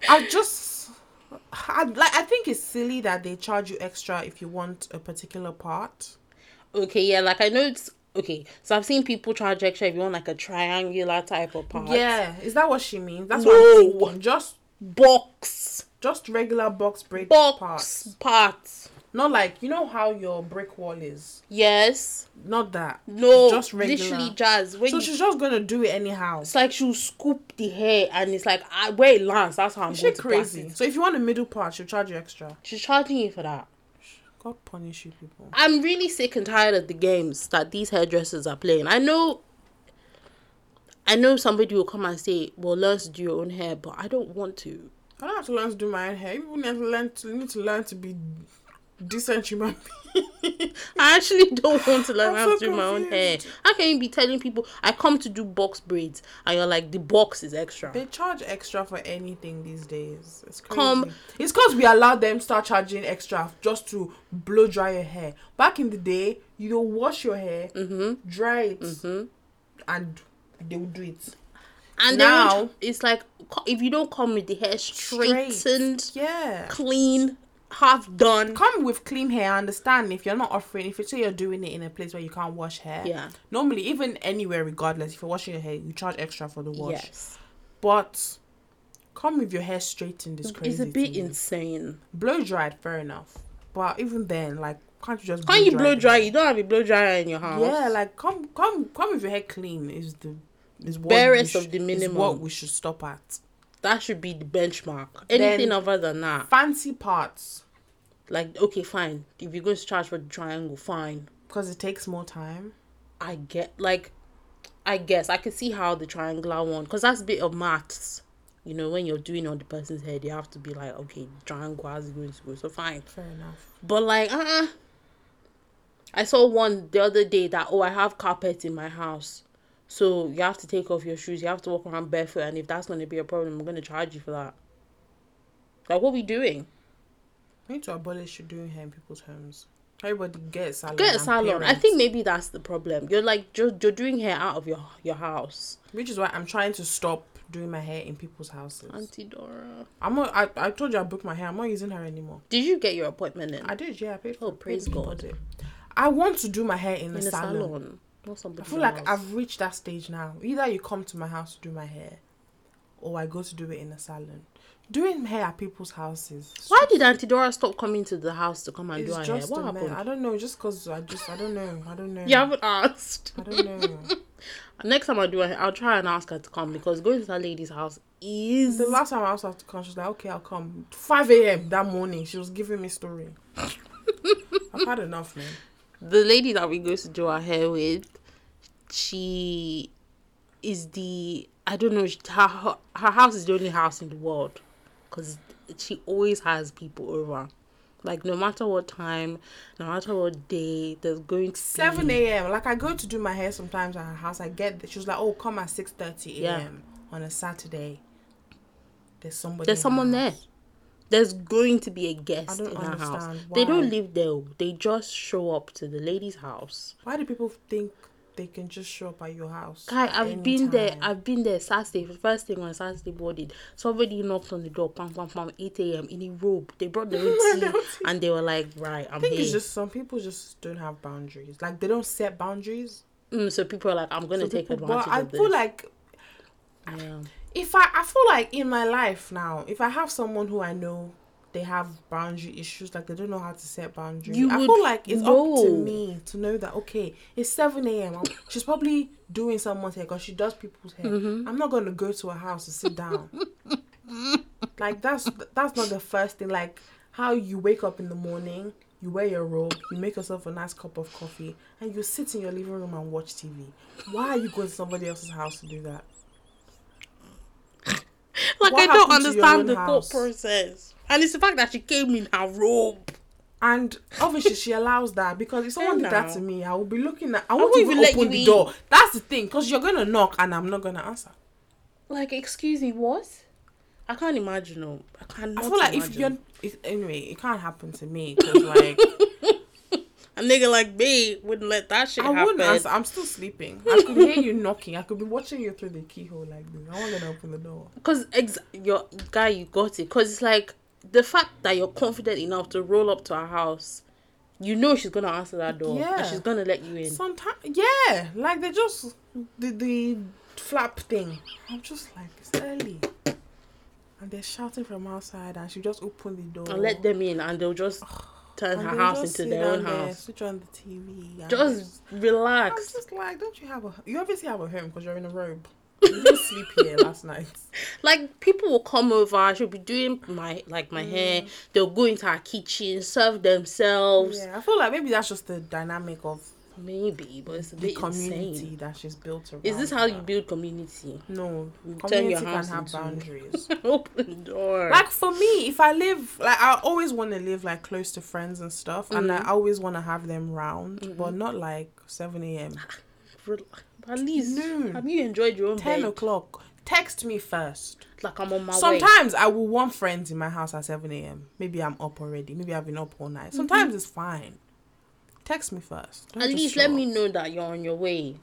Speaker 2: I just, I like. I think it's silly that they charge you extra if you want a particular part.
Speaker 1: okay, yeah, like I know it's okay. So I've seen people charge extra if you want like a triangular type of part.
Speaker 2: Yeah, is that what she means? That's what I'm
Speaker 1: No.
Speaker 2: thinking. Just,
Speaker 1: Box,
Speaker 2: just regular box braid
Speaker 1: box
Speaker 2: parts.
Speaker 1: parts.
Speaker 2: Not like you know how your brick wall is.
Speaker 1: Yes.
Speaker 2: Not that.
Speaker 1: No.
Speaker 2: Just regular.
Speaker 1: Literally Jazz. When
Speaker 2: So
Speaker 1: you,
Speaker 2: she's just gonna do it anyhow.
Speaker 1: it's like she'll scoop the hair and it's like I, where it lands. That's how I'm
Speaker 2: She's
Speaker 1: going to crazy.
Speaker 2: crazy. So if you want a middle part, she'll charge you extra.
Speaker 1: She's charging you for that.
Speaker 2: God punish you people.
Speaker 1: I'm really sick and tired of the games that these hairdressers are playing. I know I know somebody will come and say, Well, learn to do your own hair, but I don't want to.
Speaker 2: I don't have to learn to do my own hair. You people need to learn to need to learn to be decent human being.
Speaker 1: I actually don't want to learn
Speaker 2: I'm
Speaker 1: how
Speaker 2: so
Speaker 1: to do my own hair.
Speaker 2: confused.
Speaker 1: How can you be telling people I come to do box braids and you're like the box is extra?
Speaker 2: they charge extra for anything these days. It's crazy.
Speaker 1: Come-
Speaker 2: It's because we allow them start charging extra just to blow dry your hair. Back in the day, you don't wash your hair,
Speaker 1: Mm-hmm.
Speaker 2: dry it, and they will do it.
Speaker 1: And now
Speaker 2: Now-
Speaker 1: it's like co- if you don't come with the hair
Speaker 2: Straight.
Speaker 1: straightened,
Speaker 2: Yeah.
Speaker 1: clean, half done.
Speaker 2: Come with clean hair. I understand if you're not offering, if you say you're doing it in a place where you can't wash hair.
Speaker 1: Yeah.
Speaker 2: Normally, even anywhere, regardless, if you're washing your hair, you charge extra for the wash.
Speaker 1: Yes.
Speaker 2: But come with your hair straightened is crazy.
Speaker 1: It's a
Speaker 2: to
Speaker 1: bit
Speaker 2: me.
Speaker 1: insane.
Speaker 2: blow dried, fair enough. But even then, like, can't you just
Speaker 1: Can't you blow
Speaker 2: the
Speaker 1: dry? You don't have a blow dryer in your
Speaker 2: hair?
Speaker 1: house.
Speaker 2: Yeah, like come, come, come with your hair clean is the is what
Speaker 1: Barest
Speaker 2: we
Speaker 1: of
Speaker 2: should-
Speaker 1: the
Speaker 2: is
Speaker 1: minimum.
Speaker 2: what we should stop at.
Speaker 1: That should be the benchmark. Anything
Speaker 2: Then-
Speaker 1: other than that,
Speaker 2: Fancy parts
Speaker 1: like okay, fine. If you're going to charge for the triangle, fine.
Speaker 2: because it takes more time.
Speaker 1: I get like, I guess I could see how the triangular one, because that's a bit of maths. You know, when you're doing on the person's head, you have to be like, okay, triangle how's it going to go, so fine.
Speaker 2: Fair enough.
Speaker 1: But like, uh, uh I saw one the other day that oh, I have carpet in my house, so you have to take off your shoes. You have to walk around barefoot, and if that's going to be a problem, I'm going to charge you for that. Like, what we doing?
Speaker 2: We need to abolish you doing hair in people's homes. Everybody get a salon.
Speaker 1: Get a
Speaker 2: and
Speaker 1: salon. I
Speaker 2: parents,
Speaker 1: think maybe that's the problem. You're like you're, you're doing hair out of your your house,
Speaker 2: which is why I'm trying to stop doing my hair in people's houses.
Speaker 1: Auntie Dora.
Speaker 2: I'm not. I, I told you I booked my hair. I'm not using her anymore.
Speaker 1: Did you get your appointment in
Speaker 2: I did. Yeah, I paid. For,
Speaker 1: Oh,
Speaker 2: paid
Speaker 1: praise
Speaker 2: for
Speaker 1: God.
Speaker 2: it. I want to do my hair in,
Speaker 1: in
Speaker 2: a,
Speaker 1: a salon?
Speaker 2: salon.
Speaker 1: Not somebody.
Speaker 2: I feel like I've reached that stage now. Either you come to my house to do my hair, or I go to do it in a salon. Doing hair at people's houses.
Speaker 1: Why did Auntie Dora stop coming to the house to come and
Speaker 2: It's
Speaker 1: do her hair?
Speaker 2: just
Speaker 1: What
Speaker 2: a man.
Speaker 1: happened?
Speaker 2: I don't know. Just cause I just I don't know. I don't know.
Speaker 1: You haven't asked.
Speaker 2: I don't know.
Speaker 1: Next time I do it, I'll try and ask her to come because going to that lady's house is
Speaker 2: the last time I was after come, she was like, "Okay, I'll come." Five a.m. that morning, she was giving me story. I've had enough, man.
Speaker 1: the lady that we go to do our hair with. She is the I don't know. she- Her her- her house is the only house in the world because she always has people over. Like no matter what time, no matter what day, there's going to
Speaker 2: Seven
Speaker 1: be,
Speaker 2: a.m. Like I go to do my hair sometimes at her house. I get that she was like, "Oh, come at six thirty
Speaker 1: Yeah.
Speaker 2: a.m. on a Saturday." There's somebody.
Speaker 1: There's
Speaker 2: in her
Speaker 1: someone
Speaker 2: house.
Speaker 1: there. There's going to be a guest
Speaker 2: don't
Speaker 1: in her house.
Speaker 2: understand
Speaker 1: They
Speaker 2: why.
Speaker 1: don't live there. oh. They just show up to the lady's house.
Speaker 2: Why do people think they can just show up at your house?
Speaker 1: Guy,
Speaker 2: at
Speaker 1: I've
Speaker 2: any
Speaker 1: been there.
Speaker 2: time?
Speaker 1: I've been there Saturday. First thing on Saturday morning, somebody knocked on the door. Pam, pam, pam. Eight a.m. in a robe. They brought their own tea,
Speaker 2: own tea.
Speaker 1: and they were like, "Right, I'm
Speaker 2: I think it's
Speaker 1: here."
Speaker 2: just some people just don't have boundaries. Like they don't set boundaries.
Speaker 1: Mm, so people are like, "I'm gonna
Speaker 2: Some
Speaker 1: take
Speaker 2: people-
Speaker 1: advantage
Speaker 2: But I
Speaker 1: of this."
Speaker 2: feel like
Speaker 1: yeah.
Speaker 2: if I, I feel like in my life now, if I have someone who I know, they have boundary issues, like they don't know how to set boundaries.
Speaker 1: You
Speaker 2: I
Speaker 1: would
Speaker 2: feel like it's up to
Speaker 1: know.
Speaker 2: me to know that okay, it's seven a.m. I'm- She's probably doing someone's hair because she does people's hair.
Speaker 1: Mm-hmm.
Speaker 2: I'm not gonna go to her house to sit down. like that's that's not the first thing. Like how you wake up in the morning, you wear your robe, you make yourself a nice cup of coffee, and you sit in your living room and watch TV. Why are you going to somebody else's house to do that?
Speaker 1: Like
Speaker 2: What
Speaker 1: I don't
Speaker 2: happened to your own
Speaker 1: understand the
Speaker 2: house?
Speaker 1: thought process, and it's the fact that she came in her robe.
Speaker 2: And obviously, she allows that because if someone did that
Speaker 1: now.
Speaker 2: to me, I would be looking at. I won't
Speaker 1: won't
Speaker 2: even
Speaker 1: even let
Speaker 2: open
Speaker 1: you
Speaker 2: the
Speaker 1: in.
Speaker 2: door. That's the thing, because you're gonna knock and I'm not gonna answer.
Speaker 1: Like, excuse me, what? I can't imagine. No, I cannot.
Speaker 2: I feel like
Speaker 1: imagine.
Speaker 2: if you're if, anyway, it can't happen to me because like
Speaker 1: a nigga like me wouldn't let that shit
Speaker 2: I
Speaker 1: happen.
Speaker 2: wouldn't answer. I'm still sleeping. I could hear you knocking. I could be watching you through the keyhole like this. I wasn't gonna open the door.
Speaker 1: Cause ex- your guy, you got it. Cause it's like the fact that you're confident enough to roll up to her house, you know she's gonna answer that door.
Speaker 2: Yeah.
Speaker 1: And she's gonna let you in.
Speaker 2: Sometimes, yeah, like they just the the flap thing. I'm just like it's early, and they're shouting from outside, and she just opened the door.
Speaker 1: and let them in, and they'll just turn
Speaker 2: And
Speaker 1: her
Speaker 2: they'll
Speaker 1: house
Speaker 2: just
Speaker 1: into
Speaker 2: sit
Speaker 1: their own
Speaker 2: down there,
Speaker 1: house.
Speaker 2: Switch on the TV. and
Speaker 1: Just
Speaker 2: I was
Speaker 1: relax.
Speaker 2: just like, don't you have a? You obviously have a home because you're in a robe. You didn't sleep here last night.
Speaker 1: Like people will come over. She'll be doing my like my hair. They'll go into her kitchen, serve themselves.
Speaker 2: Mm. Yeah, I feel like maybe that's just the dynamic of
Speaker 1: Maybe, but it's a
Speaker 2: the
Speaker 1: bit
Speaker 2: community
Speaker 1: insane.
Speaker 2: that she's built around.
Speaker 1: Is this how you
Speaker 2: her.
Speaker 1: build community?
Speaker 2: No,
Speaker 1: turn
Speaker 2: community
Speaker 1: your
Speaker 2: can
Speaker 1: house
Speaker 2: have
Speaker 1: into-
Speaker 2: boundaries.
Speaker 1: Open the door.
Speaker 2: like for me, if I live, like I always want to live like close to friends and stuff, and
Speaker 1: Mm.
Speaker 2: I always want to have them round, but not like seven a.m.
Speaker 1: Rel- At least
Speaker 2: Noon.
Speaker 1: have you enjoyed your own
Speaker 2: ten
Speaker 1: bed?
Speaker 2: o'clock. Text me first.
Speaker 1: Like I'm on my way.
Speaker 2: Sometimes I will want friends in my house at 7 a.m. Maybe I'm up already. Maybe I've been up all night. Sometimes it's fine. Text me 1st
Speaker 1: Mm-hmm. At least let me know that you're on your way.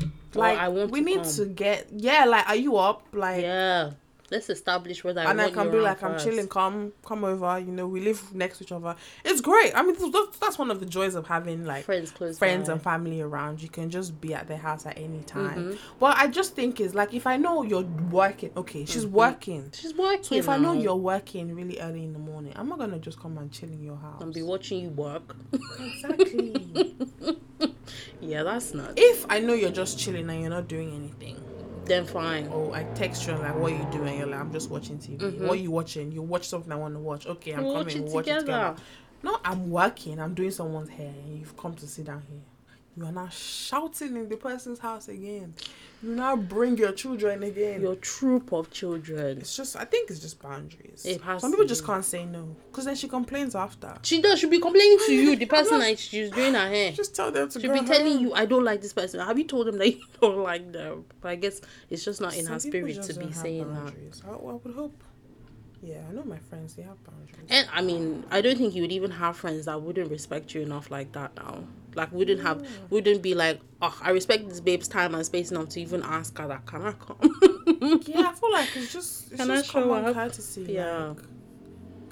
Speaker 1: Or
Speaker 2: Like,
Speaker 1: I want
Speaker 2: we
Speaker 1: to
Speaker 2: need
Speaker 1: come.
Speaker 2: to get. Yeah, like, are you up? Like,
Speaker 1: Yeah. Let's establish whether
Speaker 2: and
Speaker 1: I
Speaker 2: I
Speaker 1: want
Speaker 2: can
Speaker 1: you
Speaker 2: be
Speaker 1: around
Speaker 2: like, i I'm
Speaker 1: first.
Speaker 2: chilling. Come, come over. You know, we live next to each other. It's great. I mean, that's, that's one of the joys of having like
Speaker 1: Friends close
Speaker 2: friends
Speaker 1: by.
Speaker 2: and family around. You can just be at their house at any time.
Speaker 1: Mm-hmm.
Speaker 2: Well, I just think is like if I know you're working. Okay, she's
Speaker 1: Mm-hmm.
Speaker 2: working.
Speaker 1: She's working.
Speaker 2: So if I know
Speaker 1: now.
Speaker 2: you're working really early in the morning, I'm not gonna just come and chill in your house.
Speaker 1: and be watching you work.
Speaker 2: exactly.
Speaker 1: yeah, that's not.
Speaker 2: if I know you're just chilling and you're not doing anything,
Speaker 1: Then fine.
Speaker 2: or I text you and like, "What are you doing?" You're like, "I'm just watching TV." What are you watching? You watch something I want to watch. Okay, I'm
Speaker 1: Mm-hmm. We'll watch
Speaker 2: coming.
Speaker 1: it
Speaker 2: We'll watch it
Speaker 1: together.
Speaker 2: together. No, I'm working. I'm doing someone's hair, and you've come to sit down here. You are now shouting in the person's house again. You now bring your children again.
Speaker 1: Your troop of children.
Speaker 2: it's just, I think it's just boundaries.
Speaker 1: It has
Speaker 2: Some
Speaker 1: to
Speaker 2: people
Speaker 1: be.
Speaker 2: just can't say no because then she complains after.
Speaker 1: She does. She'll be complaining to you, the
Speaker 2: I'm
Speaker 1: person
Speaker 2: not-
Speaker 1: that she's doing her hair.
Speaker 2: Just tell them to
Speaker 1: She'll
Speaker 2: go
Speaker 1: be telling
Speaker 2: home.
Speaker 1: you, I don't like this person. Have you told them that you don't like them? But I guess it's just not in
Speaker 2: Some
Speaker 1: her
Speaker 2: people
Speaker 1: spirit
Speaker 2: just
Speaker 1: to
Speaker 2: don't
Speaker 1: be
Speaker 2: have
Speaker 1: saying that.
Speaker 2: boundaries. I, I would hope. Yeah, I know my friends. They have boundaries.
Speaker 1: And I mean, I don't think you would even have friends that wouldn't respect you enough like that now. Like wouldn't have wouldn't be like, oh, I respect this babe's time and space enough to even ask her that can I come?
Speaker 2: yeah, I feel like it's just it's
Speaker 1: Can I
Speaker 2: just
Speaker 1: show
Speaker 2: common
Speaker 1: up?
Speaker 2: courtesy.
Speaker 1: Yeah.
Speaker 2: Like,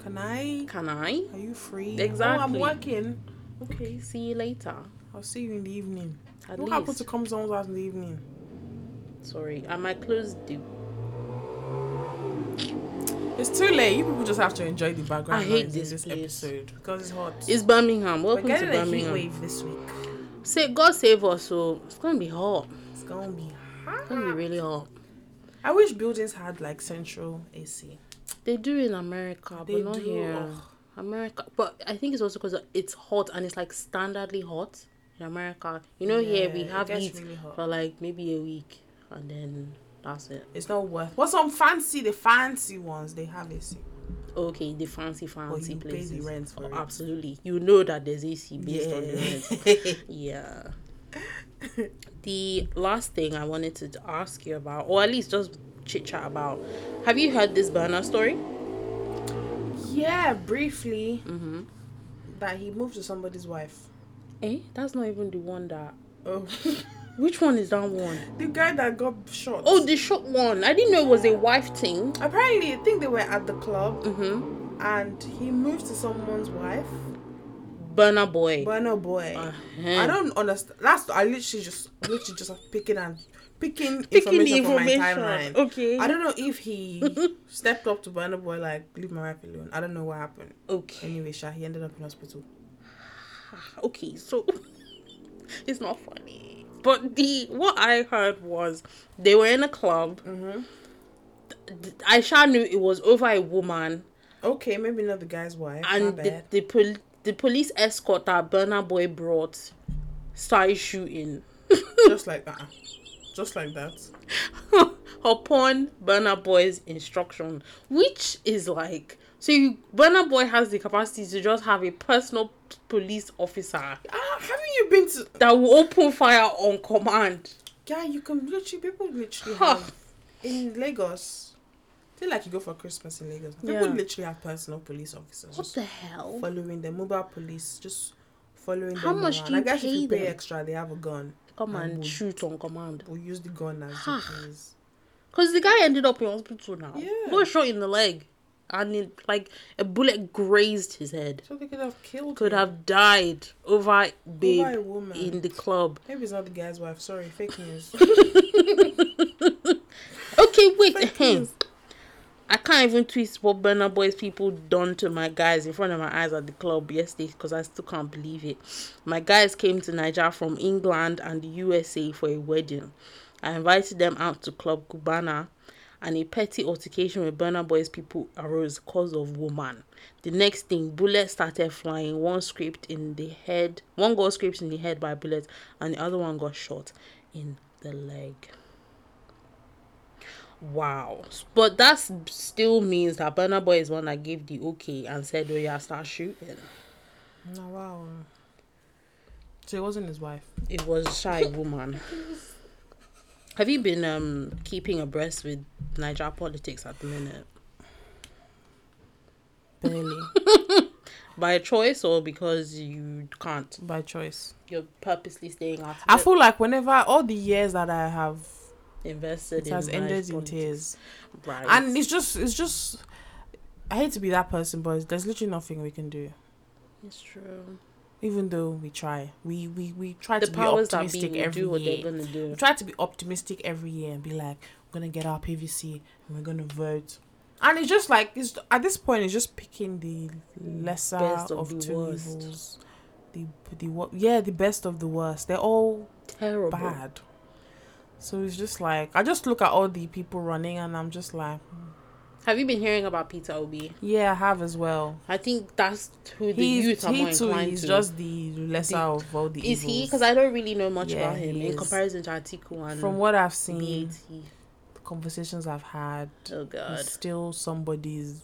Speaker 2: can I?
Speaker 1: Can I?
Speaker 2: Are you free? Oh, I'm
Speaker 1: Exactly.
Speaker 2: working.
Speaker 1: Okay, see you later.
Speaker 2: I'll see you in the evening.
Speaker 1: At
Speaker 2: what
Speaker 1: least.
Speaker 2: happened to come to someone's house in the evening?
Speaker 1: Sorry, I might close the.
Speaker 2: It's too late. You people just have to enjoy the background
Speaker 1: I hate
Speaker 2: noise
Speaker 1: this
Speaker 2: in this
Speaker 1: place.
Speaker 2: episode because it's hot.
Speaker 1: It's Birmingham.
Speaker 2: We're
Speaker 1: Welcome to
Speaker 2: getting a heat
Speaker 1: Birmingham.
Speaker 2: wave this week.
Speaker 1: Say God save us, so it's gonna be hot.
Speaker 2: It's gonna be
Speaker 1: It's gonna be
Speaker 2: hot.
Speaker 1: really hot.
Speaker 2: I wish buildings had like central AC.
Speaker 1: They do in America, but
Speaker 2: They
Speaker 1: not
Speaker 2: do,
Speaker 1: here.
Speaker 2: ugh.
Speaker 1: America, but I think it's also because it's hot and it's like standardly hot in America. You know, here we
Speaker 2: Yeah, it
Speaker 1: have
Speaker 2: gets
Speaker 1: heat
Speaker 2: really hot.
Speaker 1: for like maybe a week and then that's it.
Speaker 2: It's not worth. What's some fancy? The fancy ones they have AC.
Speaker 1: Okay, the fancy, fancy
Speaker 2: you pay the
Speaker 1: places.
Speaker 2: rent for
Speaker 1: Oh,
Speaker 2: it.
Speaker 1: Absolutely, you know that there's AC based on the rent. Yeah. the last thing I wanted to ask you about, or at least just chit chat about, have you heard this burner story?
Speaker 2: yeah, briefly. That he moved to somebody's wife.
Speaker 1: Eh, that's not even the one that.
Speaker 2: Oh,
Speaker 1: Which one is that one?
Speaker 2: the guy that got shot.
Speaker 1: Oh, the short one. I didn't know it was a wife thing.
Speaker 2: apparently I think they were at the club
Speaker 1: Mm-hmm.
Speaker 2: and he moved to someone's wife.
Speaker 1: Burner boy.
Speaker 2: But no boy,
Speaker 1: Uh-huh.
Speaker 2: I don't understand. That's I literally just literally just have to pick it and picking,
Speaker 1: Picking the
Speaker 2: information from my
Speaker 1: information.
Speaker 2: timeline.
Speaker 1: Okay.
Speaker 2: I don't know if he stepped up to Burner Boy like leave my wife alone. I don't know what happened.
Speaker 1: Okay.
Speaker 2: Anyway, Sha, he ended up in hospital.
Speaker 1: Okay. So it's not funny. But the what I heard was they were in a club.
Speaker 2: Mm-hmm.
Speaker 1: Th- Aisha knew it was over a woman,
Speaker 2: Okay, maybe not the guy's wife.
Speaker 1: and
Speaker 2: my
Speaker 1: the
Speaker 2: bad.
Speaker 1: the, pol- the police escort that Burner Boy brought started shooting.
Speaker 2: just like that, just like that.
Speaker 1: upon Burner Boy's instruction, which is like so. You, Burner Boy has the capacity to just have a personal p- police officer
Speaker 2: Ah, haven't you been to?
Speaker 1: that will open fire on command.
Speaker 2: Yeah, you can literally people literally
Speaker 1: Huh.
Speaker 2: have in Lagos. Feel like you go for Christmas in Lagos. People
Speaker 1: Yeah.
Speaker 2: literally have personal police officers
Speaker 1: What
Speaker 2: just
Speaker 1: the hell?
Speaker 2: following them. Mobile police just following
Speaker 1: How
Speaker 2: them.
Speaker 1: much
Speaker 2: around.
Speaker 1: do you
Speaker 2: I guess if you
Speaker 1: pay
Speaker 2: pay
Speaker 1: them?
Speaker 2: extra, they have a gun.
Speaker 1: Come
Speaker 2: and
Speaker 1: and
Speaker 2: wood.
Speaker 1: shoot on command.
Speaker 2: We'll use the gun as
Speaker 1: Ha.
Speaker 2: DPs.
Speaker 1: Cause the guy ended up in hospital now.
Speaker 2: Yeah.
Speaker 1: Got shot in the leg, and it, like a bullet grazed his head.
Speaker 2: So they could have killed.
Speaker 1: Could
Speaker 2: him.
Speaker 1: have died over babe
Speaker 2: a woman.
Speaker 1: in the club.
Speaker 2: Maybe it's not the guy's wife. Sorry, fake news.
Speaker 1: Okay, wait.
Speaker 2: Fake
Speaker 1: ahem.
Speaker 2: news.
Speaker 1: I can't even tweet what Burner Boy's people done to my guys in front of my eyes at the club yesterday because I still can't believe it. My guys came to Nigeria from England and the USA for a wedding. I invited them out to Club Cubana and a petty altercation with Burner Boy's people arose cause of woman. The next thing, bullets started flying. One scraped in the head. One got scraped in the head by a bullet and the other one got shot in the leg. Wow. But that s- still means that Burna Boy is one that gave the okay and said, oh yeah, start shooting.
Speaker 2: no, wow. So it wasn't his wife.
Speaker 1: It was a shy woman. Have you been um keeping abreast with Niger politics at the minute?
Speaker 2: Barely
Speaker 1: By choice or because you can't?
Speaker 2: by choice.
Speaker 1: You're purposely staying out. of
Speaker 2: I
Speaker 1: it?
Speaker 2: feel like whenever all the years that I have,
Speaker 1: invested
Speaker 2: it has
Speaker 1: in Nige
Speaker 2: ended in
Speaker 1: politics.
Speaker 2: tears,
Speaker 1: Right.
Speaker 2: and it's just, it's just. I hate to be that person, but there's literally nothing we can do.
Speaker 1: it's true.
Speaker 2: Even though we try, we we we try
Speaker 1: The
Speaker 2: to be
Speaker 1: powers that be
Speaker 2: optimistic
Speaker 1: will
Speaker 2: every
Speaker 1: do what they're
Speaker 2: year.
Speaker 1: gonna
Speaker 2: We
Speaker 1: do.
Speaker 2: try to be optimistic every year and be like, we're gonna get our PVC and we're gonna vote. And it's just like it's at this point, it's just picking the lesser
Speaker 1: Best
Speaker 2: of,
Speaker 1: of the
Speaker 2: two
Speaker 1: worst.
Speaker 2: evils. The the wo- yeah, the best of the worst. They're all
Speaker 1: Terrible.
Speaker 2: bad. So it's just like I just look at all the people running and I'm just like,
Speaker 1: Have you been hearing about Peter Obi?
Speaker 2: yeah, I have as well.
Speaker 1: I think that's who the
Speaker 2: He's,
Speaker 1: youth are more
Speaker 2: he too
Speaker 1: inclined
Speaker 2: is
Speaker 1: to.
Speaker 2: just the lesser
Speaker 1: The-
Speaker 2: of all the
Speaker 1: Is
Speaker 2: evils.
Speaker 1: he? Because I don't really know much
Speaker 2: Yeah,
Speaker 1: about him
Speaker 2: he
Speaker 1: in
Speaker 2: is.
Speaker 1: comparison to Atiku and
Speaker 2: from what I've seen,
Speaker 1: BAT.
Speaker 2: the conversations I've had,
Speaker 1: Oh God,
Speaker 2: he's still somebody's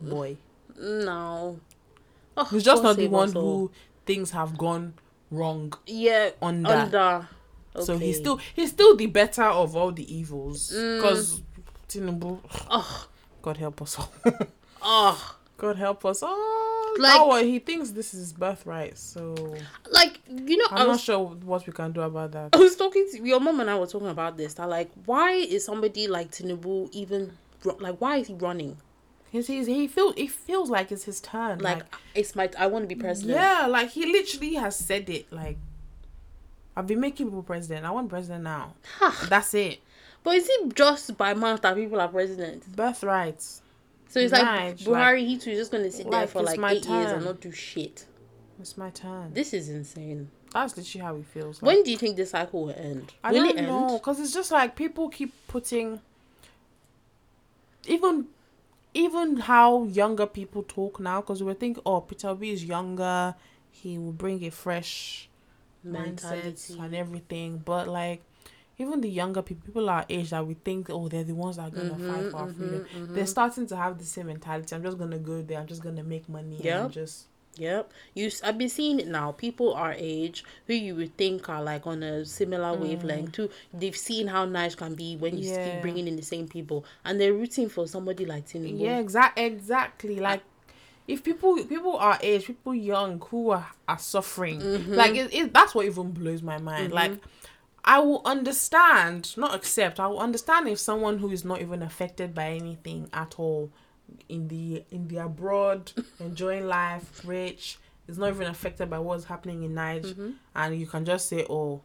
Speaker 2: boy.
Speaker 1: no. Oh,
Speaker 2: He's just
Speaker 1: God
Speaker 2: not the
Speaker 1: save
Speaker 2: one
Speaker 1: us all.
Speaker 2: who things have gone wrong
Speaker 1: Yeah,
Speaker 2: under.
Speaker 1: under.
Speaker 2: So he's
Speaker 1: Okay. Mm.
Speaker 2: still he's still the better of all the evils. Because Tinubu,
Speaker 1: Oh,
Speaker 2: God help us all.
Speaker 1: oh,
Speaker 2: God help us all.
Speaker 1: Like-
Speaker 2: oh, well, he thinks this is his birthright, so
Speaker 1: like you know, i
Speaker 2: I'm
Speaker 1: was
Speaker 2: not sure what we can do about that.
Speaker 1: I was talking to your mom and I were talking about this. That like, why is somebody like Tinubu even ru- like? Why is he running?
Speaker 2: He's, he's, he feels it feels like it's his turn.
Speaker 1: Like,
Speaker 2: Like,
Speaker 1: it's my. I want to be president.
Speaker 2: yeah, like he literally has said it. Like I've been making people president. I want president now.
Speaker 1: Ha.
Speaker 2: That's it.
Speaker 1: But is it just by mouth that people are president?
Speaker 2: Birthright.
Speaker 1: So it's
Speaker 2: Right,
Speaker 1: like Buhari, he too is just gonna sit there
Speaker 2: like,
Speaker 1: for
Speaker 2: it's
Speaker 1: like
Speaker 2: my
Speaker 1: eight years
Speaker 2: turn.
Speaker 1: and not do shit.
Speaker 2: It's my turn.
Speaker 1: This is insane.
Speaker 2: That's literally how he feels. Like,
Speaker 1: When do you think this cycle will end?
Speaker 2: I
Speaker 1: will
Speaker 2: don't know, because it's just like people keep putting. Even, even how younger people talk now, because we think, oh, Peter Obi is younger. He will bring a fresh mindset
Speaker 1: Mentality.
Speaker 2: and everything, but like. Even the younger people, people our age that we think, oh, they're the ones that are gonna fight
Speaker 1: Mhm,
Speaker 2: for our
Speaker 1: mhm,
Speaker 2: freedom.
Speaker 1: mhm.
Speaker 2: They're starting to have the same mentality. I'm just gonna go there. I'm just gonna make money. Yeah.
Speaker 1: Yep.
Speaker 2: And just
Speaker 1: Yep. You s- I've been seeing it now. People our age who you would think are like on a similar wavelength too. They've seen how nice can be when you s
Speaker 2: Mm. Yeah.
Speaker 1: keep bringing in the same people and they're rooting for somebody like Tinubu.
Speaker 2: Yeah, exact exactly. Like if people people our age, people young who are, are suffering, like it, it, that's what even blows my mind. Like I will understand, not accept. I will understand if someone who is not even affected by anything at all in the in the abroad, enjoying life, rich, is not even affected by what's happening in Niger, and you can just say, "Oh,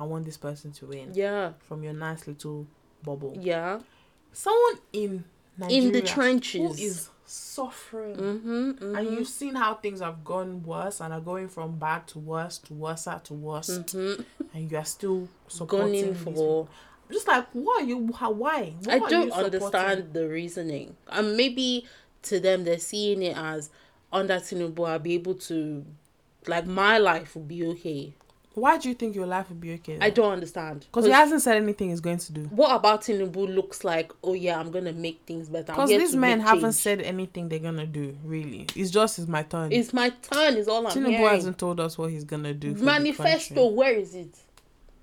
Speaker 2: I want this person to win
Speaker 1: Yeah.
Speaker 2: from your nice little bubble.
Speaker 1: Yeah.
Speaker 2: Someone in Nigeria
Speaker 1: In the
Speaker 2: who
Speaker 1: trenches.
Speaker 2: is suffering,
Speaker 1: mm-hmm,
Speaker 2: and you've seen how things have gone worse and are going from bad to worse to worse to worse, and you are still supporting
Speaker 1: Gunning
Speaker 2: these
Speaker 1: Mm-hmm. for.
Speaker 2: people. I'm just like, why are you? How, why? What
Speaker 1: I
Speaker 2: are
Speaker 1: don't
Speaker 2: you supporting?
Speaker 1: understand the reasoning. And maybe to them they're seeing it as under Tinubu I'll be able to like my life will be okay.
Speaker 2: Why do you think your life will be okay?
Speaker 1: I don't understand.
Speaker 2: Because he hasn't said anything he's going to do.
Speaker 1: what about Tinubu looks like, oh yeah, I'm gonna make things better. I'm
Speaker 2: Because
Speaker 1: here
Speaker 2: these
Speaker 1: to
Speaker 2: men
Speaker 1: make
Speaker 2: haven't
Speaker 1: change.
Speaker 2: said anything they're gonna do. Really, it's just it's my turn.
Speaker 1: it's my turn, is all I'm
Speaker 2: Tinubu
Speaker 1: hearing.
Speaker 2: hasn't told us what he's gonna do. for the
Speaker 1: manifesto,
Speaker 2: country.
Speaker 1: where is it?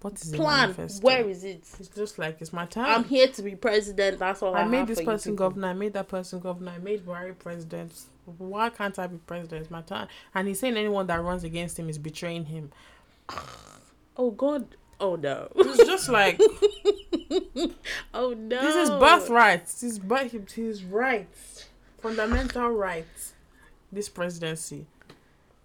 Speaker 2: What is
Speaker 1: Plan,
Speaker 2: the manifesto?
Speaker 1: where is it?
Speaker 2: It's just like it's my turn.
Speaker 1: I'm here to be president. That's all I,
Speaker 2: I made
Speaker 1: have
Speaker 2: this
Speaker 1: for you
Speaker 2: person
Speaker 1: people.
Speaker 2: governor. I made that person governor. I made Buhari president. Why can't I be president? It's my turn. And he's saying anyone that runs against him is betraying him.
Speaker 1: Oh God. Oh no.
Speaker 2: It's just like
Speaker 1: oh no.
Speaker 2: this is birthright. This is birth. His rights, fundamental rights. This presidency.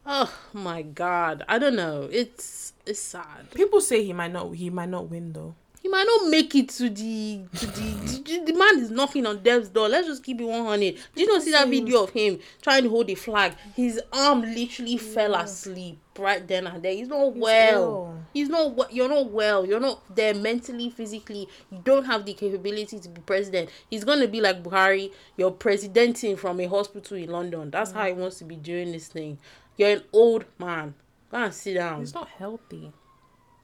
Speaker 1: Oh my God. I don't know. It's it's sad.
Speaker 2: People say he might not. He might not win though.
Speaker 1: He might not make it to the to the, the, the man is knocking on death's door. Let's just keep it one hundred. Did you not see that video of him trying to hold a flag? His arm literally fell asleep right then and there. He's not well.
Speaker 2: ill.
Speaker 1: He's not well. You're not well. You're not there mentally, physically. You don't have the capability to be president. He's gonna be like Buhari. You're presidenting from a hospital in London. That's how he wants to be doing this thing. You're an old man. Go and sit down.
Speaker 2: He's not healthy.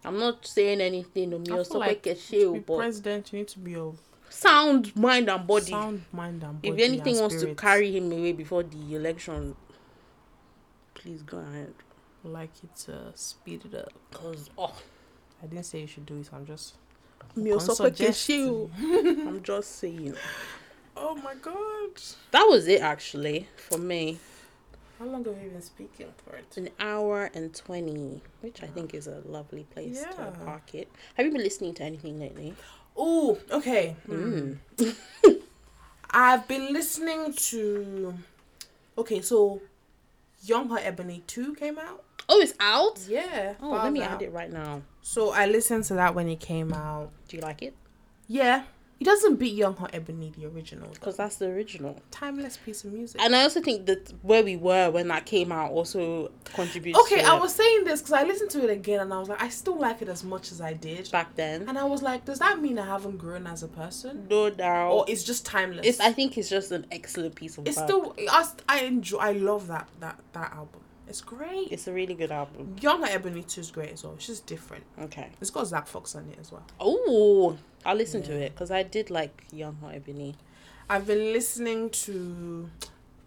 Speaker 1: I'm not saying anything to me
Speaker 2: I
Speaker 1: or
Speaker 2: feel
Speaker 1: so
Speaker 2: like
Speaker 1: like
Speaker 2: to
Speaker 1: a
Speaker 2: be
Speaker 1: but
Speaker 2: president, you need to be of
Speaker 1: sound mind and body.
Speaker 2: sound mind and body.
Speaker 1: if anything
Speaker 2: and
Speaker 1: wants to
Speaker 2: spirit.
Speaker 1: carry him away before the election, please go ahead.
Speaker 2: like it uh, speed it up.
Speaker 1: Cause oh,
Speaker 2: I didn't say you should do it. I'm just.
Speaker 1: me or so like a shield. I'm just saying.
Speaker 2: Oh my god!
Speaker 1: That was it actually for me.
Speaker 2: How long have you been speaking for it?
Speaker 1: An hour and twenty, which I think is a lovely place
Speaker 2: Yeah.
Speaker 1: to park it. Have you been listening to anything lately? Hmm.
Speaker 2: Oh, okay.
Speaker 1: Mm.
Speaker 2: Hmm. I've been listening to. Okay, so Young Her Ebony Two came out.
Speaker 1: Oh, it's out.
Speaker 2: Yeah.
Speaker 1: Oh, let me add it right now.
Speaker 2: So I listened to that when it came out.
Speaker 1: Do you like it?
Speaker 2: Yeah, it doesn't beat Young Her Ebony the original.
Speaker 1: Because that's the original.
Speaker 2: Timeless piece of music.
Speaker 1: And I also think that where we were when that came out also contributes.
Speaker 2: Okay,
Speaker 1: to
Speaker 2: I
Speaker 1: it
Speaker 2: was saying this because I listened to it again and I was like, I still like it as much as I did.
Speaker 1: back then.
Speaker 2: And I was like, does that mean I haven't grown as a person?
Speaker 1: No doubt.
Speaker 2: Or Oh, it's just timeless?
Speaker 1: it's. I think it's just an excellent piece of
Speaker 2: It's
Speaker 1: work.
Speaker 2: still, I, I enjoy, I love that, that, that album. It's great.
Speaker 1: It's a really good album.
Speaker 2: Younger Ebony 2 is great as well. She's different.
Speaker 1: Okay.
Speaker 2: It's got Zach Fox on it as well.
Speaker 1: Oh, I'll listen to it because I did like Young Hot Ebony.
Speaker 2: I've been listening to,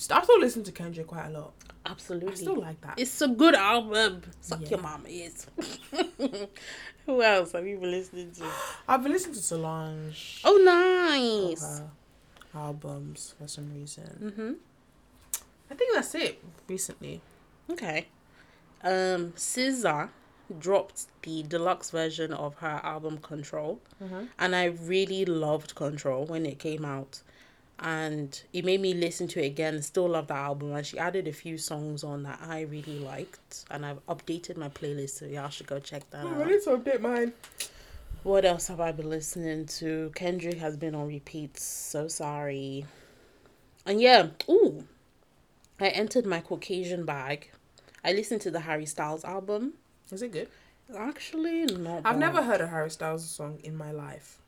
Speaker 2: I still listen to Kendrick quite a lot.
Speaker 1: Absolutely.
Speaker 2: I still like that.
Speaker 1: it's a good album. Suck
Speaker 2: Yeah.
Speaker 1: your mama is. Who else have you been listening to?
Speaker 2: I've been listening to Solange.
Speaker 1: Oh, nice.
Speaker 2: her albums for some reason.
Speaker 1: Mm-hmm.
Speaker 2: I think that's it recently.
Speaker 1: Okay. Um, SZA dropped the deluxe version of her album Control, and I really loved Control when it came out, and it made me listen to it again. Still love that album, and she added a few songs on that I really liked, and I've updated my playlist, so y'all should go check that out.
Speaker 2: to update mine.
Speaker 1: What else have I been listening to? Kendrick has been on repeats. So sorry. And yeah, ooh, I entered my Caucasian bag. I listened to the Harry Styles album.
Speaker 2: Is it good?
Speaker 1: Actually, not.
Speaker 2: I've
Speaker 1: bad.
Speaker 2: never heard a Harry Styles song in my life.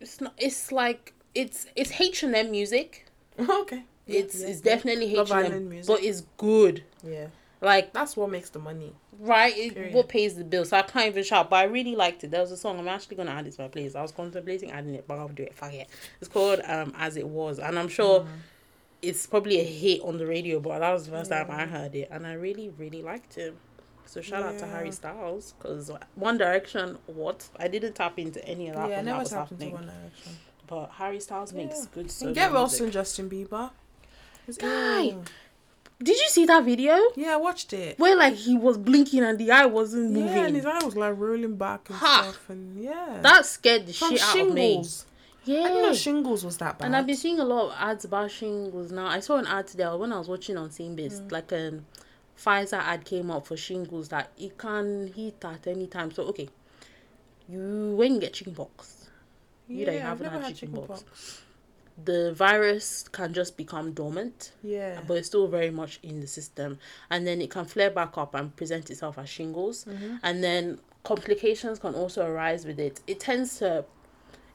Speaker 1: It's not. It's like it's it's H and M music.
Speaker 2: okay.
Speaker 1: It's it's definitely H
Speaker 2: Love
Speaker 1: and
Speaker 2: Island
Speaker 1: M,
Speaker 2: music.
Speaker 1: but it's good.
Speaker 2: Yeah.
Speaker 1: Like
Speaker 2: That's what makes the money.
Speaker 1: right, it,
Speaker 2: Period.
Speaker 1: what pays the bill. So I can't even shout, but I really liked it. There was a song I'm actually gonna add it to my playlist. I was contemplating adding it, but I'll do it. Fuck it. It's called um As It Was, and I'm sure
Speaker 2: Mm-hmm.
Speaker 1: it's probably a hit on the radio, but that was the first time I heard it, and I really really liked it. So shout out to
Speaker 2: Yeah.
Speaker 1: Harry Styles because One Direction, what I didn't tap into any of that
Speaker 2: yeah, I
Speaker 1: when that
Speaker 2: never
Speaker 1: was
Speaker 2: tapped into
Speaker 1: happening.
Speaker 2: One Direction.
Speaker 1: But Harry Styles makes
Speaker 2: Yeah.
Speaker 1: good
Speaker 2: And
Speaker 1: solo
Speaker 2: Get well
Speaker 1: music.
Speaker 2: soon, Justin Bieber. It's
Speaker 1: Guy.
Speaker 2: ill.
Speaker 1: Did you see that video
Speaker 2: Yeah, I watched it.
Speaker 1: where like he was blinking and the eye wasn't moving?
Speaker 2: Yeah, and his eye was like rolling back and
Speaker 1: Ha.
Speaker 2: stuff. And yeah.
Speaker 1: that scared the
Speaker 2: From
Speaker 1: shit out of me.
Speaker 2: Shingles.
Speaker 1: Yeah.
Speaker 2: I didn't know Shingles was that bad.
Speaker 1: And I've been seeing a lot of ads about shingles now. I saw an ad today when I was watching on Sainsbury's, like um, Pfizer ad came up for shingles that it can hit at any time. So okay, you when you get chickenpox, you don't
Speaker 2: Yeah,
Speaker 1: have
Speaker 2: I've never
Speaker 1: had
Speaker 2: had
Speaker 1: chickenpox. The virus can just become dormant,
Speaker 2: Yeah.
Speaker 1: but it's still very much in the system, and then it can flare back up and present itself as shingles,
Speaker 2: Mm-hmm.
Speaker 1: and then complications can also arise with it. It tends to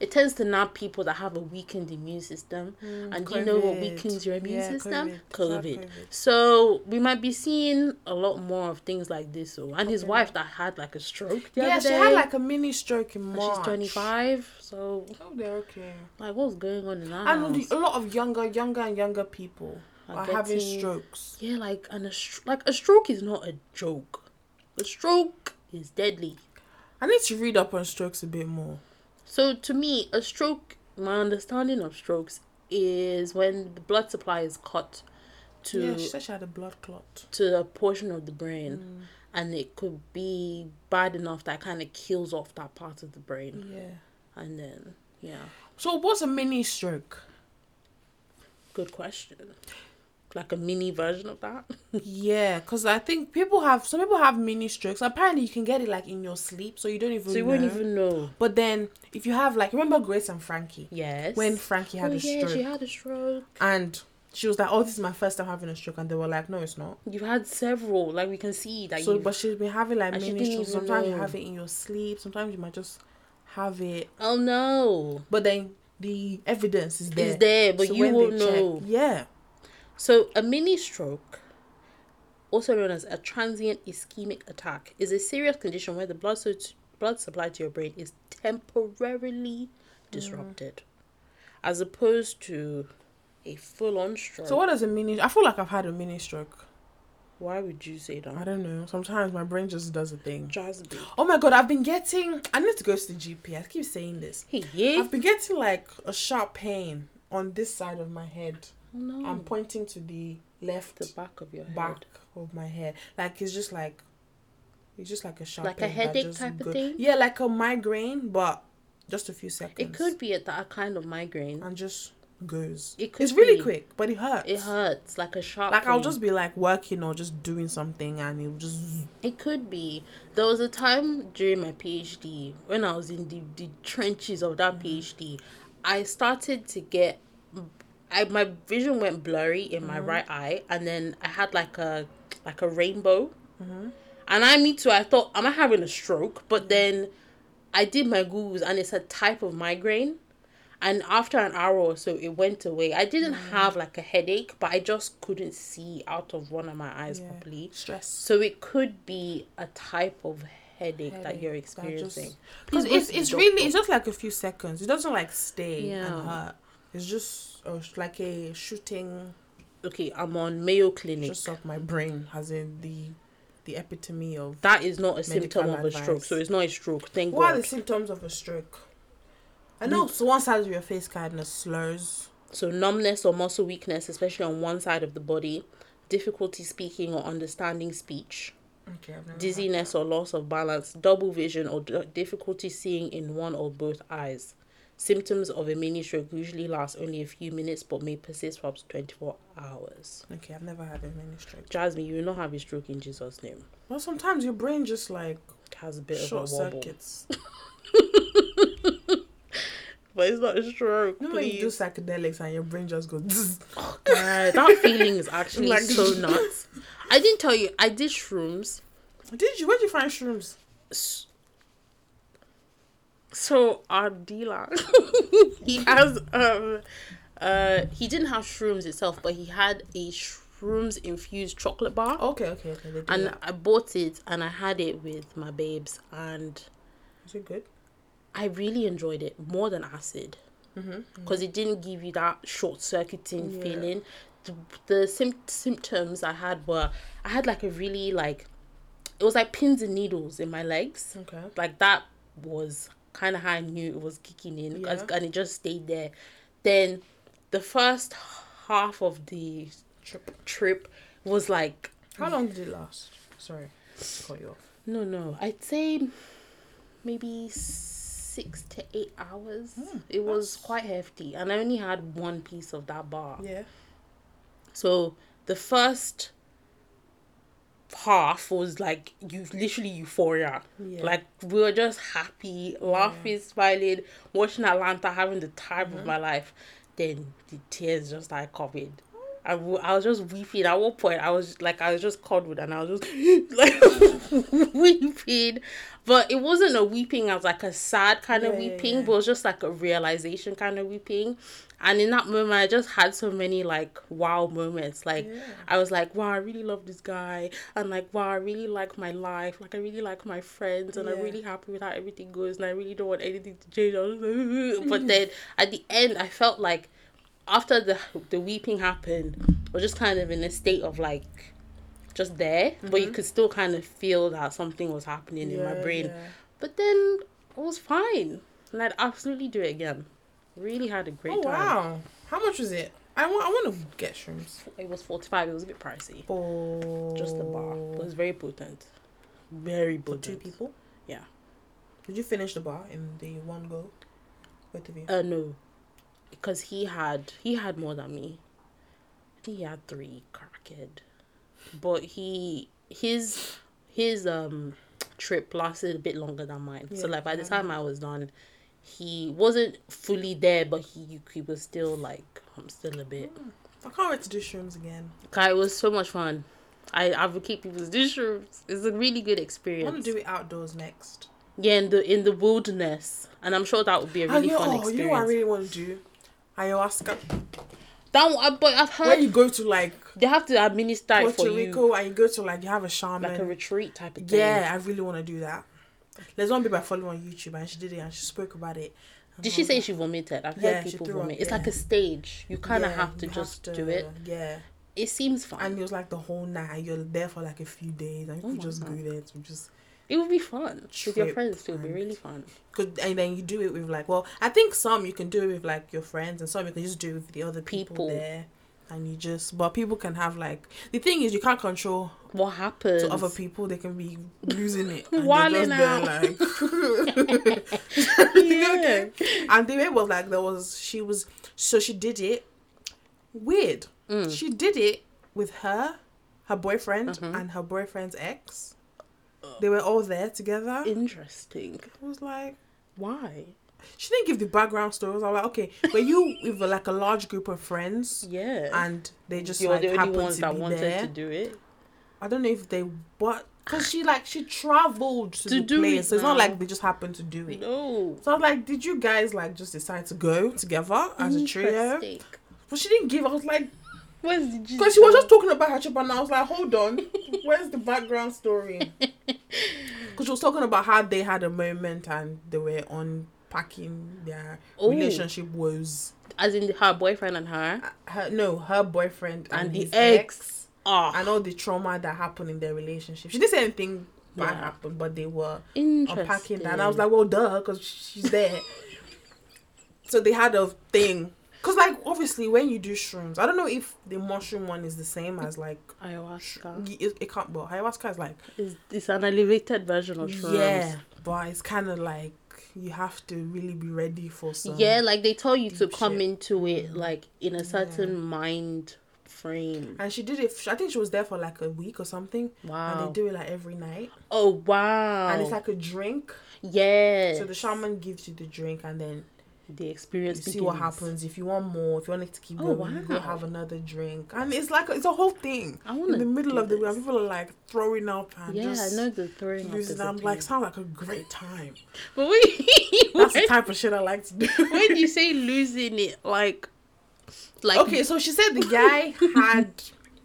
Speaker 1: it tends to nab people that have a weakened immune system. and do you know what
Speaker 2: Mm, COVID.
Speaker 1: weakens your immune
Speaker 2: Yeah,
Speaker 1: system?
Speaker 2: COVID.
Speaker 1: COVID.
Speaker 2: It's not
Speaker 1: So we might be seeing a lot more of things like this. So and his wife that had like a stroke. The
Speaker 2: yeah,
Speaker 1: other
Speaker 2: she
Speaker 1: day,
Speaker 2: had like a mini stroke in
Speaker 1: and
Speaker 2: March.
Speaker 1: she's twenty five. So
Speaker 2: Oh, they're okay.
Speaker 1: like, what's going on in our
Speaker 2: And
Speaker 1: house?
Speaker 2: the- a lot of younger, younger and younger people
Speaker 1: Are
Speaker 2: are, having
Speaker 1: getting-
Speaker 2: strokes.
Speaker 1: Yeah, like and a str- like a stroke is not a joke. A stroke is deadly.
Speaker 2: I need to read up on strokes a bit more.
Speaker 1: So to me, a stroke, my understanding of strokes is when the blood supply is cut to
Speaker 2: yeah, she said she had a blood clot.
Speaker 1: to a portion of the brain. And it could be bad enough that kind of kills off that part of the brain.
Speaker 2: Yeah.
Speaker 1: And then, yeah,
Speaker 2: So what's a mini stroke?
Speaker 1: good question. Like a mini version of that.
Speaker 2: yeah, because I think people have some people have mini strokes. Apparently, you can get it like in your sleep, so you don't even.
Speaker 1: So you
Speaker 2: know.
Speaker 1: won't even know.
Speaker 2: But then, if you have like, remember Grace and Frankie
Speaker 1: Yes.
Speaker 2: when Frankie had
Speaker 1: oh,
Speaker 2: a
Speaker 1: yeah,
Speaker 2: stroke,
Speaker 1: she had a stroke.
Speaker 2: and she was like, "Oh, this is my first time having a stroke," and they were like, "No, it's not."
Speaker 1: You've had several. Like we can see that
Speaker 2: so,
Speaker 1: you.
Speaker 2: but she's been having like
Speaker 1: And she
Speaker 2: mini
Speaker 1: didn't
Speaker 2: strokes.
Speaker 1: even
Speaker 2: Sometimes you
Speaker 1: know.
Speaker 2: have it in your sleep. Sometimes you might just have it,
Speaker 1: oh no,
Speaker 2: but then the evidence is there.
Speaker 1: it's there, but
Speaker 2: So
Speaker 1: you
Speaker 2: when they
Speaker 1: won't
Speaker 2: check-
Speaker 1: know.
Speaker 2: Yeah.
Speaker 1: So a mini stroke, also known as a transient ischemic attack, is a serious condition where the blood so- blood supply to your brain is temporarily
Speaker 2: Mm.
Speaker 1: disrupted, as opposed to a full on stroke.
Speaker 2: So what is a mini? I feel like I've had a mini stroke.
Speaker 1: Why would you say that?
Speaker 2: I don't know. Sometimes my brain just does a thing.
Speaker 1: Jazzy.
Speaker 2: Oh my god, I've been getting. I need to go to the GP. I keep saying this.
Speaker 1: Hey, yeah.
Speaker 2: I've been getting like a sharp pain on this side of my head.
Speaker 1: no.
Speaker 2: I'm pointing to the left
Speaker 1: Mm. the back of your head.
Speaker 2: back of my head. Like it's just like, it's just like a sharp
Speaker 1: Like a
Speaker 2: pain that
Speaker 1: headache
Speaker 2: just
Speaker 1: type of
Speaker 2: go-
Speaker 1: thing?
Speaker 2: Yeah, like a migraine, but just a few seconds.
Speaker 1: It could be a, that kind of migraine.
Speaker 2: and just goes.
Speaker 1: It could
Speaker 2: it's really
Speaker 1: be.
Speaker 2: quick, but it hurts.
Speaker 1: It hurts like a sharp.
Speaker 2: Like I'll
Speaker 1: pain.
Speaker 2: just be like working or just doing something, and it will just.
Speaker 1: It could be. There was a time during my PhD when I was in the, the trenches of that PhD, I started to get. I my vision went blurry in my right eye, and then I had like a like a rainbow. And I, me too. I thought, am I having a stroke? But then, I did my googles, and it's a type of migraine. And after an hour or so, it went away. I didn't have like a headache, but I just couldn't see out of one of my eyes
Speaker 2: Yeah.
Speaker 1: properly.
Speaker 2: Stress.
Speaker 1: So it could be a type of headache, that you're
Speaker 2: headache that just-
Speaker 1: experiencing.
Speaker 2: Because
Speaker 1: Please go
Speaker 2: it's,
Speaker 1: to the
Speaker 2: it's really
Speaker 1: doctor.
Speaker 2: it's just like a few seconds. It doesn't like stay
Speaker 1: Yeah.
Speaker 2: and hurt. It's just uh, like a shooting
Speaker 1: okay. I'm on Mayo Clinic.
Speaker 2: just off my brain, as in the the epitome of
Speaker 1: that is not a symptom of
Speaker 2: Medical
Speaker 1: a stroke,
Speaker 2: advice.
Speaker 1: so it's not a stroke. Thank
Speaker 2: what are
Speaker 1: God.
Speaker 2: the symptoms of a stroke. I know so one side of your face kind of slurs.
Speaker 1: So numbness or muscle weakness, especially on one side of the body, difficulty speaking or understanding speech,
Speaker 2: Okay, I've never
Speaker 1: dizziness or loss of balance, double vision or d- difficulty seeing in one or both eyes. Symptoms of a mini stroke usually last only a few minutes but may persist for up to 24 hours.
Speaker 2: Okay, I've never had a mini stroke.
Speaker 1: Jasmine, you will not have a stroke in Jesus' name.
Speaker 2: Well, sometimes your brain just like
Speaker 1: has a bit
Speaker 2: short
Speaker 1: of a wobble.
Speaker 2: circuits.
Speaker 1: But it's not a stroke,
Speaker 2: You know when you do
Speaker 1: please.
Speaker 2: psychedelics and your brain just goes.
Speaker 1: God, that feeling is actually
Speaker 2: Like-
Speaker 1: so nuts. I didn't tell you, I did shrooms.
Speaker 2: Did you? Where'd you find shrooms?
Speaker 1: S- So our dealer, he has um, uh, he didn't have shrooms itself, but he had a shrooms infused chocolate bar.
Speaker 2: Okay, okay, okay. They do
Speaker 1: And
Speaker 2: that.
Speaker 1: I bought it and I had it with my babes, and
Speaker 2: Is it good?
Speaker 1: I really enjoyed it more than acid.
Speaker 2: Mm-hmm.
Speaker 1: because it didn't give you that short circuiting
Speaker 2: Yeah.
Speaker 1: feeling. The, the sym- symptoms I had were I had like a really like it was like pins and needles in my legs.
Speaker 2: Okay.
Speaker 1: Like that was kind of how I knew it was kicking in, 'cause-
Speaker 2: Yeah.
Speaker 1: and it just stayed there. Then the first half of the
Speaker 2: Trip.
Speaker 1: trip was like
Speaker 2: How long did it last? Sorry, cut you off.
Speaker 1: no no I'd say maybe six to eight hours. it was
Speaker 2: that's-
Speaker 1: quite hefty, and I only had one piece of that bar.
Speaker 2: Yeah.
Speaker 1: So the first half was like you literally euphoria.
Speaker 2: Yeah.
Speaker 1: Like we were just happy, laughing, smiling, watching Atlanta, having the time
Speaker 2: Uh-huh.
Speaker 1: of my life. Then the tears just started coming. I, w- I was just weeping. At one point, I was like, I was just cuddled and I was just like weeping. But it wasn't a weeping as like a sad kind of
Speaker 2: Yeah, yeah,
Speaker 1: weeping,
Speaker 2: yeah.
Speaker 1: but it was just like a realization kind of weeping. And in that moment, I just had so many like wow moments. Like,
Speaker 2: Yeah.
Speaker 1: I was like, wow, I really love this guy. And like, wow, I really like my life. Like, I really like my friends. And I'm
Speaker 2: Yeah.
Speaker 1: really happy with how everything goes. And I really don't want anything to change. I was like, but then at the end, I felt like after the the weeping happened, I was just kind of in a state of like just there, but you could still kind of feel that something was happening in my
Speaker 2: Mm-hmm. Yeah,
Speaker 1: brain.
Speaker 2: yeah.
Speaker 1: But then it was fine, and I'd absolutely do it again. Really had a great
Speaker 2: Oh
Speaker 1: time.
Speaker 2: wow! How much was it? I want. I want to get shrooms.
Speaker 1: It was forty five. It was a bit pricey.
Speaker 2: For
Speaker 1: Just the bar. It was very potent. Very
Speaker 2: for two
Speaker 1: potent.
Speaker 2: people.
Speaker 1: Yeah.
Speaker 2: Did you finish the bar in the one go? Both of you.
Speaker 1: Uh no, because he had he had more than me. I think he had three crackhead, but he his his um trip lasted a bit longer than mine. so
Speaker 2: Yeah,
Speaker 1: like by the
Speaker 2: I
Speaker 1: time I was done, he wasn't fully there, but he he was still like I'm still a bit.
Speaker 2: I can't wait to do shrooms again.
Speaker 1: Guy, it was so much fun. I advocate people's dishes. It's a really good
Speaker 2: I want
Speaker 1: experience.
Speaker 2: to do it outdoors next.
Speaker 1: yeah, in the in the wilderness, and I'm sure that would be a really
Speaker 2: oh, yeah,
Speaker 1: fun
Speaker 2: oh,
Speaker 1: experience.
Speaker 2: you know what I really want to do? Ayahuasca.
Speaker 1: That one, I- but I've heard
Speaker 2: When you go to like
Speaker 1: They have to administer it for
Speaker 2: Puerto
Speaker 1: you,
Speaker 2: Rico and you go to like you have a shaman.
Speaker 1: like a retreat type of thing.
Speaker 2: yeah, I really want to do that. There's one people I follow on YouTube and she did it and she spoke about it.
Speaker 1: Did she say she vomited? I've heard
Speaker 2: Yeah, she
Speaker 1: people
Speaker 2: threw up,
Speaker 1: vomit. It's
Speaker 2: yeah.
Speaker 1: like a stage. You kind of
Speaker 2: Yeah,
Speaker 1: have to
Speaker 2: you
Speaker 1: just
Speaker 2: to-
Speaker 1: do it.
Speaker 2: Yeah.
Speaker 1: It seems
Speaker 2: And
Speaker 1: fun.
Speaker 2: it was like the whole night. You're there for like a few days and you
Speaker 1: Oh my
Speaker 2: could just
Speaker 1: God.
Speaker 2: go there to just
Speaker 1: It would be fun with your
Speaker 2: Trip
Speaker 1: friends. It would be
Speaker 2: and-
Speaker 1: really fun.
Speaker 2: Cause, and then you do it with like well i think some you can do it with like your friends and some you can just do it with the other people,
Speaker 1: People.
Speaker 2: there and you just but people can have like the thing is you can't control
Speaker 1: What happens?
Speaker 2: to other people they can be losing it and they're
Speaker 1: Wilding
Speaker 2: just there, like
Speaker 1: Yeah.
Speaker 2: and the way was like there was she was so she did it weird
Speaker 1: Mm.
Speaker 2: she did it with her her boyfriend
Speaker 1: Mm-hmm.
Speaker 2: and her boyfriend's ex they were all there together it
Speaker 1: Interesting.
Speaker 2: was like
Speaker 1: Why?
Speaker 2: she didn't give the background stories. I'm like, okay, were you with like a large group of friends
Speaker 1: Yeah.
Speaker 2: and they just
Speaker 1: You're
Speaker 2: like
Speaker 1: the only
Speaker 2: happened
Speaker 1: ones
Speaker 2: to
Speaker 1: that
Speaker 2: be
Speaker 1: wanted
Speaker 2: there?
Speaker 1: to do it.
Speaker 2: I don't know if they what because she like she traveled to,
Speaker 1: To
Speaker 2: the
Speaker 1: do
Speaker 2: place,
Speaker 1: it
Speaker 2: so it's
Speaker 1: now.
Speaker 2: not like they just happened to do it.
Speaker 1: No.
Speaker 2: So I was like, did you guys like just decide to go together as a trio?
Speaker 1: Interesting.
Speaker 2: But she didn't give. I was like,
Speaker 1: Where's the
Speaker 2: because she was just talking about her trip, and I was like, hold on, where's the background story? Because she was talking about how they had a moment and they were unpacking their
Speaker 1: Oh.
Speaker 2: relationship woes.
Speaker 1: as in her boyfriend and her.
Speaker 2: her no her boyfriend and,
Speaker 1: And the
Speaker 2: his
Speaker 1: ex.
Speaker 2: ex,
Speaker 1: Ah,
Speaker 2: and all the trauma that happened in their relationship she didn't say anything bad
Speaker 1: Yeah.
Speaker 2: happened but they were
Speaker 1: interesting.
Speaker 2: unpacking that and i was like well duh because she's there so they had a thing because like obviously when you do shrooms i don't know if the mushroom one is the same as like
Speaker 1: ayahuasca.
Speaker 2: y- it, it can't but ayahuasca is like
Speaker 1: It's, it's an elevated version of shrooms.
Speaker 2: yeah but it's kind of like you have to really be ready for some
Speaker 1: yeah, like they tell you to
Speaker 2: deep
Speaker 1: come
Speaker 2: shit.
Speaker 1: into it like in a certain mind frame.
Speaker 2: and she did it i think she was there for like a week or something and
Speaker 1: Wow.
Speaker 2: they do it like every night
Speaker 1: oh wow.
Speaker 2: and it's like a drink.
Speaker 1: yeah.
Speaker 2: So the shaman gives you the drink, and then
Speaker 1: the
Speaker 2: you
Speaker 1: experience.
Speaker 2: see what
Speaker 1: begins.
Speaker 2: happens. If you want more, if you want it to keep
Speaker 1: Oh,
Speaker 2: going, you go
Speaker 1: wow.
Speaker 2: have another drink, and it's like it's a whole thing.
Speaker 1: I
Speaker 2: In
Speaker 1: want
Speaker 2: the middle of the week,
Speaker 1: this.
Speaker 2: and people are like throwing up and
Speaker 1: Yeah,
Speaker 2: just
Speaker 1: I know the throwing up is
Speaker 2: losing.
Speaker 1: a
Speaker 2: I'm like,
Speaker 1: thing.
Speaker 2: sound like a great time.
Speaker 1: but wait,
Speaker 2: That's the
Speaker 1: when-
Speaker 2: type of shit I like to do.
Speaker 1: when you say losing it, like, like
Speaker 2: okay, so she said the guy had.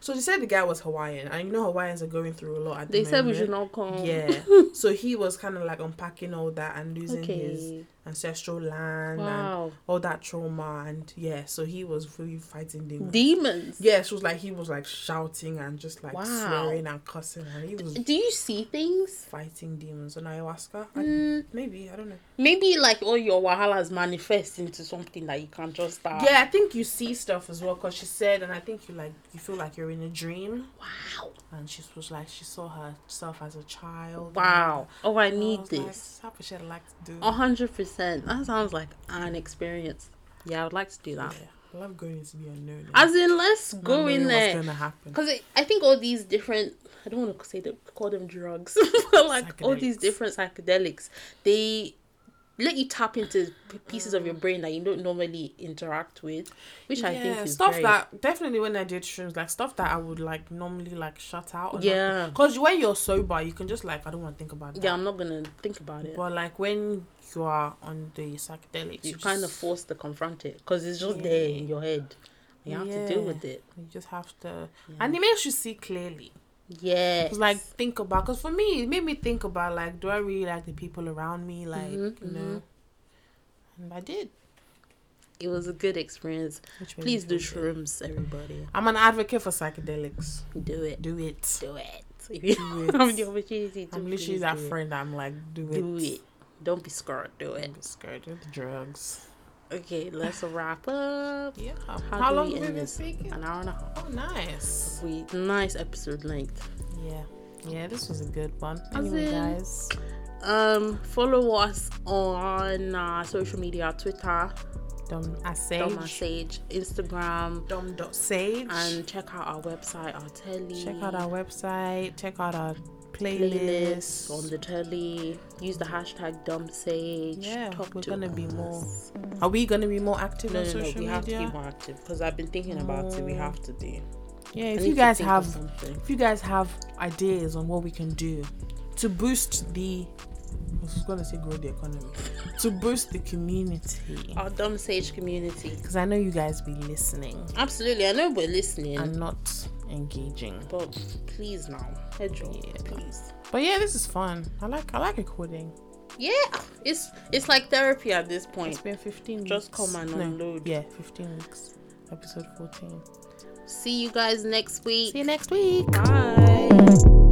Speaker 2: So she said the guy was Hawaiian, and you know Hawaiians are going through a lot at the
Speaker 1: they said we should
Speaker 2: moment.
Speaker 1: not come.
Speaker 2: Yeah, so he was kind of like unpacking all that and losing his
Speaker 1: Okay.
Speaker 2: ancestral land and
Speaker 1: Wow.
Speaker 2: all that trauma and yeah so he was really fighting demons
Speaker 1: Demons.
Speaker 2: yeah she was like he was like shouting and just like
Speaker 1: Wow.
Speaker 2: swearing and cussing and he was
Speaker 1: Do you see things?
Speaker 2: fighting demons on ayahuasca I-
Speaker 1: Mm,
Speaker 2: maybe i don't know
Speaker 1: maybe like all your wahalas manifest into something that you can't just start.
Speaker 2: yeah i think you see stuff as well because she said and i think you like you feel like you're in a dream
Speaker 1: Wow.
Speaker 2: and she was like she saw herself as a child
Speaker 1: Wow. Oh, I
Speaker 2: And I
Speaker 1: need
Speaker 2: was
Speaker 1: this.
Speaker 2: like, "This Oh. type of shit I like to do
Speaker 1: A hundred percent. That sounds like an experience. Yeah, I would like to do that.
Speaker 2: Yeah. I love going into the unknown.
Speaker 1: As in, let's
Speaker 2: Not
Speaker 1: go
Speaker 2: knowing
Speaker 1: in
Speaker 2: what's
Speaker 1: there.
Speaker 2: gonna happen.
Speaker 1: Because I think all these different, I don't want to say them, call them drugs, but like all these
Speaker 2: Psychedelics.
Speaker 1: different psychedelics, they let you tap into p- pieces
Speaker 2: Oh.
Speaker 1: of your brain that you don't normally interact with, which I think is
Speaker 2: stuff
Speaker 1: very,
Speaker 2: that definitely when I did shrooms, like stuff that I would like normally like shut out.
Speaker 1: Yeah.
Speaker 2: Because when you're sober, you can just like I don't want to think about that.
Speaker 1: yeah, I'm not gonna think about it.
Speaker 2: But like when you are on the psychedelics,
Speaker 1: you
Speaker 2: just-
Speaker 1: kind of forced to confront it because it's just there in your head. You have to deal
Speaker 2: Yeah.
Speaker 1: with it.
Speaker 2: You just have to,
Speaker 1: Mm.
Speaker 2: and it makes you see clearly.
Speaker 1: Yeah.
Speaker 2: It's like think about, because for me, it made me think about like, do I really like the people around me? Like,
Speaker 1: Mhm,
Speaker 2: you know, and I did.
Speaker 1: it was a good experience.
Speaker 2: Which made me
Speaker 1: Please do
Speaker 2: feel good.
Speaker 1: shrooms, everybody.
Speaker 2: I'm an advocate for psychedelics.
Speaker 1: Do it.
Speaker 2: Do it.
Speaker 1: Do it. If you
Speaker 2: Do it.
Speaker 1: have the opportunity to
Speaker 2: I'm
Speaker 1: please
Speaker 2: literally that
Speaker 1: do it.
Speaker 2: friend. that I'm like, do it.
Speaker 1: Do it. Don't be scared. Do it.
Speaker 2: I'm scared of the drugs.
Speaker 1: Okay, let's wrap up.
Speaker 2: Yeah. How,
Speaker 1: do
Speaker 2: long
Speaker 1: we
Speaker 2: have
Speaker 1: end
Speaker 2: we been
Speaker 1: this?
Speaker 2: speaking?
Speaker 1: An hour and a half.
Speaker 2: Oh, nice.
Speaker 1: We nice episode length.
Speaker 2: Yeah. Yeah, this was a good one.
Speaker 1: As
Speaker 2: Anyway,
Speaker 1: in-
Speaker 2: guys.
Speaker 1: Um, follow us on uh, social media: Twitter,
Speaker 2: Dom
Speaker 1: Doma
Speaker 2: Asage.
Speaker 1: Sage, Instagram,
Speaker 2: Dom dot Sage.
Speaker 1: and check out our website, our telly.
Speaker 2: check out our website. Check out our playlist.
Speaker 1: playlists on the telly. Use the hashtag Dumb Sage.
Speaker 2: yeah,
Speaker 1: Talk
Speaker 2: we're
Speaker 1: to
Speaker 2: gonna be
Speaker 1: us.
Speaker 2: more. Are we gonna be more active
Speaker 1: No,
Speaker 2: on
Speaker 1: no, no. We
Speaker 2: social
Speaker 1: have to
Speaker 2: media?
Speaker 1: be more active because I've been thinking about it. We have to be.
Speaker 2: yeah,
Speaker 1: I
Speaker 2: if
Speaker 1: need
Speaker 2: you
Speaker 1: to
Speaker 2: guys
Speaker 1: think of
Speaker 2: have
Speaker 1: something.
Speaker 2: if you guys have ideas on what we can do to boost the I was gonna say grow the economy to boost the community
Speaker 1: our Dumb Sage community.
Speaker 2: because I know you guys be listening
Speaker 1: Absolutely, I know we're listening.
Speaker 2: and not engaging.
Speaker 1: But please now, Pedro,
Speaker 2: Yeah.
Speaker 1: please.
Speaker 2: But yeah, this is fun. I like I like recording.
Speaker 1: Yeah, it's it's like therapy at this point.
Speaker 2: It's been 15
Speaker 1: Just
Speaker 2: weeks.
Speaker 1: come and unload.
Speaker 2: Yeah, 15 weeks. Episode 14.
Speaker 1: See you guys next week.
Speaker 2: See you next week.
Speaker 1: Bye.